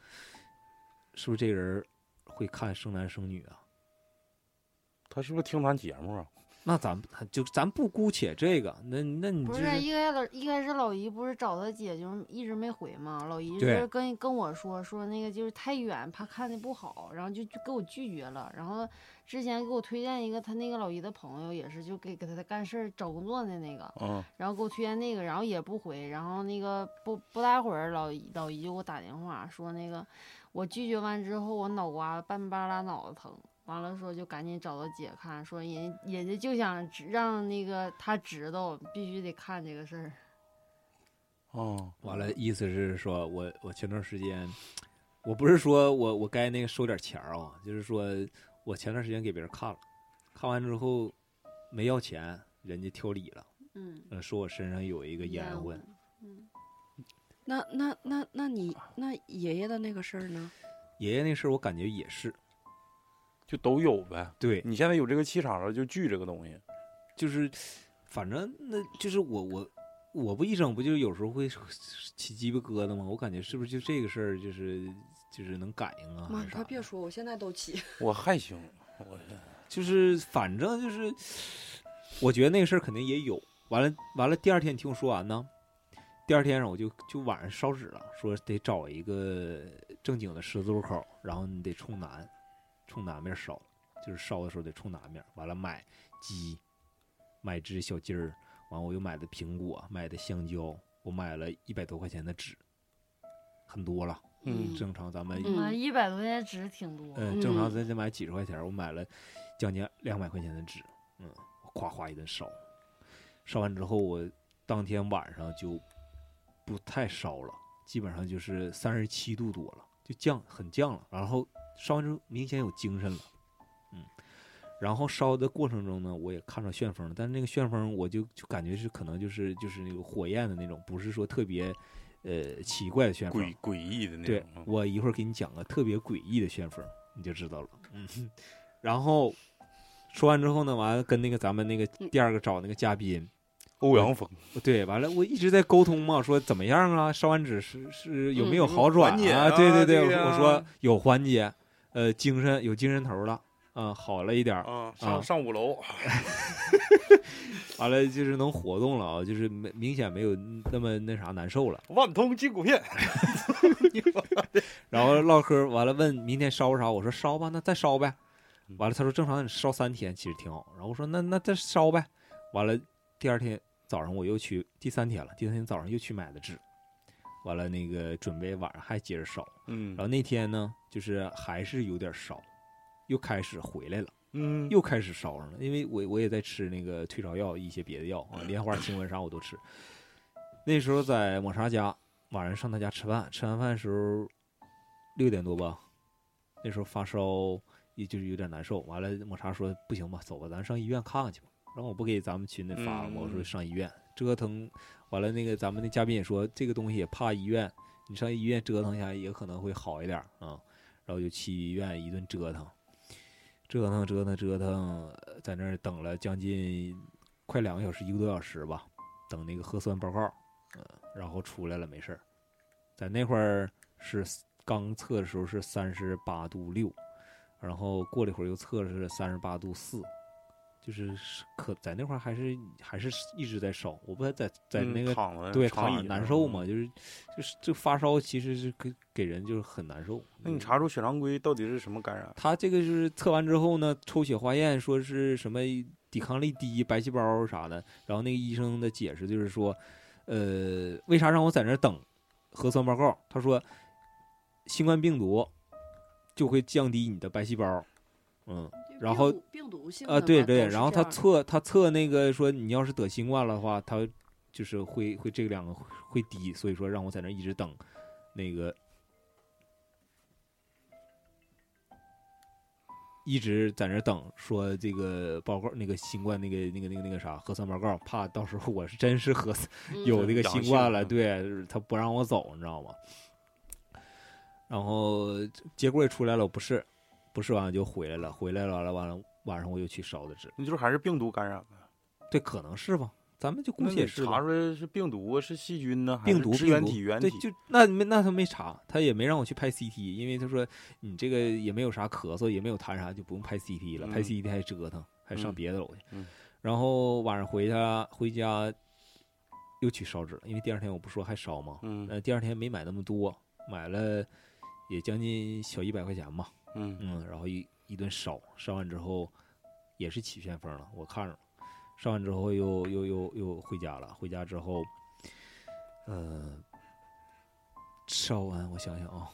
是不是这个人会看生男生女啊？”他是不是听咱节目啊？那咱他就咱不姑且这个，那那你就不是啊一开始一开始老姨不是找他姐就是一直没回嘛，老姨对是跟跟我说说那个就是太远，怕看的不好，然后就就给我拒绝了。然后之前给我推荐一个他那个老姨的朋友，也是就给给他干事儿找工作的那个，嗯，然后给我推荐那个，然后也不回，然后那个不不大会儿老姨老姨就给我打电话说那个我拒绝完之后我脑瓜半巴拉脑子疼。完了说就赶紧找到姐看，说人人家就想知让那个他知道必须得看这个事儿。哦，完了，意思是说我我前段时间，我不是说我我该那个收点钱儿啊，就是说我前段时间给别人看了，看完之后没要钱，人家挑理了，嗯，呃，说我身上有一个烟烟魂，魂那那那那你那爷爷的那个事儿呢？爷爷那事儿我感觉也是，就都有呗。对，你现在有这个气场了，就聚这个东西。就是反正那就是我我我不一整不就有时候会起鸡巴疙瘩吗？我感觉是不是就这个事儿就是就是能感应啊？妈，还你是快啥别的说，我现在都起。我还行，就是反正就是，我觉得那个事儿肯定也有。完了完了，第二天你听我说完呢，第二天我就就晚上烧纸了，说得找一个正经的十字路口，然后你得冲南，冲南面烧，就是烧的时候得冲南面。完了买鸡，买只小鸡儿，完了我又买的苹果，买的香蕉，我买了一百多块钱的纸，很多了。嗯正常咱们妈哎一百多块钱值挺多。嗯，正常嗯咱得买几十块钱儿，我买了将近两百块钱的纸，嗯，夸夸一顿烧，烧完之后我当天晚上就不太烧了，基本上就是三十七度多了，就降很降了。然后烧完之后明显有精神了，嗯，然后烧的过程中呢，我也看着旋风了，但是那个旋风我就就感觉是可能就是就是那个火焰的那种，不是说特别呃奇怪的旋风，诡诡异的那对种。嗯我一会儿给你讲个特别诡异的旋风，你就知道了。嗯，然后说完之后呢，完了跟那个咱们那个第二个找那个嘉宾，欧阳锋，对，完了我一直在沟通嘛，说怎么样啊？烧完纸是是有没嗯有好转缓解啊对对对呀我说我说有缓解，呃，精神有精神头了，嗯、好了一点儿。啊，啊上上五楼，完了就是能活动了啊，就是没明显没有那么那啥难受了。万通筋骨片。然后唠嗑，完了问明天烧啥，我说烧吧，那再烧呗嗯。完了，他说正常你烧三天其实挺好。然后我说那那再烧呗。完了，第二天早上我又去，第三天了，第三天早上又去买的纸。完了，那个准备晚上还接着烧。嗯然后那天呢，就是还是有点烧，又开始回来了，嗯，又开始烧上了。因为我我也在吃那个退烧药，一些别的药啊，莲花清瘟啥我都吃。那时候在抹茶家，晚上上他家吃饭，吃完饭的时候六点多吧，那时候发烧也就是有点难受。完了，抹茶说不行吧，走吧，咱上医院看看去吧。然后我不给咱们群里发了吗？我说嗯上医院折腾。完了，那个咱们的嘉宾也说这个东西也怕医院，你上医院折腾一下也可能会好一点啊、然后就去医院一顿折腾，折腾折腾折腾，呃在那儿等了将近快两个小时，一个多小时吧，等那个核酸报告。嗯，然后出来了没事儿。在那会儿是刚测的时候是三十八度六，然后过了一会儿又测的是三十八度四，就是是可在那会儿还是还是一直在烧，我不还在在嗯那个、躺着对躺躺椅着上难受嘛，。就是就是这发烧其实是给给人就是很难受。嗯那你查出血常规到底是什么感染？他这个就是测完之后呢，抽血化验说是什么抵抗力低、白细胞啥的，然后那个医生的解释就是说，呃，为啥让我在那儿等核酸报告？他说，新冠病毒就会降低你的白细胞，嗯，然后病毒病毒性啊，的对嘛对，都是然后这他样测他测那个说你要是得新冠了的话，他就是会会这两个会会低，所以说让我在那儿一直等那个，一直在那儿等，说这个报告那个新冠那个那个那个那个啥核酸报告，怕到时候我是真是核酸嗯有那个阳新性冠了，嗯对他不让我走，你知道吗？然后结果也出来了，不是，不是完了就回来了，回来了完了完了晚上我又去烧的纸，你就是还是病毒感染呗？这可能是吧？咱们就姑那且得是查吧出来是病毒啊，是细菌呢，还病是毒支病原毒体原体对，？就那没那他没查，他也没让我去拍 CT，因为他说你这个也没有啥咳嗽，也没有痰啥，就不用拍 CT 了，拍嗯 CT 还折腾，还上嗯别的楼去。嗯然后晚上回家回家又去烧纸了，因为第二天我不说还烧吗？嗯呃，第二天没买那么多，买了也将近小一百块钱吧。嗯嗯，然后一一顿烧，烧完之后也是起旋风了，我看着了，烧完之后又又又又回家了，回家之后，呃，烧完我想想啊、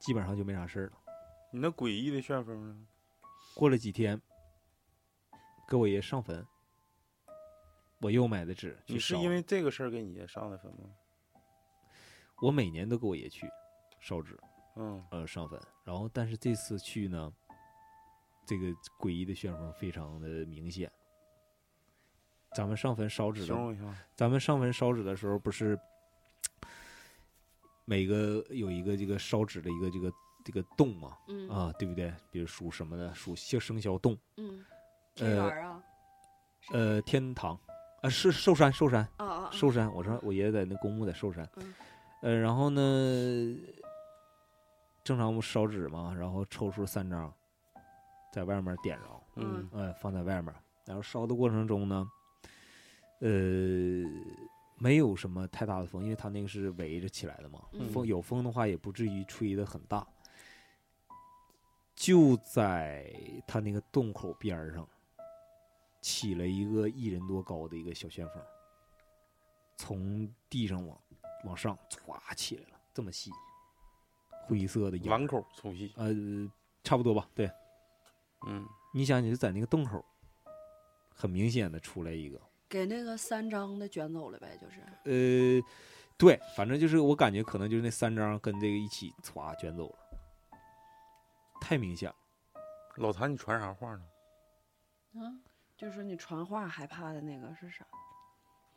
基本上就没啥事儿了。你那诡异的旋风呢？过了几天，给我爷上坟，我又买的纸去你是烧因为这个事儿给你爷上的坟吗？我每年都给我爷去烧纸，嗯，呃上坟，然后但是这次去呢，这个诡异的旋风非常的明显。咱们上坟烧纸形的，容一下。咱们上坟烧纸的时候不是每个有一个这个烧纸的一个这个这个洞嘛，嗯啊，对不对？比如属什么的，属生生肖洞，嗯，呃天园儿啊，呃，天堂，啊，是寿山，寿山，啊啊，啊寿山，我说我爷爷在那公墓在寿山，嗯呃，然后呢，正常不烧纸嘛，然后抽出三张，在外面点着，嗯嗯，呃，放在外面，然后烧的过程中呢，呃，没有什么太大的风，因为它那个是围着起来的嘛，嗯风有风的话也不至于吹得很大，就在它那个洞口边儿上，起了一个一人多高的一个小旋风，从地上往往上歘起来了，这么细，灰色的影儿碗口粗细。呃，差不多吧，对。嗯，你想，你就在那个洞口，很明显的出来一个，给那个三张的卷走了呗，就是呃，对，反正就是我感觉可能就是那三张跟这个一起歘卷走了，太明显了。老谭，你传啥话呢？就是说你传话害怕的那个是啥？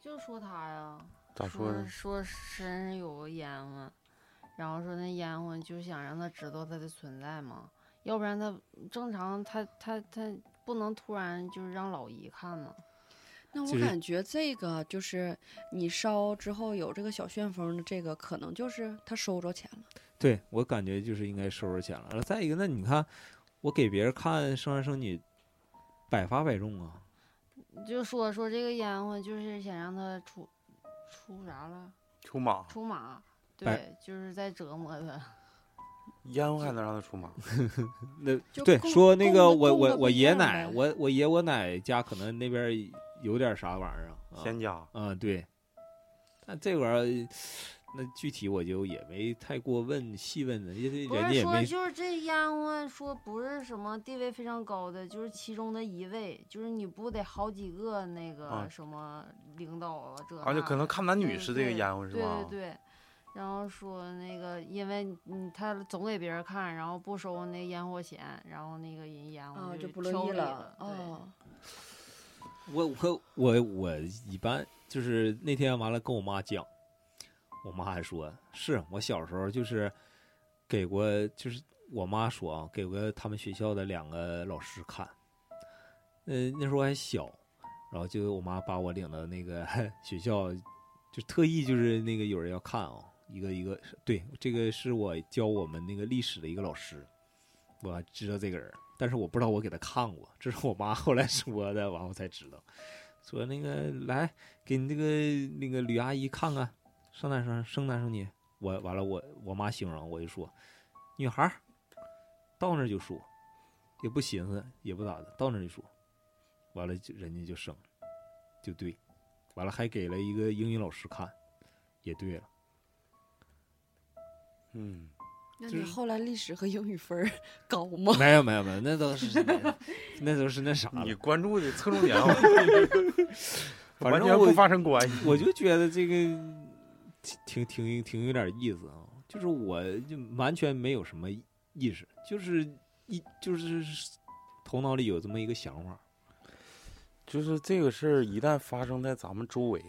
就说他呀，咋说说呢？说身上有个烟魂，然后说那烟魂就想让他知道他的存在嘛，要不然他正常他他他不能突然就是让老姨看嘛。那我其实感觉这个就是你烧之后有这个小旋风的这个，可能就是他收着钱了。对我感觉就是应该收拾钱了。然后再一个，那你看，我给别人看生儿生女，百发百中啊，就说说这个烟魂就是想让他出出啥了，出马，出马，白对，就是在折磨他。烟花还能让他出马？那就对供说那供个的我供我的不我一爷样奶呗我我爷我奶家可能那边有点啥玩意儿啊，仙家，啊，对。但这玩意儿，那具体我就也没太过问细问的，因为不人家是也说没就是这烟魂说不是什么地位非常高的，就是其中的一位，就是你不得好几个那啊个什么领导啊这啊，就那可能看男女嗯是这个对烟花是吧？对对对。然后说那个，因为你他总给别人看，然后不收那烟火钱，然后那个人烟火啊，就不乐挑意你了了。对哦，我我我我一般就是那天完了跟我妈讲，我妈还说是我小时候就是给过，就是我妈说啊，给过他们学校的两个老师看，呃那时候我还小，然后就我妈把我领到那个 学校，就特意就是那个有人要看啊、一个一个对，这个是我教我们那个历史的一个老师，我知道这个人，但是我不知道我给他看过，这是我妈后来说的，完我才知道，说那个来给你这个那个吕阿姨看看，生男生生男生女，我完了我我妈形容我就说，女孩儿到那儿就说，也不寻思也不咋的，到那儿就说，完了就人家就生，就对，完了还给了一个英语老师看，也对了，嗯，那就你是后来历史和英语分儿 高吗？没有没有没有，那都是那都是那啥了你，关注的侧重点 啊反完正全我不发生关系。 我就觉得这个挺挺挺挺有点意思啊，就是我就完全没有什么意识，就是一就是头脑里有这么一个想法，就是这个事儿一旦发生在咱们周围，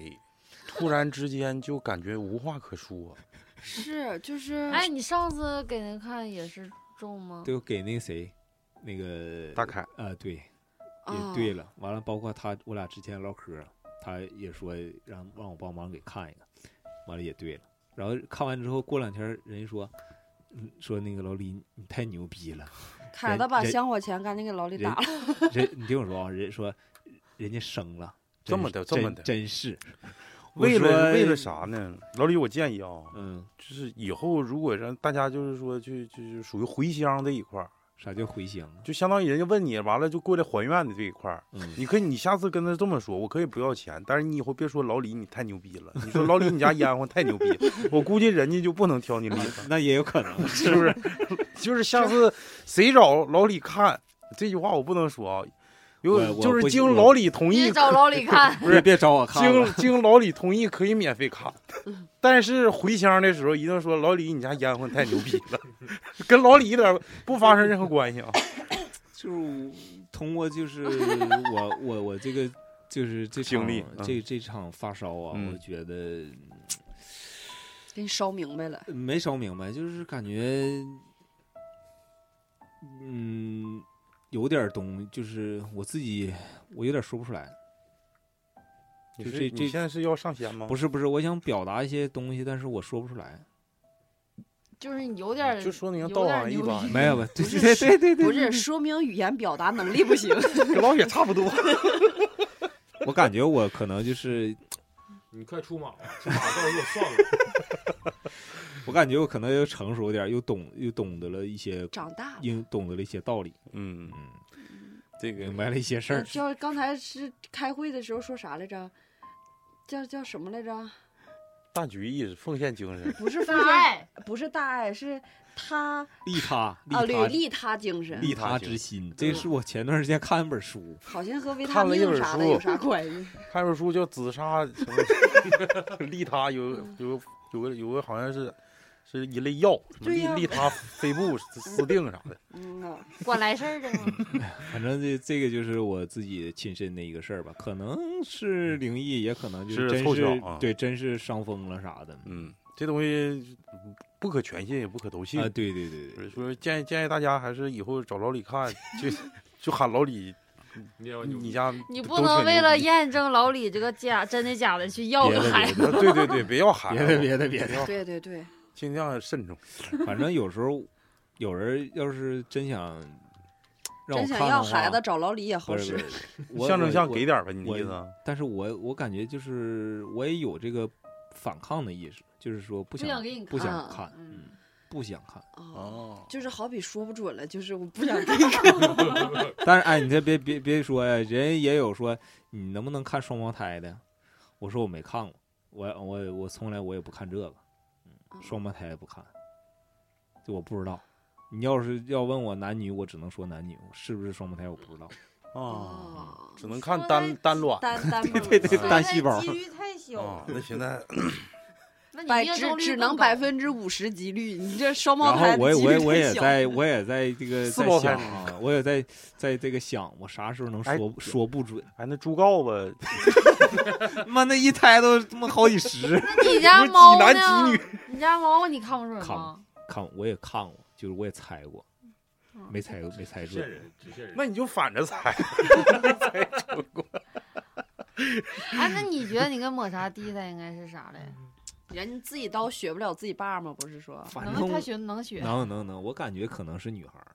突然之间就感觉无话可说。是，就是哎，你上次给人看也是中吗？就给那个谁，那个大凯，啊、对，啊也对了。完了，包括他，我俩之前唠嗑儿，他也说让让我帮忙给看一个，完了也对了。然后看完之后，过两天儿人家说，嗯，说那个老李你太牛逼了，凯儿人子把人香火钱赶紧给老李人打 了，人你听我说啊，人家说人家生了，这真么是的这么真的真是。我为说了为了？啥呢？老李，我建议啊、嗯，就是以后如果让大家就是说去就是属于回乡这一块儿，啥叫回乡啊？就相当于人家问你完了就过来还愿的这一块儿，嗯，你可以你下次跟他这么说，我可以不要钱，但是你以后别说老李你太牛逼了，你说老李你家烟花太牛逼，我估计人家就不能挑你理了。那也有 可能是不是？就是下次谁找老李看这句话，我不能说啊，我有我就是不经我老李同你意，找老 李看，不是别找我看经了，经老李同意可以免费看，但是回乡的时候一定说老李你家烟魂太牛逼了， 跟老李一点不发生任何关系啊。就是通过就 是我我我这个就是这经场历嗯这这场发烧啊，嗯我觉得给你烧明白 了。没烧明白，就是感觉嗯有点东西，就是我自己我有点说不出来。就这你这现在是要上仙吗？不是不是，我想表达一些东西，但是我说不出来。就是你有点儿就说你像有道点行一牛逼般， 没有吧？ 对是对对对对，不是，说明语言表达能力不 行。跟老也差不多。我感觉我可能就是，你快出马吧，出马到时候给我算了。我感觉我可能又成熟点儿，又懂又懂得了一些，长大了，又懂得了一些道理，嗯，嗯，这个明白了一些事呃儿。叫刚才是开会的时候说啥来着？叫叫什么来着？大局意识、奉献精神，不是奉大献，爱，不是大爱，是他利他，啊，利对他，利他精神，利他之心，这是我前段时间看一本书，好像和维他看了一命本啥的书有 啥关系？看本书叫《紫砂》，什么 利他有有有个有个好像是是一类药，什么对利呀利他非布、斯定啥的。嗯呐，管来事 儿的吗？反正这这个就是我自己亲身的一个事儿吧，可能是灵异，也可能就是真凑是巧啊对，真是伤风了啥的。嗯，这东西不可全信，也不可都信啊，。对对对所对，以说建议建议大家还是以后找老李看，就就喊老李，你也你家你都不能为了挺牛逼验证老李这个假真的假的去要别个的孩子。别的对对对，别要喊，啊别的别的别的，要对对对，尽量慎重。反正有时候有人要是真想让我真看想的要话，孩子找老李也好不是使不。是， 我象征性我给点儿呗，你的我意思啊？但是我我感觉就是我也有这个反抗的意识，就是说不不想想给你不看想啊看，嗯，不想看。哦，哦，就是好比说不准了，就是我不想给你看。但是哎，你这别别别说呀，人也有说你能不能看双胞胎的？我说我没看过，我我我从来我也不看这个，嗯，双胞胎也不看，就我不知道。你要是要问我男女，我只能说男女，是不是双胞胎我不知道。啊，哦只能看说单那单卵。单单啊不对对对对单细 胞几率太小啊，，那现在那你百命只中率只更能高，百分之五十几率，你 这双胞然后胎我的也几我也率我也太小。在我也在这个四在胞胎想啊，我也在在这个想，我啥时候能哎说说不准？哎，那猪羔吧，妈那一胎都他妈好几十那你家不是几猫男几呢？你家猫你看不准看吗？看我也看过，就是我也猜过，没猜过没猜骗准。人，只骗 人。那你就反着猜。哎，那你觉得你跟抹茶第一胎应该是啥嘞？ 人自己刀学不了自己爸吗？不是说反能正他学能学，能能能，我感觉可能是女孩儿。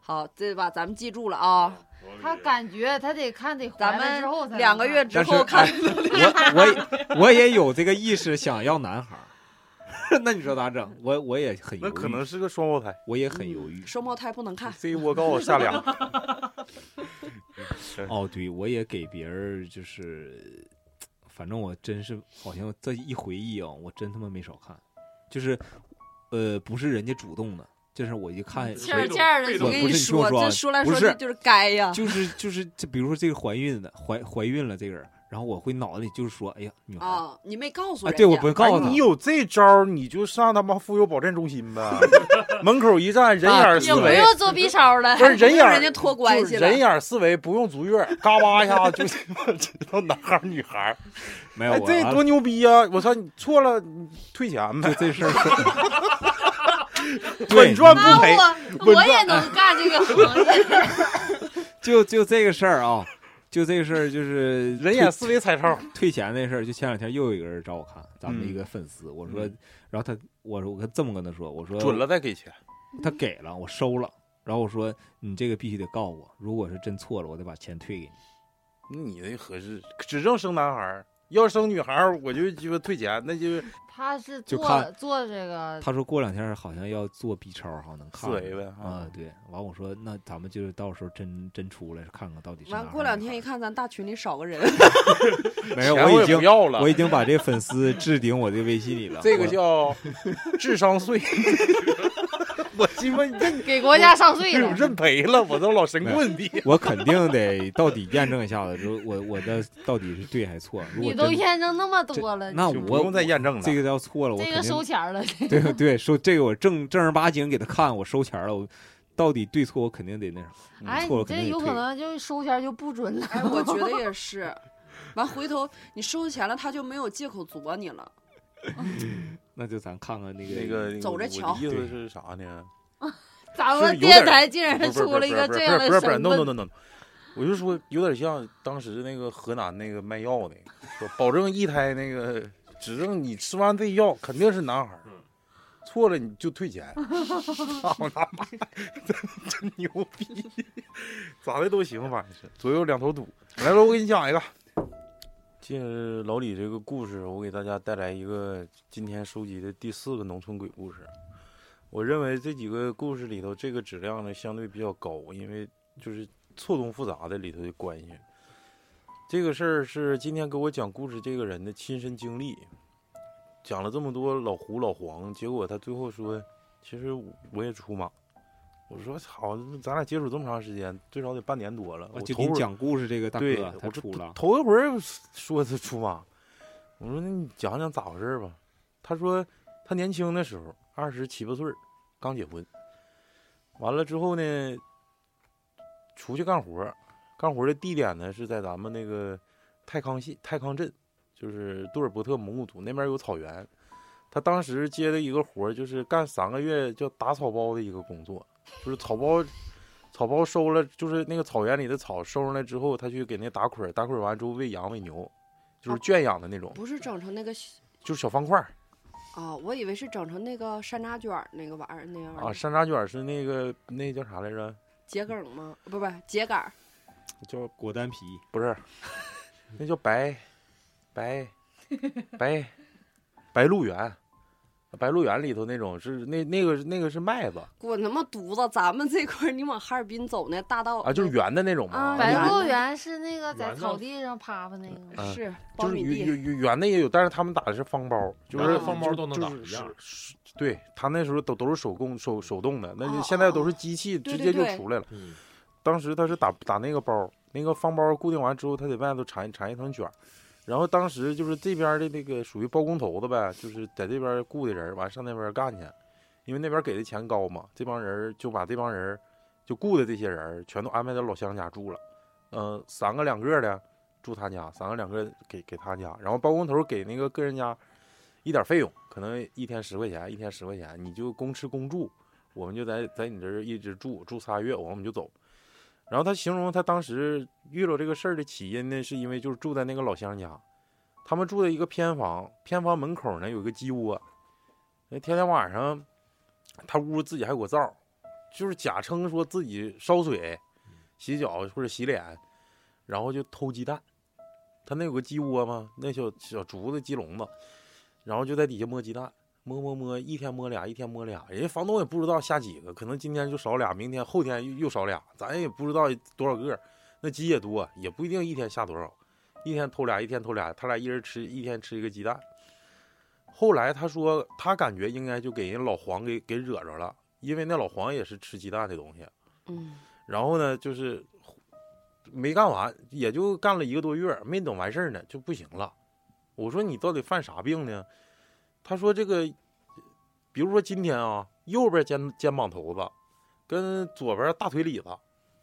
好，这把咱们记住了啊。他感觉他得看得怀咱了们之后才两能个月看之但是后看哎，我我我也有这个意识，想要男孩儿。那你说咋整？我我也很那犹豫，可能是个双胞胎，我也很犹豫。双胞胎不能看。这一窝高 下俩。哦，对，我也给别人就是，反正我真是好像这一回忆啊，我真他妈没少看，就是呃，不是人家主动的，就是我一嗯看，欠儿被动欠儿的，被你动我跟跟不你是你听说，这我说啊说来不说是去就是该呀。就是就是这，比如说这个怀孕的怀怀孕了这个人，然后我会脑子里就是说，哎呀，女孩儿，啊，你没告诉哎人家。对我不告诉哎他哦你有这招儿，你就上他妈妇幼保健中心 呗，门口一站，人眼儿也思不维，用做 B 超了不。是人眼儿，人家托关系就是了人眼儿思维不用足月，嘎巴一下就 知道男孩儿女孩儿，没有哎，我这完多了牛逼呀！我操，你错了你退钱呗就，这 事儿，对稳赚不那赔。我稳我也能干这个行业，就就这个事儿啊，就这个事儿，就是人眼思维彩超，退钱那事儿，就前两天又有一个人找我看，咱们嗯一个粉丝，我说嗯，然后他，我说我跟这么跟他说，我说准了再给钱。他给了，我收了。然后我说你这个必须得告我，如果是真错了，我得把钱退给你。你那合适，只剩生男孩儿，要生女孩儿我就鸡巴退钱，那就他是就做看做这个，他说过两天好像要做 B 超，好像能看四 A 呗啊啊，对。完我说那咱们就是到时候真真出来看看到底是哪完儿过两天一看，咱大群里少个人，没钱有，我我也已经不要了我。已经把这粉丝置顶我这个微信里了。这个我叫智商税， 我鸡巴认给国家上税了。认赔了，我都老神棍的。我肯定得到底验证一下子，就是我我的到底是对还是错。如果你都真验证那么多了，那就我不用再验证了。这个要错了，我这肯个收定钱了， 对对收这个我正正儿八经给他看，我收钱了，我到底对错我肯定得那啥，嗯哎，错你了肯这定有得可退。能就收钱就不准了。哎，我觉得 也是。完回头你收钱了，他就没有借口作你了。那就咱看看那个那个那个走着我瞧的意思是啥呢？咱是们有电点台竟不然是不是出了一个不是这样不是的不是神，no no 棍 no no，我就说有点像当时那个河南那个卖药那个，说保证一胎那个，指证你吃完这药肯定是男孩儿，错了你就退钱。操他妈，真真牛逼，咋的都行，反正是左右两头堵。来了，我给你讲一个。借着老李这个故事，我给大家带来一个今天收集的第四个农村鬼故事。我认为这几个故事里头，这个质量呢相对比较高，因为就是错综复杂的里头的关系。这个事儿是今天给我讲故事这个人的亲身经历，讲了这么多老胡老黄，结果他最后说，其实我也出马。我说操，咱俩接触这么长时间，最少得半年多了，我我啊就头给你回讲故事这个大对哥，啊他我这出了，头一回儿说他出马，我说那你讲讲咋回事儿吧。他说他年轻的时候，二十七八岁儿刚结婚，完了之后呢，出去干活儿，干活儿的地点呢是在咱们那个太康县太康镇，就是杜尔伯特蒙古族那边有草原。他当时接的一个活儿就是干三个月叫打草包的一个工作，就是草包草包收了，就是那个草原里的草收上来之后，他去给那打捆儿，打捆儿完之后喂羊喂牛，就是圈养的那种，不是整成那个西就是小方块儿哦，我以为是整成那个山楂卷儿那个玩意儿那样啊。山楂卷儿是那个那叫啥来着？桔梗吗？不不，桔梗儿叫果丹皮不是，那叫白白白白鹿原，白鹿原里头那种是那那个那个是麦子滚他妈犊子！咱们这块儿你往哈尔滨走那大道啊，就是圆的那种嘛哦啊，白原鹿的原是那个在原草呢地上趴趴那个吗，嗯是苞就是米圆地，圆圆的也有，但是他们打的是方包，就是原来方包都能打就是一样是是对他那时候都都是手工手手动的，那哦就现在都是机器对直接对就对出来了。嗯，当时他是打打那个包，那个方包固定完之后，他在外头缠缠一层卷儿。然后当时就是这边的那个属于包工头子呗，就是在这边雇的人，完上那边干去，因为那边给的钱高嘛，这帮人就把这帮人就雇的这些人全都安排到老乡家住了，嗯、三个两个的住他家，三个两个给给他家，然后包工头给那个个人家一点费用，可能一天十块钱，一天十块钱，你就公吃公住，我们就在在你这儿一直住住仨月，完我们就走。然后他形容他当时遇到这个事儿的起因呢，是因为就是住在那个老乡家，他们住在一个偏房，偏房门口呢有一个鸡窝，那天天晚上他屋自己还给我造，就是假称说自己烧水、洗脚或者洗脸，然后就偷鸡蛋。他那有个鸡窝嘛，那小小竹子鸡笼子，然后就在底下摸鸡蛋，摸摸摸，一天摸俩，一天摸俩，人家房东也不知道下几个，可能今天就少俩，明天后天又又少俩，咱也不知道多少个，那鸡也多，也不一定一天下多少，一天偷俩，一天偷俩，他俩一人吃一天吃一个鸡蛋。后来他说他感觉应该就给人老黄给给惹着了，因为那老黄也是吃鸡蛋的东西，嗯，然后呢，就是没干完，也就干了一个多月，没等完事儿呢就不行了。我说你到底犯啥病呢？他说这个，比如说今天啊，右边肩肩膀头子跟左边大腿里子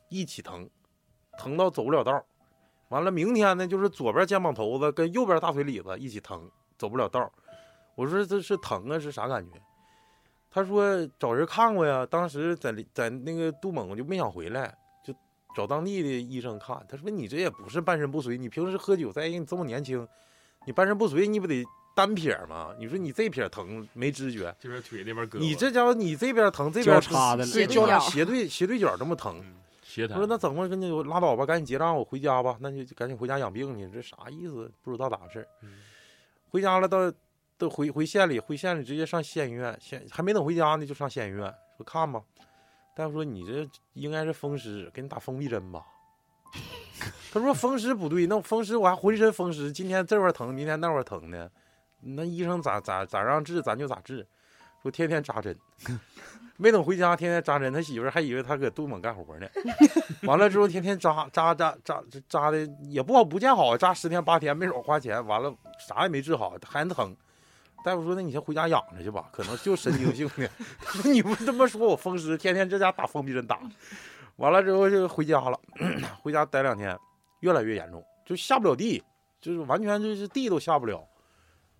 一起疼，疼到走不了道儿。完了，明天呢就是左边肩膀头子跟右边大腿里子一起疼，走不了道儿。我说这是疼啊，是啥感觉？他说找人看过呀，当时在在那个杜蒙，我就没想回来，就找当地的医生看。他说你这也不是半身不遂，你平时喝酒再一个你这么年轻，你半身不遂你不得单撇吗？你说你这撇疼没知觉，就是腿那边胳膊，你这家伙你这边疼这边交叉的了对斜对交叉角斜对斜对角这么疼。嗯斜他抬说那怎么跟你拉倒吧，赶紧结账，我回家吧。那就赶紧回家养病去，这啥意思？不知道咋回事儿。嗯回家了，到到回回县里，回县里直接上县医院，县还没等回家呢，就上县医院说看吧。大夫说你这应该是风湿，给你打封闭针吧。 他说风湿不对，那风湿我还浑身风湿，今天这块儿疼，明天那块儿疼呢。那医生咋咋咋让治，咱就咋治。说天天扎针，没等回家，天天扎针。他媳妇儿还以为他搁杜猛干活呢。完了之后，天天扎扎扎扎扎的也不好，不见好，扎十天八天没少花钱。完了啥也没治好，还疼。大夫说：“那你先回家养着去吧，可能就神经性的。”你不他妈说我风湿，天天这家打封闭针打，完了之后就回家了， 回家待两天，越来越严重，就下不了地，就是完全就是地都下不了，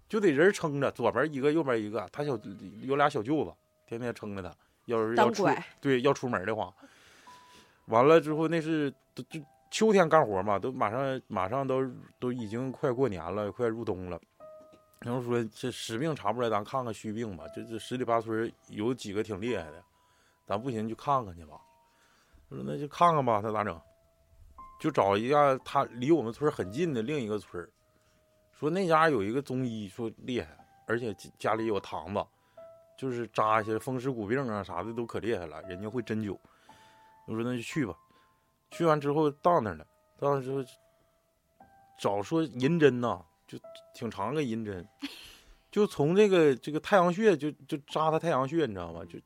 就得人撑着，左边一个，右边一个。他小有俩小舅子，天天撑着他，要是要当出拐，对，要出门的话，完了之后那是都就秋天干活嘛，都马上马上都都已经快过年了，快入冬了。然后说这实病查不出来，咱看看虚病吧。这这十里八村儿有几个挺厉害的，咱不行就看看去吧。我说那就看看吧，那咋整？就找一下他离我们村儿很近的另一个村儿说那家有一个中医，说厉害，而且家家里有堂子，就是扎一些风湿骨病啊啥的都可厉害了，人家会针灸。我说那就去吧，去完之后到那儿了，到那儿之后找说银针呐、就挺长个银针，就从这个这个太阳穴就就扎他太阳穴，你知道吗？就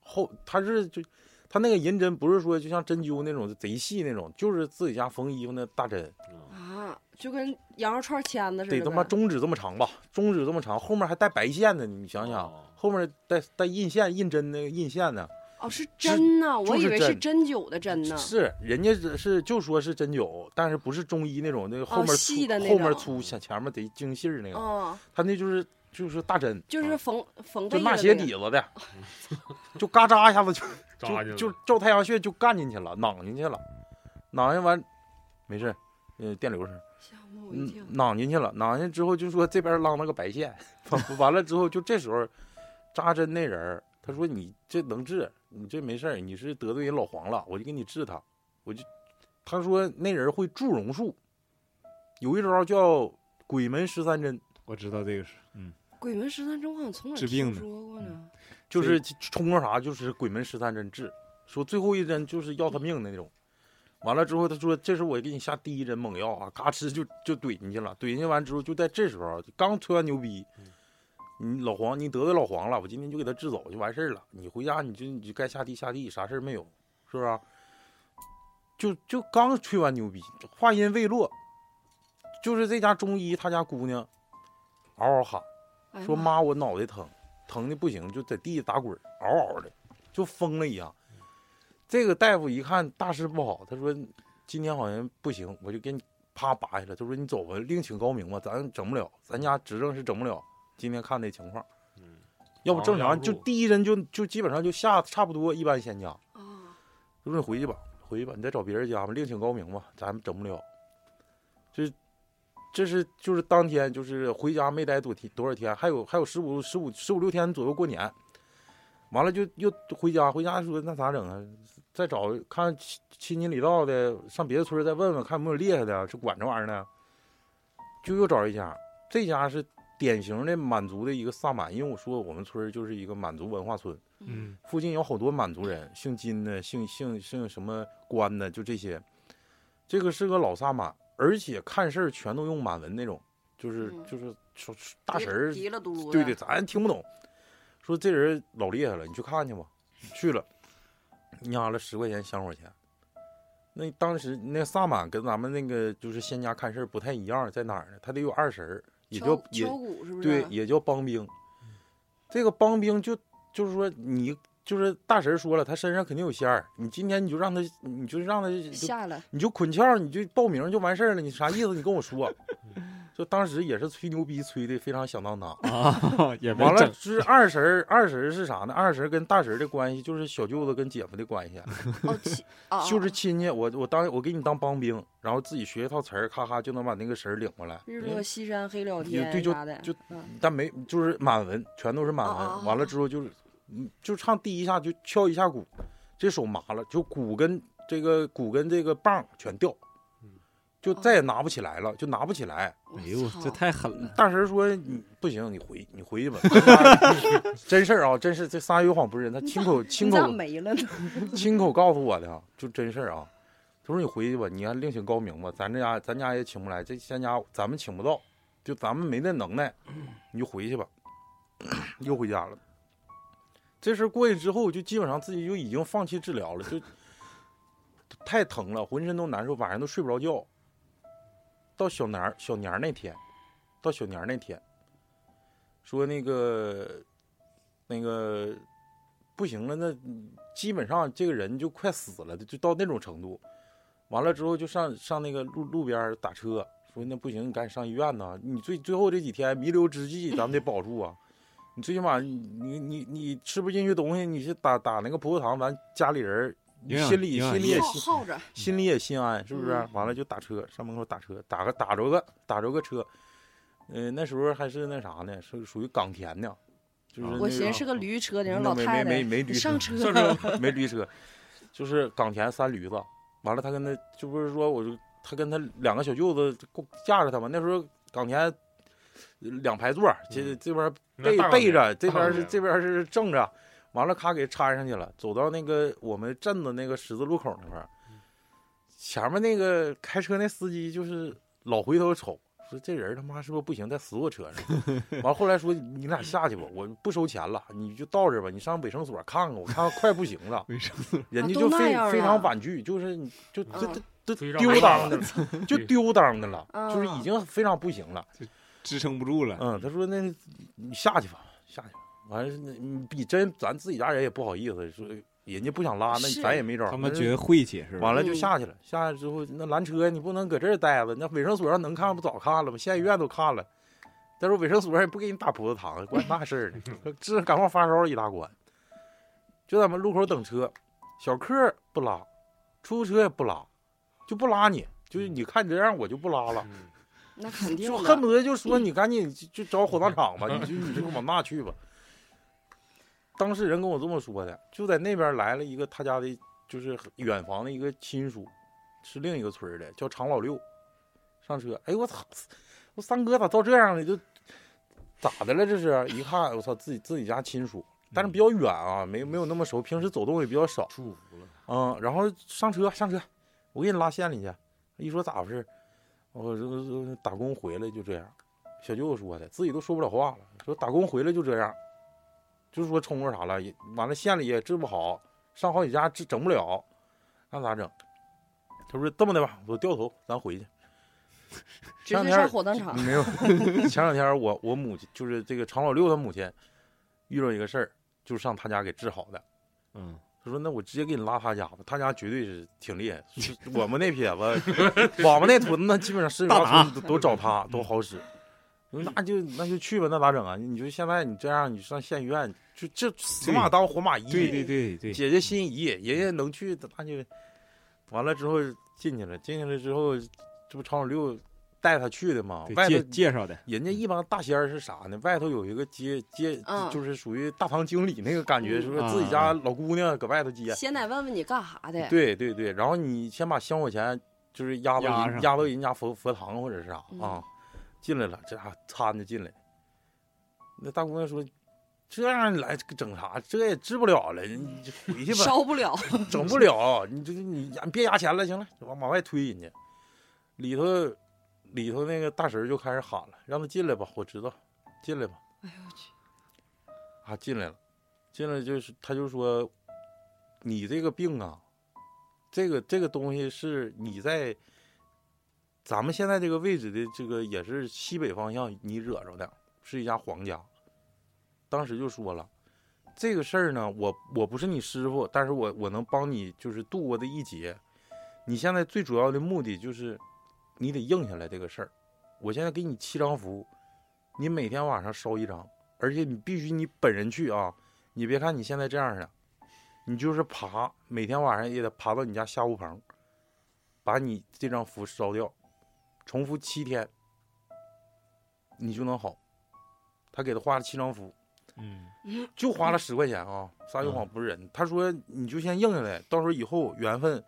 后他是就他那个银针不是说就像针灸那种贼细那种，就是自己家缝衣服那大针，嗯啊，就跟羊肉串签子似的得呗，他妈中指这么长吧，中指这么长，后面还带白线呢，你想想，哦后面带带印线、印针那个印线呢，哦，是针呐，就我以是为是针针灸的针呢，是人家只是就说是针灸，但是不是中医那种那个后面粗、哦细的那后面种粗前前面得精细儿那个，嗯，他那就是就是大针，就是啊缝缝就被纳的鞋那底子的， 就嘎扎一下子就扎进就就来照太阳穴就干进去了，攮进去了，攮进完没事儿，呃，电流声。个吓我一跳嗯，，攮进去了，攮进去之后就说这边浪了个白线，完 了之后就这时候扎针那人儿他说你这能治，你这没事儿，你是得罪人老黄了，我就给你治他，我就他说那人会祝融术，有一招叫鬼门十三针，我知道这个是，嗯，鬼门十三针我好像从哪儿治病听的说过呢，就是冲着啥就是鬼门十三针治，说最后一针就是要他命的那种。完了之后，他说：“这时候我给你下第一针猛药啊，嘎吱就就怼进去了。怼进去完之后，就在这时候刚吹完牛逼，你老黄你得罪老黄了，我今天就给他治走就完事儿了。你回家你就你就该下地下地，啥事儿没有，是不是啊？就就刚吹完牛逼，话音未落，就是这家中医他家姑娘嗷嗷喊。”哎呀说，妈，我脑袋疼，疼的不行，就在地下打滚儿，嗷嗷的，就疯了一样。这个大夫一看大事不好，他说今天好像不行，我就给你啪拔下来。他说你走吧，另请高明吧，咱整不了，咱家执政是整不了。今天看那情况，嗯要不正防常不了就路第一针就就基本上就下差不多一般先家。啊，他说你回去吧，回去吧，你再找别人家吧，另请高明吧，咱们整不了。这，这是就是当天就是回家没待多天多少天，还有还有十五十五十五六天左右过年，完了就又回家，回家说那咋整啊？再找看亲亲戚里道的，上别的村儿再问问看有没有厉害的，就管这玩意儿呢。就又找一家，这家是典型的满族的一个萨满，因为我说我们村儿就是一个满族文化村。嗯，附近有好多满族人，姓金的、姓姓姓什么关的，就这些。这个是个老萨满，而且看事儿全都用满文那种，就是、嗯就是说说大嘀神儿，嘀了嘟噜的，对对，咱听不懂。说这人老厉害了，你去看去吧。去了，压了十块钱香火钱。那当时那萨满跟咱们那个就是仙家看事儿不太一样，在哪儿呢？他得有二神儿，也敲叫也敲鼓是不是？对，也叫帮兵。这个帮兵就就是说你就是大神说了，他身上肯定有仙儿，你今天你就让他，你就让他就下来 你就捆窍，你就报名就完事儿了，你啥意思？你跟我说。就当时也是吹牛逼吹的非常响当当。啊， 也嗯没完了整，之二婶儿，二婶儿是啥呢？二婶儿跟大婶儿的关系就是小舅子跟姐夫的关系，哦，亲哦， 就是亲戚。我我当我给你当帮兵，然后自己学一套词儿，咔咔就能把那个神儿领回来。日落西山黑了也天对，就啥的，就嗯但没就是满文，全都是满哦哦文。哦完了之后就是，嗯就唱第一下就敲一下鼓，这手麻了，就鼓跟这个鼓跟这个棒全掉嗯，就再也拿不起来了，就拿不起来。我哎呦，操这太狠嗯了。大神说：“你不行，你回你回去 吧。”真事儿啊，真是这仨月谎不是人，他亲口亲 你咋口没了呢？亲口告诉我的啊，就真事儿啊。他说：“你回去吧，你还另请高明吧，咱这家咱家也请不来，这咱家咱们请不到，就咱们没那能耐，你就回去吧。” 又回家了。这事儿过去之后，就基本上自己就已经放弃治疗了，就太疼了，浑身都难受，晚上都睡不着觉。到小年儿小年儿那天，到小年儿那天，说那个那个不行了，那基本上这个人就快死了，就到那种程度。完了之后就上上那个路路边儿打车，说那不行，你赶紧上医院呐！你最最后这几天弥留之际，咱们得保住啊！ 你最起码你你你你吃不进去东西，你是打打那个葡萄糖，咱家里人儿营养心里营养心里 液也耗心耗 着，心里也心安，是不是？嗯完了就打车上门口打车，打个打着个打着个车，嗯、那时候还是那啥呢，是属于港田呢，就是啊那我寻个嗯思是个驴车，你那让老没太没太没没你驴上车，车， 没驴车，就是港田三驴子。完了，他跟他就不是说，我就他跟他两个小舅子就过架着他嘛。那时候港田呃两排座，嗯这这边背背着，这边是这边是正着，完了咔给搀上去了，走到那个我们镇子那个十字路口那块儿，前面那个开车那司机就是老回头瞅，说这人他妈是不是不行，再死我车上。 完后来说你俩下去吧，我不收钱了，你就到这儿吧，你上卫生所看看，我看看快不行了。卫生人啊家都就那非样非了常婉拒，就是你就这嗯这非这常丢当的婉了，就丢当的了，就是已嗯经非常不行了。支撑不住了，嗯，他说那你下去吧，下去吧。完了，那你比真咱自己家人也不好意思，说人家不想拉，那是咱也没招儿。他们那觉得晦气是吧？嗯完了就嗯下去了，下去之后那拦车你不能搁这儿待着，那卫生所要能看不早看了吗？县医院都看了，再说卫生所也不给你打葡萄糖， 管那事儿呢，治感冒发烧一大关。就在我们路口等车，小客儿不拉，出租车也不拉，就不拉你，就是你看你这样我就不拉了。嗯 那肯定就的恨不得就说你赶紧就就找火葬场吧，你就你就往那去吧。当事人跟我这么说的，就在那边来了一个他家的，就是远房的一个亲属，是另一个村儿的，叫常老六。上车，哎呦我操，我三哥咋到这样呢？就咋的了？这是一看，我操，自己自己家亲属，但是比较远啊，没没有那么熟，平时走动也比较少。祝福了，嗯，然后上车上车，我给你拉县里去。一说咋回事，我这个这个打工回来就这样。小舅子说的，自己都说不了话了，说打工回来就这样，就是说冲着啥了，也完了县里也治不好，上好几家治整不了，那咋整？他说这么的吧，我掉头，咱回去。直前两接天上火葬 场，没有，前两天我我母亲就是这个常老六他母亲遇到一个事儿，就是上他家给治好的。嗯，他说：“那我直接给你拉他家吧，他家绝对是挺厉 害。是我们那撇子，我们那屯子基本上十里大嗯八村都都找他，都好使。那就那就去吧，那咋整啊？你就现在你这样，你上县医院，就这死马当活马医。对对对对，姐姐心仪，爷爷能去，那就完了之后进去了，进去了之后，这不常老六带他去的吗对？外头介介绍的，人家一帮大仙儿是啥呢？外头有一个接接，嗯就是属于大堂经理那个感觉，嗯是不是自己家老姑娘搁外头接？先得问问你干啥的，对对对，然后你先把香火钱就是压到压人上压到人家佛佛堂或者是啥啊、嗯进来了，这家伙搀着进来。那大姑娘说：“这样你来整啥？这也治不了了，你就回去吧。”烧不了，整不了，你这你你别压钱了，行了，往往外推人家。里头里头那个大婶儿就开始喊了，让他进来吧，我知道，进来吧。哎呦我去！啊，进来了，进来就是他就说，你这个病啊，这个这个东西是你在咱们现在这个位置的这个也是西北方向你惹着的，是一家皇家。当时就说了。这个事儿呢，我我不是你师傅，但是我我能帮你就是度过的一劫。你现在最主要的目的就是，你得应下来这个事儿，我现在给你七张符，你每天晚上烧一张，而且你必须你本人去啊，你别看你现在这样的，你就是爬，每天晚上也得爬到你家下屋棚，把你这张符烧掉，重复七天，你就能好。他给他画了七张符，嗯，就花了十块钱啊！撒嗯句谎不是人。他说你就先应下来，到时候以后缘分，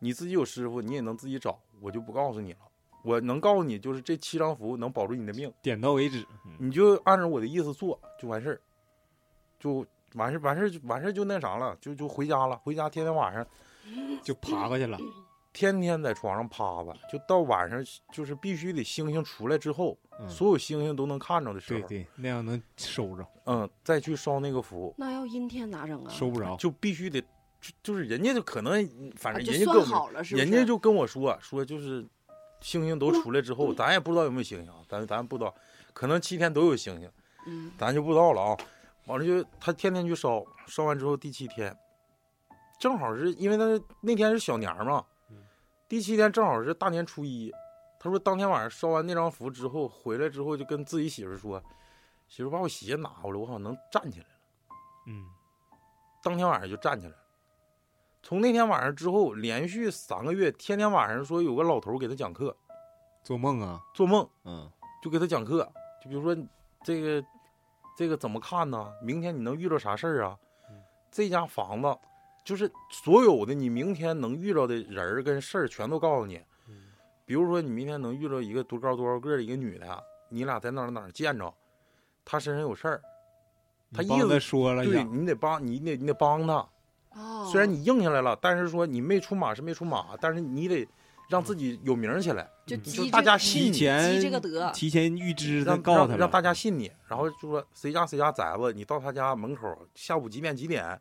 你自己有师傅，你也能自己找，我就不告诉你了。我能告诉你，就是这七张符能保住你的命，点到为止。你就按照我的意思做就完事儿，就完事儿完事儿就完事儿就那啥了，就就回家了。回家天天晚上就爬过去了。嗯天天在床上趴着，就到晚上就是必须得星星出来之后，嗯所有星星都能看着的时候，对对，那样能收着，嗯，再去烧那个符，那要阴天咋整啊？收不着。就必须得，就就是人家就可能，反啊正就人家跟算我们，好了是不是？嗯人家就跟我说啊说就是，星星都出来之后，咱也不知道有没有星星啊，咱咱不知道，可能七天都有星星，嗯，咱就不知道了啊。完了就他天天去烧，烧完之后第七天，正好是因为他是那天是小年儿嘛，第七天正好是大年初一。他说当天晚上烧完那张符之后，回来之后就跟自己媳妇说：“媳妇把我鞋拿回来，我好像能站起来。”嗯，当天晚上就站起来了。从那天晚上之后，连续三个月，天天晚上说有个老头给他讲课，做梦啊，做梦嗯，就给他讲课，就比如说这个这个怎么看呢？明天你能遇到啥事儿啊？嗯这家房子就是所有的你明天能遇到的人儿跟事儿全都告诉你。嗯比如说你明天能遇到一个多高多少个的一个女的，啊你俩在哪儿哪儿见着，她身上有事儿，他你意帮思他说了对呀，你得帮你得你得帮她。哦，虽然你硬下来了，但是说你没出马是没出马，但是你得让自己有名儿起来，就嗯积就是这大家个信提你，前积这个德，提前预知他，让告诉他让让大了。家信你，然后就说谁家谁家崽子，你到他家门口下午几点几点，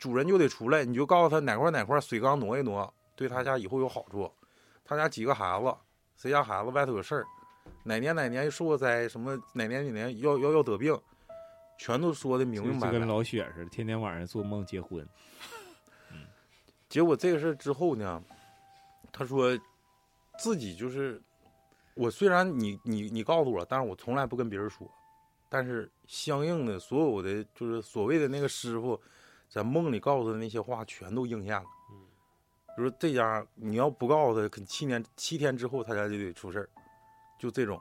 主人就得出来，你就告诉他哪块哪块水缸挪一挪，对他家以后有好处。他家几个孩子，谁家孩子外头有事儿，哪年哪年受过灾，什么哪年哪年要要要得病，全都说的明明就白就跟白。老雪似的，天天晚上做梦结婚。结果这个事儿之后呢，他说自己就是我虽然你你你告诉我，但是我从来不跟别人说，但是相应的所有的就是所谓的那个师傅在梦里告诉他那些话全都应验了。就说这家你要不告诉他，可能七年七天之后他家就得出事儿，就这种。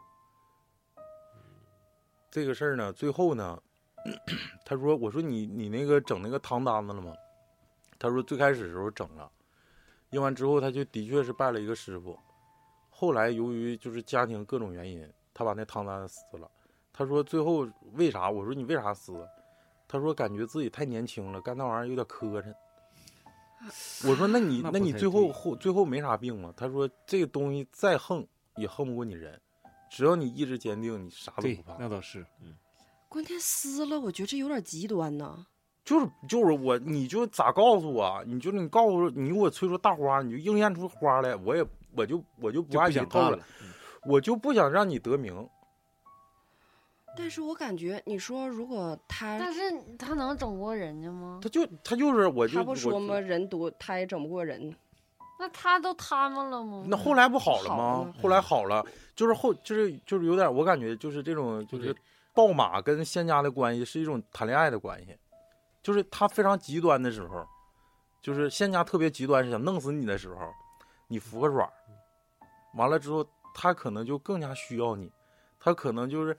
这个事儿呢，最后呢，他说：“我说你你那个整那个汤单子了吗？”他说最开始的时候整了，用完之后他就的确是拜了一个师傅，后来由于就是家庭各种原因，他把那汤单撕了。他说最后为啥？我说你为啥撕？他说感觉自己太年轻了，干那玩意儿有点磕碜。我说那你那那不你太最后对后最后没啥病吗？他说这个东西再横也横不过你人，只要你意志坚定，你啥都对不怕，。那倒是，关键撕了，我觉得这有点极端呢。就是就是我，你就咋告诉我？啊你就是你告诉我，你给我吹出大花，你就应验出花来，我也我就我就不就按不你想套干了了，。我就不想让你得名。但是我感觉，你说如果他但是他能整过人家吗？他就他就是我就他不说吗？我人多他也整不过人，那他都他们了吗？哦那后来不好了嗯好吗了？后来好了，就是后就是就是有点，我感觉就是这种就就是暴马跟仙家的关系是一种谈恋爱的关系，就是他非常极端的时候，就是仙家特别极端是想弄死你的时候，你服个软儿，完了之后他可能就更加需要你，他可能就是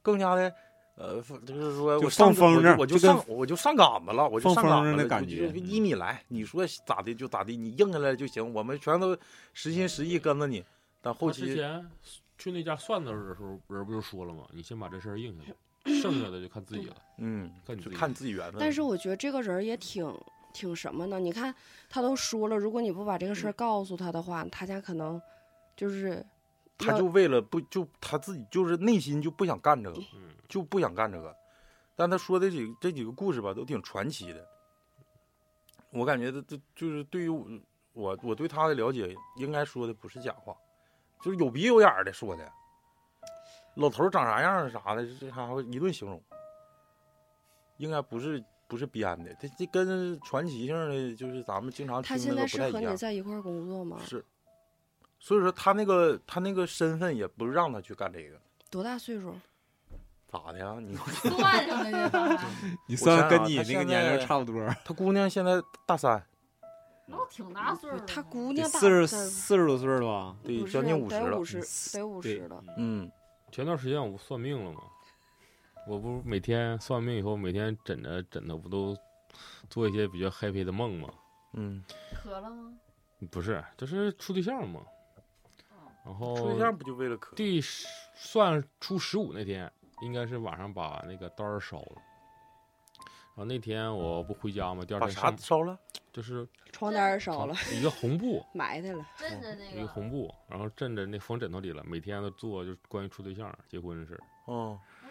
更加的。呃，就是说，就我上放风筝我就我就就跟上我就上杆子了，我就放上杆风子筝的了感就觉就就嗯依你来，你说咋的就咋的，你硬下来就行，我们全都实心实意跟着你。但后他之期前去那家算的时候，人不就说了吗？你先把这事儿应下来，剩下的就看自己了。嗯，看你就自己看自己缘分。但是我觉得这个人儿也挺挺什么呢？你看他都说了，如果你不把这个事嗯儿告诉他的话，他家可能就是他就为了不就他自己就是内心就不想干这个，嗯，就不想干这个。但他说的这几这几个故事吧，都挺传奇的。我感觉这这就是对于我我我对他的了解，应该说的不是假话，就是有鼻有眼儿的说的。老头儿长啥样儿啥的，这还会一顿形容，应该不是不是编的。这这跟传奇性的，就是咱们经常他听现那在个不是太和一你样。在一块儿工作吗？是，所以说他那个他那个身份也不让他去干这个，多大岁数？咋的呀？你算上了这啥， 你算算算跟跟你你那那个个年年龄龄差差不多，他姑娘现在大三，那挺大岁数啊了。他姑得娘大四十岁儿四十多岁了吧？对，不是将近五十得了五。十，得五十对了。嗯，前段时间我不算命了吗？我不是每天算命以后，每天枕着枕着不都做一些比较 happy 的梦吗？嗯，咳了吗？不是，就是处对象嘛。然后处对象不就为了可？第十算初十五那天，应该是晚上把那个单儿烧了。然后那天我不回家嘛，第二把天啥上嗯烧了？就是床单儿烧了，一个红 布，埋汰了。镇着那一个个，红布，然后枕着那缝枕头里了。每天都做就是关于处对象、结婚的事儿。嗯，哎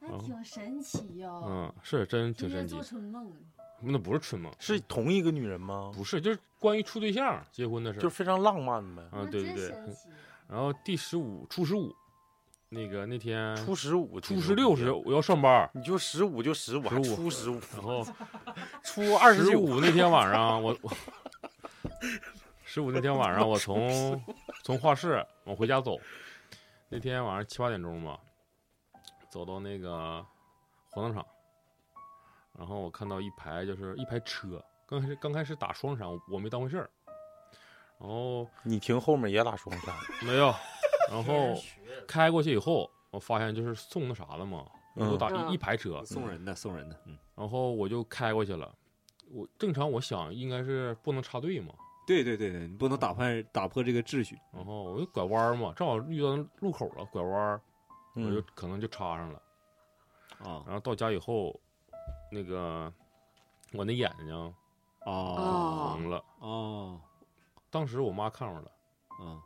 那那挺神奇呀。嗯，是真挺神天哦天奇嗯做。春梦，那不是春梦，是同一个女人吗？不是，就是关于处对象、结婚的事儿。就非常浪漫呗。啊，那对对真对。神奇然后第十五，初十五，那个那天初十五，嗯初十六时，我要上班儿，你就十五就十五，还15初 十五，然 后初二十十九，五那天晚上，我我十五那天晚上，我从从画室往回家走，那天晚上七八点钟吧，走到那个火葬场，然后我看到一排就是一排车，刚开始刚开始打双闪，我我没当回事儿，然后你停后面也打双 闪，没有，然后开过去以后，我发现就是送那啥了嘛，嗯我打嗯一一排车，送人的，送人的，嗯，然后我就开过去了。我正常我想应该是不能插队嘛，对对对对，你不能打破打破这个秩序，然后我就拐弯儿嘛，正好遇到路口了，拐弯儿我就嗯，可能就插上了。啊然后到家以后，那个我那眼睛啊嗯哦红了，啊当时我妈看着了。啊！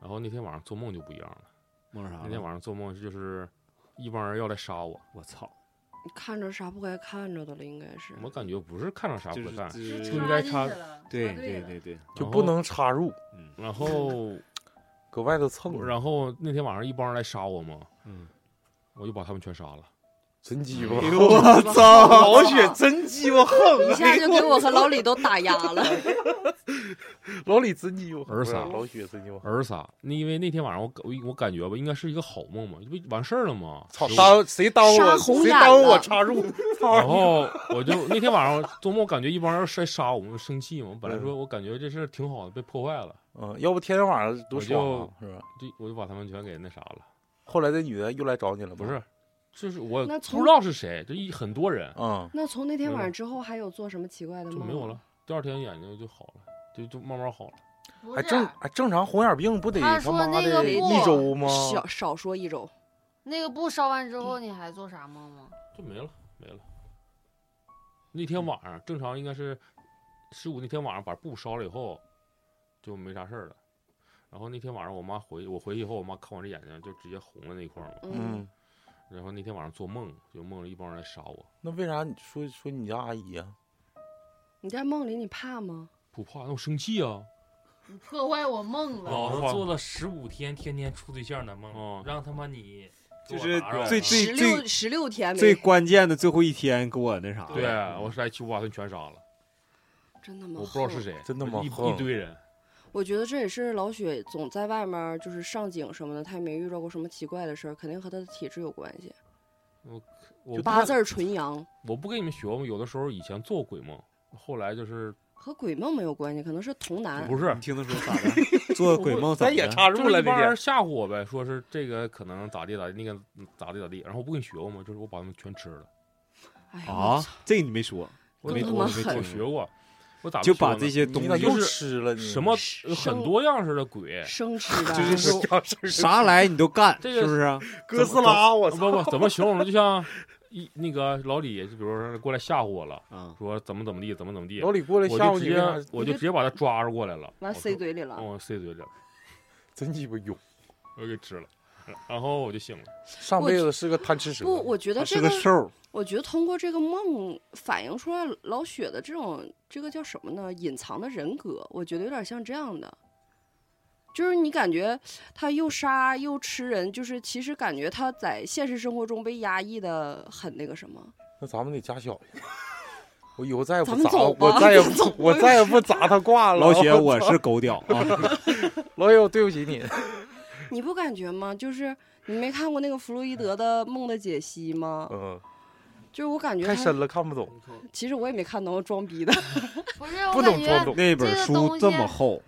然后那天晚上做梦就不一样了，梦着啥了？那天晚上做梦就是一帮人要来杀我，我操，你看着啥不该看着的了，应该是。我感觉不是看上啥就不是干，就是就应该进插去了对插队对了对对，就不能插入，嗯 然后搁外头蹭着，然后那天晚上一帮人来杀我嘛，嗯，我就把他们全杀了。真鸡巴啊哎，呦 我操，老雪真鸡巴横，啊 一下就给我和老李都打压了。 老李真鸡巴横，儿傻不是老雪真鸡巴横，儿仨，那因为那天晚上我我我感觉吧，应该是一个好梦嘛，这不完事儿了吗？操， 15耽误谁耽误杀我，红谁眼耽误了我插入，然后我就那天晚上做梦，感觉一帮人来杀我们，生气嘛。我本来说我感觉这事儿挺好的，被破坏了，嗯，要不天天晚上多爽啊，是吧？就我就把他们全给那啥了。后来这女的又来找你了吗，不是，就是我那不从知道是谁，就一很多人嗯，那从那天晚上之后，还有做什么奇怪的就梦？没有了。。第二天眼睛就好了，就就慢慢好了。不还是啊正还正常红眼病不得他他说妈那个的不一周吗？少少说一周，那个布烧完之后，你还做啥梦吗？就没了，没了。那天晚上正常应该是十五那天晚上把布烧了以后，就没啥事儿了。然后那天晚上我妈回我回去以后，我妈看我这眼睛就直接红了那一块儿嘛。嗯，嗯，然后那天晚上做梦，就梦着一帮人来杀我，那为啥你说说你家阿姨啊？你在梦里你怕吗？不怕，那我生气啊。你 破坏我梦了。哦老子做了十五天，天天处对象的梦，哦嗯让他妈你给就我啊是打扰最了最十六十六天最没，关键的最后一天给我那啥了，对，啊我是来去把他们全杀了，真的我吗？不知道是。谁，真的吗一横一堆人，我觉得这也是老雪总在外面就是上井什么的，她也没遇到过什么奇怪的事儿，肯定和她的体质有关系。我不八字儿纯阳，我不跟你们学吗？有的时候以前做过鬼梦，后来就是和鬼梦没有关系，可能是童啊男。不是你听他说咋 的？做鬼梦咋咱也的？插就入是了一那帮天人，吓唬我呗，说是这个可能咋地咋地，那个咋地咋地，然后我不跟你学过吗？就是我把他们全吃了，哎呀，我啊操，这个你没说，我没更他我妈没我狠学过，我咋就不学把呢这些你东咋西又是吃了你？什么有生很多样式的鬼，生吃的，就是这样式儿啥来你都干，这个是不是啊？哥斯拉，我不操！不怎么形容呢？就像一那个老李，就比如说过来吓唬我了，啊，说怎么怎么地，怎么怎么地，老李过来啊我吓就唬直你为啥，接我就直接把他抓着过来了，完我塞说，嘴里了。嗯，塞嘴里了，真鸡巴勇！我给吃了，然后我就醒了。上辈子是个贪吃蛇，不，我觉得他是这个个，兽儿， 我觉得通过这个梦反映出来老雪的这种这个叫什么呢？隐藏的人格，我觉得有点像这样的，就是你感觉他又杀又吃人，就是其实感觉他在现实生活中被压抑的很那个什么。那咱们得加小心。 我以后再也不咱们砸，走吧我再也咱走吧不，我再也不砸他挂了。老 雪，我操是狗屌 啊！老雪，我对不起你。你不感觉吗？就是你没看过那个弗洛伊德的《梦的解析》吗？嗯，就是我感觉太他深了，看不懂，其实我也没看懂，我装逼的。 不是不我感懂装觉懂。那本书这么厚，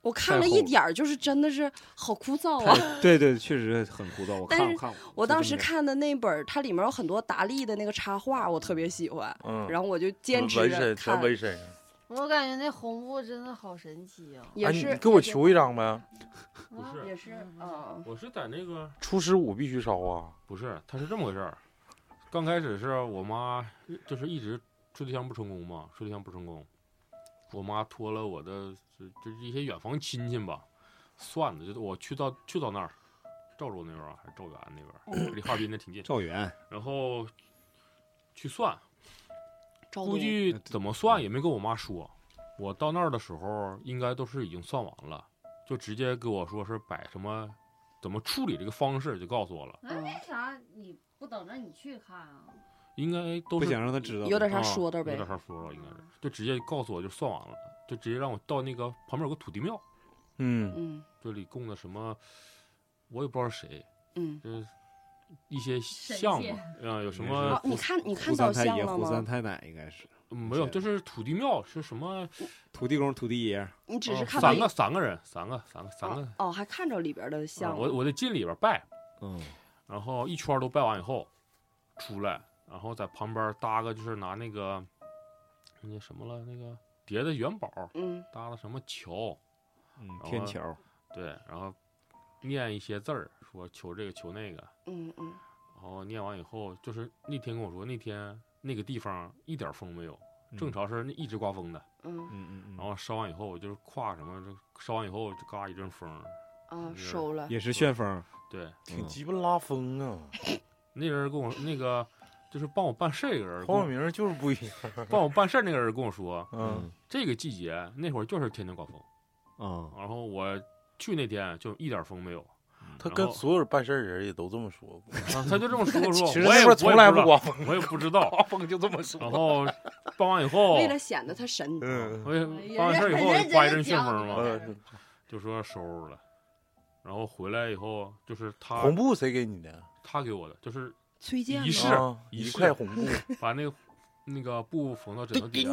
我看了一点儿，就是真的是好枯燥啊！太对对，确实很枯燥。我但看是我看过，我当时就这么看的那本儿，它里面有很多达利的那个插画，我特别喜欢，嗯，呃然后我就坚持纹着身全看。纹身上。我感觉那红布真的好神奇啊！也哎，是、你给我求一张呗。不啊是也是，嗯，我是在那个初十五必须烧啊！不是，他是这么个事儿。刚开始是我妈，就是一直处对象不成功嘛，处对象不成功，我妈托了我的就就是一些远房亲戚吧，算的，就是我去到去到那儿，赵州那边儿还是赵源那边儿，离哈尔滨那挺近，赵源然后去算，赵估东计怎么算也没跟我妈说。我到那儿的时候，应该都是已经算完了，就直接跟我说是摆什么，怎么处理这个方式，就告诉我了。那为啥你不等着你去看啊？应该都不是想让他知道，有点啥啊说道有呗点。啥说哦了，应该嗯是就直接告诉我就算完了，就直接让我到那个旁边有个土地庙，嗯，嗯这里供的什么，我也不知道是谁，嗯，就是一些像嘛，嗯，有什呃么啊，你看你看胡到三太像爷、了胡三吗？太奶应该是嗯没有，就是土地庙是什么，土地公、土地爷，你只呃是看到三一个三个人，三个三个三个，哦哦，还看着里边的像啊了。我我得进里边拜，嗯，然后一圈都拜完以后，出来，然后在旁边搭个就是拿那个那什么了，那个叠的元宝嗯搭的什么桥，嗯，天桥，对，然后念一些字儿，说求这个求那个，嗯嗯，然后念完以后，就是那天跟我说，那天那个地方一点风没有，嗯正常是那一直刮风的。嗯嗯，嗯嗯然嗯，后烧完以后，我就是跨什么，这烧完以后就嘎一阵风，啊，是收了。也是旋风，嗯对，挺鸡巴拉风啊！那人跟我那个就是帮我办事儿一个人跟黄我晓，明就是不一样。帮我办事儿那个人跟我说，嗯嗯这个季节那会儿就是天天刮风，嗯，然后我去那天就一点风没有，他跟所有办事儿人也都这么说过。啊他就这 么说说，其实我那也边儿从来不刮风，我也不知道，我 也不知道，风就这么说。然后办完以后，为了显得他神， 嗯，我也哎办完人事儿以家后人就刮一家阵旋讲风你嘛，了呃，就说收拾了。然后回来以后，就是他红布谁给你的？他给我的，就是崔健啊仪吗式啊仪一式块红 布。哎把那个那个布缝到枕头底下。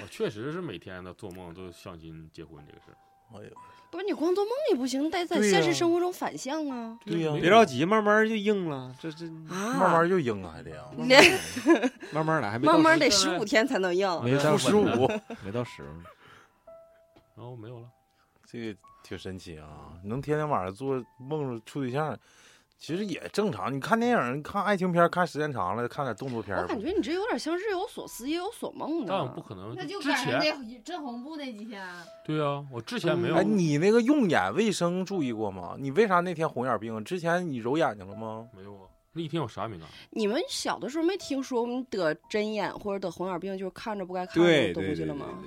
我确实是每天的做梦都相亲结婚这个事儿。哎呦，不是你光做梦也不行，得在对现呀实生活中反向啊对呀没有别着急，慢慢就硬了，这 这啊！慢慢就硬啊，还 得啊。连 慢慢来，还没到慢慢十得时十五天才能硬。没到负十五， 没到 十呢，然后没有了。这个挺神奇啊！能天天晚上做梦着处对象，其实也正常。你看电影，你看爱情片，看时间长了，看点动作片儿我吧。感觉你这有点像日有所思夜有所梦啊但的我。不可能那就之赶上前那真红布那几天，对啊，我之前没有哎，你那个用眼卫生注意过吗？你为啥那天红眼病？之前你揉眼睛了吗？没有啊，那一天我啥也没干。你们小的时候没听说我们得针眼或者得红眼病，就是看着不该看对的对东对西对了对吗？，都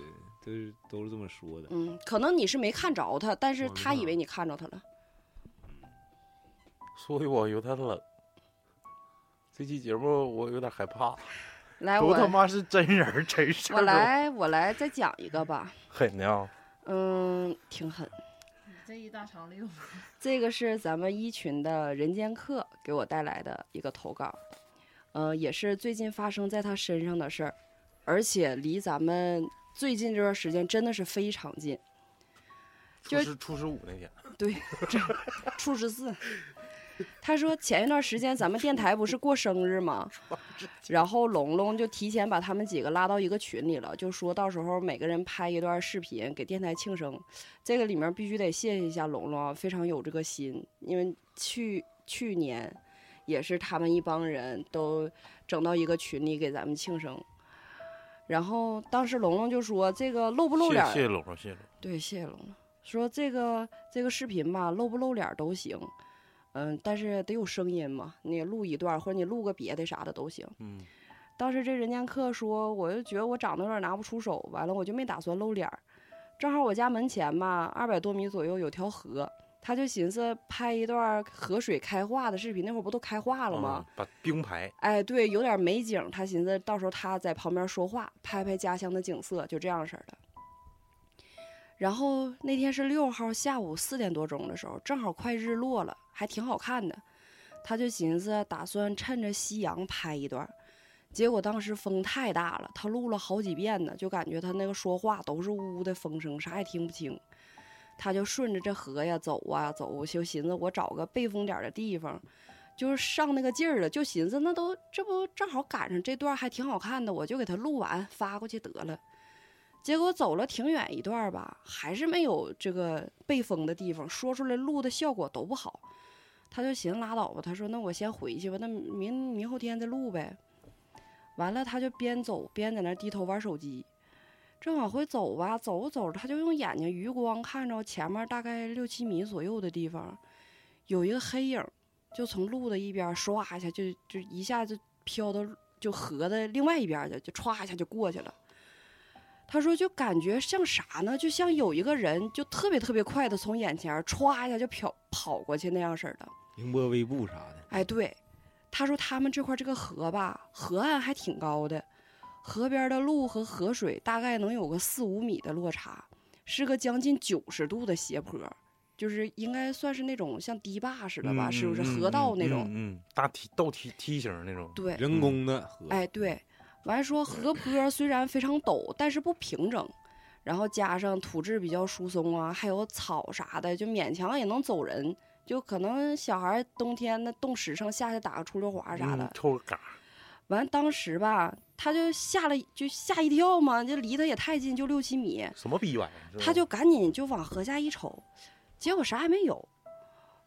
是都是这么说的，嗯，可能你是没看着他，但是我没他以看为你看着他了。所以我有点冷。这期节目我有点害怕，来，都他我妈是真人儿真事儿。我，来我来再讲一个吧，狠的啊！嗯，挺狠。这一大长溜。这个是咱们一群的人间客给我带来的一个投稿，呃，也是最近发生在他身上的事儿，而且离咱们最近这段时间真的是非常近，初就是十初十五那天，初十四。他说前一段时间咱们电台不是过生日吗？然后龙龙就提前把他们几个拉到一个群里了，就说到时候每个人拍一段视频给电台庆生。这个里面必须得谢谢一下龙龙啊，非常有这个心，因为去去年也是他们一帮人都整到一个群里给咱们庆生。然后当时龙龙就说：“这个露不露脸儿？谢谢龙，谢谢龙。对，谢谢龙龙。说这个这个视频吧，露不露脸儿都行，嗯，但是得有声音嘛，你录一段儿或者你录个别的啥的都行。嗯，当时这人间客说，我就觉得我长得有点拿不出手，完了我就没打算露脸儿。正好我家门前吧，二百多米左右有条河，他就寻思拍一段河水开化的视频，那会儿不都开化了吗？啊把冰牌哎，对，有点美景，他寻思到时候他在旁边说话，拍拍家乡的景色，就这样式儿的。然后那天是六号下午四点多钟的时候，正好快日落了，还挺好看的。他就寻思打算趁着夕阳拍一段，结果当时风太大了，他录了好几遍呢，就感觉他那个说话都是呜呜的风声，啥也听不清。他就顺着这河呀走啊走，就寻思我找个背风点儿的地方，就是上那个劲儿了，就寻思那都这不正好赶上这段还挺好看的，我就给他录完发过去得了。结果走了挺远一段儿吧，还是没有这个背风的地方，说出来录的效果都不好。他就寻思拉倒吧，他说那我先回去吧，那明明后天再录呗。完了，他就边走边在那儿低头玩手机。正往回走吧，走着走着，他就用眼睛余光看着前面大概六七米左右的地方，有一个黑影，就从路的一边唰一下就就一下就飘到就河的另外一边去，就歘一下就过去了。他说就感觉像啥呢？就像有一个人就特别特别快的从眼前歘一下就飘跑过去那样式儿的。凌波微步啥的，哎，对，他说他们这块儿这个河吧，河岸还挺高的，河边的路和河水大概能有个四五米的落差，是个将近九十度的斜坡，就是应该算是那种像堤坝似的吧，是不是河道那种？嗯嗯，嗯嗯大梯倒梯梯形那种，对，人工的河，哎，对，完说河坡虽然非常陡，但是不平整，然后加上土质比较疏松啊，还有草啥的，就勉强也能走人。就可能小孩儿冬天那冻实诚，下去打个出溜滑啊啥的嗯，抽个嘎，完当时吧，他就吓了，就吓一跳嘛，就离他也太近，就六七米，什么逼玩意儿？是吧他就赶紧就往河下一瞅，结果啥也没有。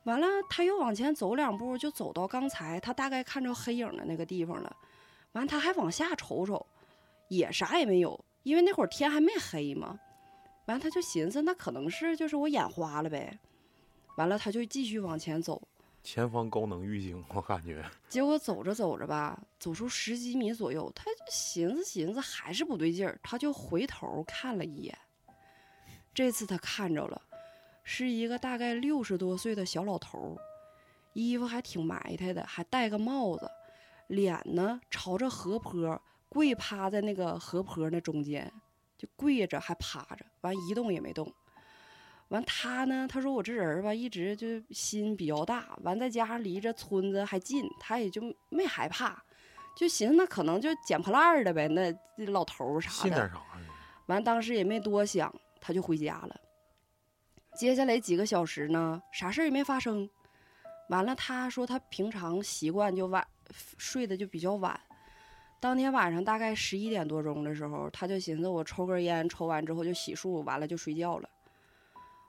完了，他又往前走两步，就走到刚才他大概看着黑影的那个地方了。完，他还往下瞅瞅，也啥也没有，因为那会儿天还没黑嘛。完，他就寻思那可能是就是我眼花了呗。完了，他就继续往前走，前方高能预警，我感觉结果走着走着吧，走出十几米左右，他就寻思寻思还是不对劲儿，他就回头看了一眼。这次他看着了，是一个大概六十多岁的小老头儿，衣服还挺埋汰的，还戴个帽子，脸呢朝着河坡跪趴在那个河坡那中间，就跪着还趴着，完一动也没动。完他呢，他说我这人儿吧，一直就心比较大，完再加上离这村子还近，他也就没害怕，就寻思那可能就捡破烂儿的呗，那老头儿啥的。信点啥呀？完，当时也没多想，他就回家了。接下来几个小时呢，啥事儿也没发生。完了，他说他平常习惯就晚睡得就比较晚。当天晚上大概十一点多钟的时候，他就寻思我抽根烟，抽完之后就洗漱，完了就睡觉了。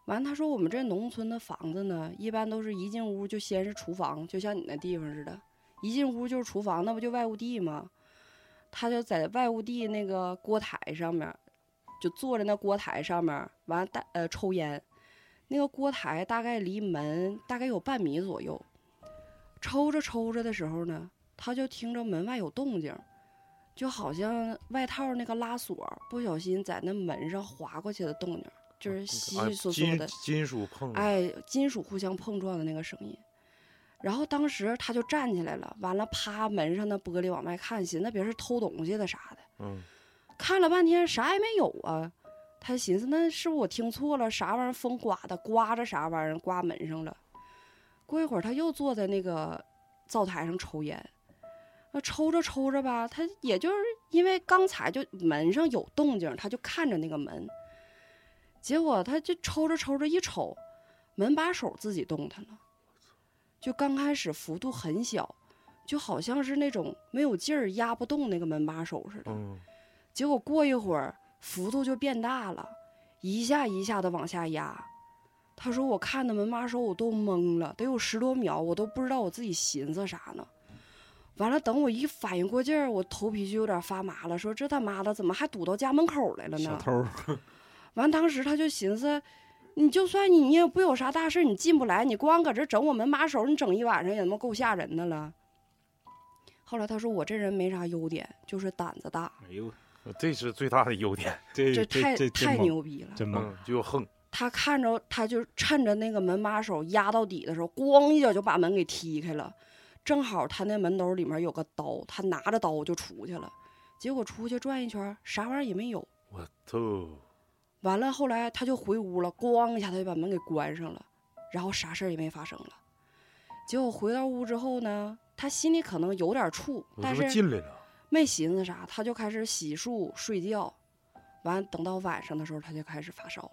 完，他说我们这农村的房子呢，一般都是一进屋就先是厨房，就像你那地方似的，一进屋就是厨房，那不就外屋地吗？他就在外屋地那个锅台上面就坐在那锅台上面，完大呃抽烟。那个锅台大概离门大概有半米左右。抽着抽着的时候呢，他就听着门外有动静，就好像外套那个拉锁不小心在那门上划过去的动静，啊就是稀稀嗦嗦嗯哎金的，金属碰着，哎，金属互相碰撞的那个声音。然后当时他就站起来了，完了趴门上的玻璃往外看，寻思那别是偷东西的啥的。嗯，看了半天啥也没有啊，他寻思那是不是我听错了？啥玩意儿风刮的，刮着啥玩意儿刮门上了。过一会儿他又坐在那个灶台上抽烟，那抽着抽着吧，他也就是因为刚才就门上有动静，他就看着那个门，结果他就抽着抽着一瞅，门把手自己动弹了，就刚开始幅度很小。就好像是那种没有劲儿压不动那个门把手似的，嗯，结果过一会儿幅度就变大了，一下一下的往下压。他说：“我看的门把手我都懵了，得有十多秒，我都不知道我自己寻思啥呢。”完了，等我一反应过劲儿，我头皮就有点发麻了，说：“这他妈的怎么还堵到家门口来了呢？”小偷，完，当时他就寻思，你就算你你也不有啥大事儿，你进不来，你光搁这整我门把手，你整一晚上也他妈够吓人的了。后来他说：“我这人没啥优点，就是胆子大，哎呦，这是最大的优点，这这太这太真猛牛逼了。”真猛，嗯，就横，他看着他就趁着那个门把手压到底的时候，咣一脚就把门给踢开了。正好他那门兜里面有个刀，他拿着刀就出去了。结果出去转一圈，啥玩意儿也没有。我操！完了，后来他就回屋了，咣一下他就把门给关上了，然后啥事儿也没发生了。结果回到屋之后呢，他心里可能有点怵，我但是不是是进来了？没寻思啥，他就开始洗漱睡觉。完，等到晚上的时候，他就开始发烧了，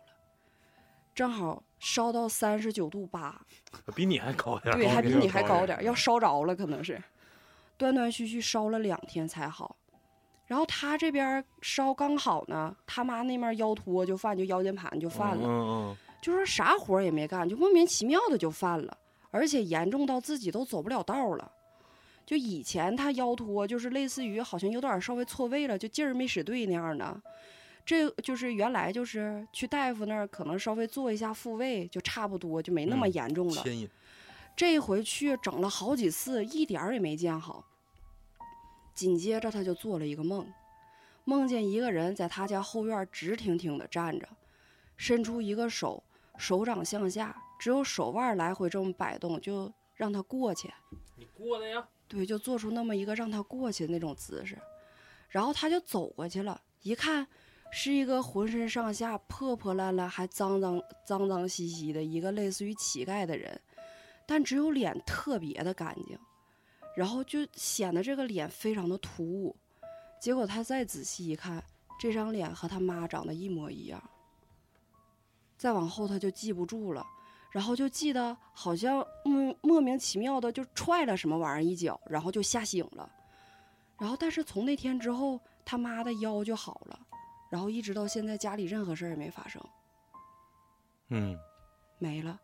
正好烧到三十九度八，比你还高点儿对，还比你还高点，儿，儿嗯要烧着了可能是，断断续续烧了两天才好。然后他这边儿烧刚好呢，他妈那面腰托就犯，就腰间盘就犯了，嗯嗯就说啥活儿也没干，就莫名其妙的就犯了，而且严重到自己都走不了道儿了。就以前他腰托就是类似于好像有点儿稍微错位了，就劲儿没使对那样儿的。这就是原来就是去大夫那儿可能稍微做一下复位就差不多，就没那么嗯严重嗯，了。牵引这一回去整了好几次，一点儿也没见好。紧接着他就做了一个梦，梦见一个人在他家后院直挺挺地站着，伸出一个手，手掌向下，只有手腕来回这么摆动，就让他过去。你过来呀！对，就做出那么一个让他过去的那种姿势，然后他就走过去了，一看是一个浑身上下破破烂烂、还脏脏脏脏兮兮的一个类似于乞丐的人，但只有脸特别的干净，然后就显得这个脸非常的突兀。结果他再仔细一看，这张脸和他妈长得一模一样。再往后他就记不住了。然后就记得好像嗯莫名其妙的就踹了什么玩意儿一脚，然后就吓醒了。然后但是从那天之后，他妈的腰就好了，然后一直到现在家里任何事儿也没发生，嗯，没了。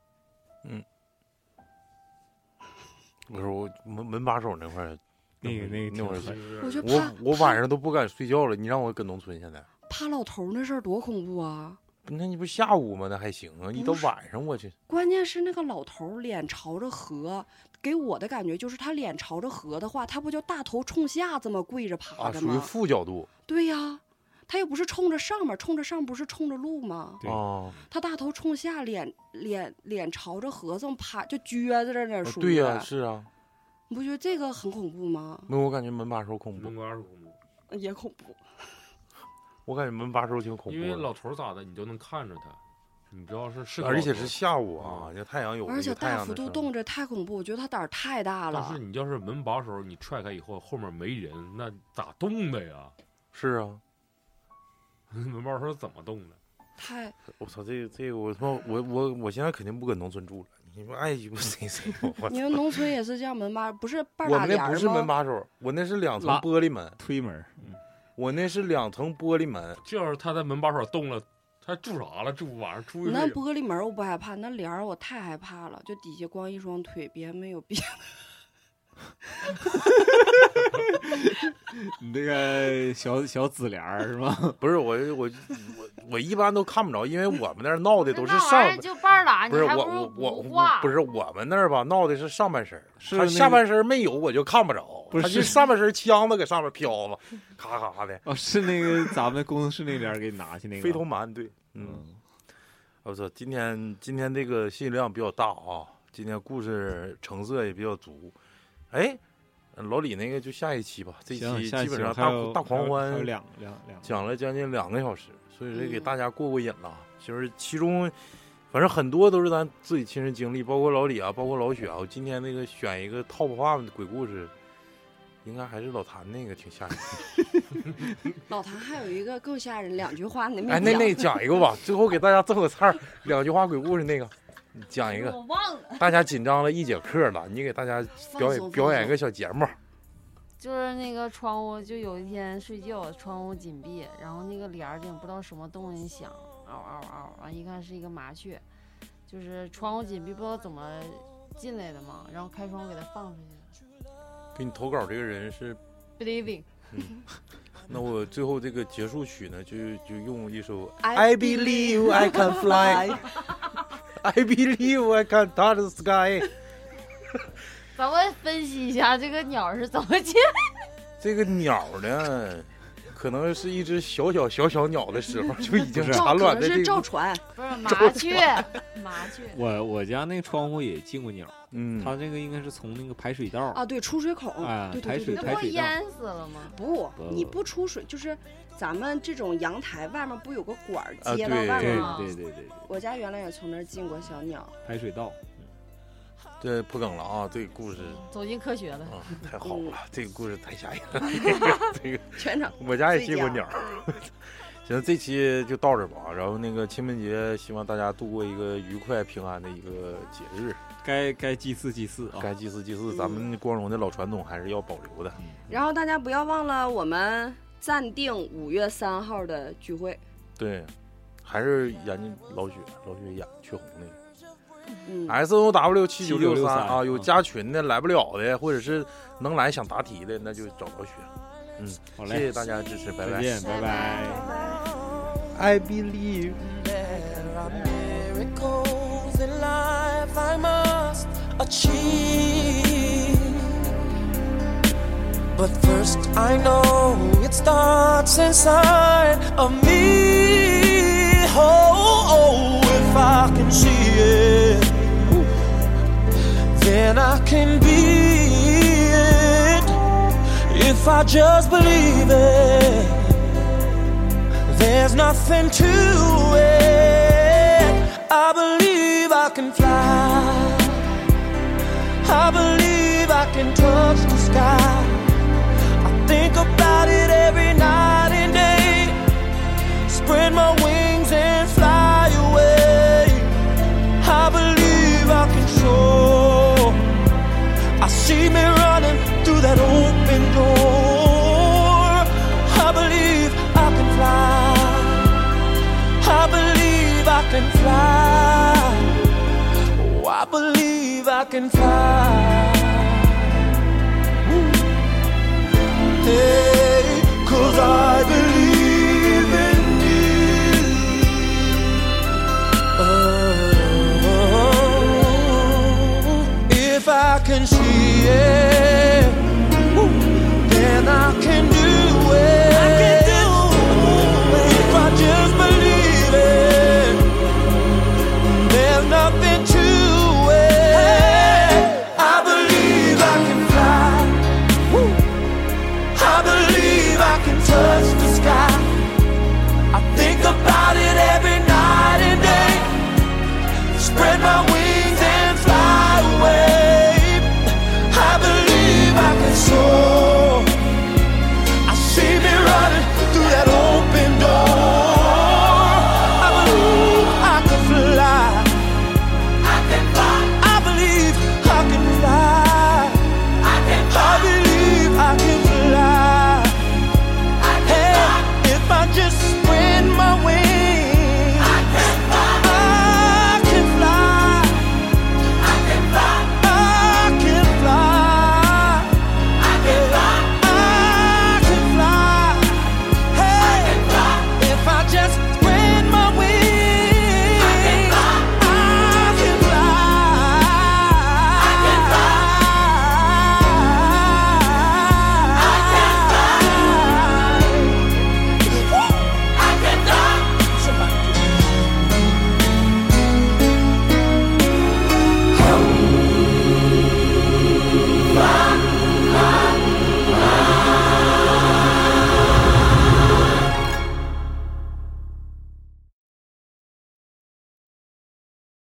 我说我门门把手那块儿，那个那个那会儿挺狠我就怕我我晚怕上都不敢睡觉了。你让我搁农村现在，怕老头儿那事儿多恐怖啊！那你不下午吗？那还行啊，一到不是晚上我去，关键是那个老头儿脸朝着河，给我的感觉就是他脸朝着河的话，他不就大头冲下这么跪着啊，趴着属于吗？负角度对呀、他又不是冲着上面，冲着上不是冲着路吗？对啊，他大头冲下，脸脸脸朝着盒子趴，就撅着在那儿啊说、对呀，是啊，你不觉得这个很恐怖吗？没有我感觉门把手恐嗯怖能，过二十公分，也恐怖。我感觉门把手挺恐因怖为的，老头儿咋的，你都能看着他，你知道是是个而老且头是儿下午嗯啊，这太阳有而且有太大阳幅的时度候动着太恐怖，我觉得他胆儿太大但是了。啊你要是门把手，你踹开以后后面没人，那咋动的呀？ 是啊，门把手怎么动的？太我操，这个这个我他妈我我我现在肯定不搁农村住了，你哎们爱鸡巴谁谁 我我你们农村也是这样门把，不是半我拉们帘那儿不吗？是门把手，我那是两层拉玻璃门，推门儿，我那是两层玻璃门，这要是他的门把手动了，他住啥了？住晚上住一那睡玻璃门我不害怕，那帘儿我太害怕了，就底下光一双腿，别 没有别的。你这个小小紫帘儿是吧？不是我我我我一般都看不着，因为我们那儿闹的都是那玩意上儿，就半拉，不你是还我如我我不我画。不是我们那儿吧，闹的是上半身儿， 是他那下个半身儿没有我就看不着，不是他就是上半身儿枪子搁上面飘了，咔咔的，哦，是那个咱们工作室那帘儿给你拿去那 个飞头蛮对，嗯，嗯，我操，今天今天这个信息量比较大啊，今天故事成色也比较足，哎，老李那个就下一期吧，这期行，下一基期本上还有大大狂还有还有欢两两两，讲了将近两个小时，所以说给嗯大家过过瘾了。就是其中，反正很多都是咱自己亲身经历，包括老李啊，包括老许啊。我今天那个选一个 top five 的鬼故事，应该还是老谭那个挺吓人。老谭还有一个更吓人，两句话你没哎，那讲那讲一个吧，最后给大家赠个菜儿，两句话鬼故事那个，你讲哎一个。我忘了，大家紧张了一节课了，你给大家放表松放演表演松个小节目。就是那个窗户，就有一天睡觉，窗户紧闭，然后那个帘儿顶不知道什么动静响，嗷嗷嗷，完一看是一个麻雀，就是窗户紧闭，不知道怎么进来的嘛，然后开窗户给它放出去了。给你投稿这个人是， Believing，那我最后这个结束曲呢，就就用一首 I believe I can fly。I believe I can touch the sky。咱们分析一下这个鸟是怎么进。这个鸟呢，可能是一只小小小小鸟的 时候，就已经赵产可卵能的是这赵个，传，不 是麻雀，麻雀。我我家那窗户也进过鸟，嗯，它这个应该是从那个排水道啊，对，出水孔，哎对对排对对水那对。排不水道淹死了吗？不不，呃你不出水，就是咱们这种阳台外面不有个管儿啊接到对外对面啊吗？对对对对，我家原来也从那儿进过小鸟，排水道。嗯这破梗了啊，这个故事走进科学了。啊太好嗯了，这个故事太吓人了。 这个全场我家也进过鸟。 行，这期就到这儿吧。然后那个清明节，希望大家度过一个愉快平安的一个节日。该该祭祀祭祀啊！该祭祀祭祀，咱们光荣的老传统还是要保留的。然后大家不要忘了，我们暂定五月三号的聚会。对，还是演老雪，老雪演雀红那个。嗯， S O W 七九六三7963啊，有加群的来不了的，或者是能来想答题的，那就找老雪。好谢谢嘞，大家支持，拜再拜。见，拜拜。 I believe。 There are miracles in life I must achieve. But first, I know it starts inside of me. Oh, oh, if I can see it, then I can be it. If I just believe it. There's nothing to it. I believe I can fly. I believe I can touch the sky. I think about it every night and day. Spread my wings and fly away. I believe I can soar. I see me running through that open door. I believe I can fly. I believe I can fly. Oh, I believe I can fly.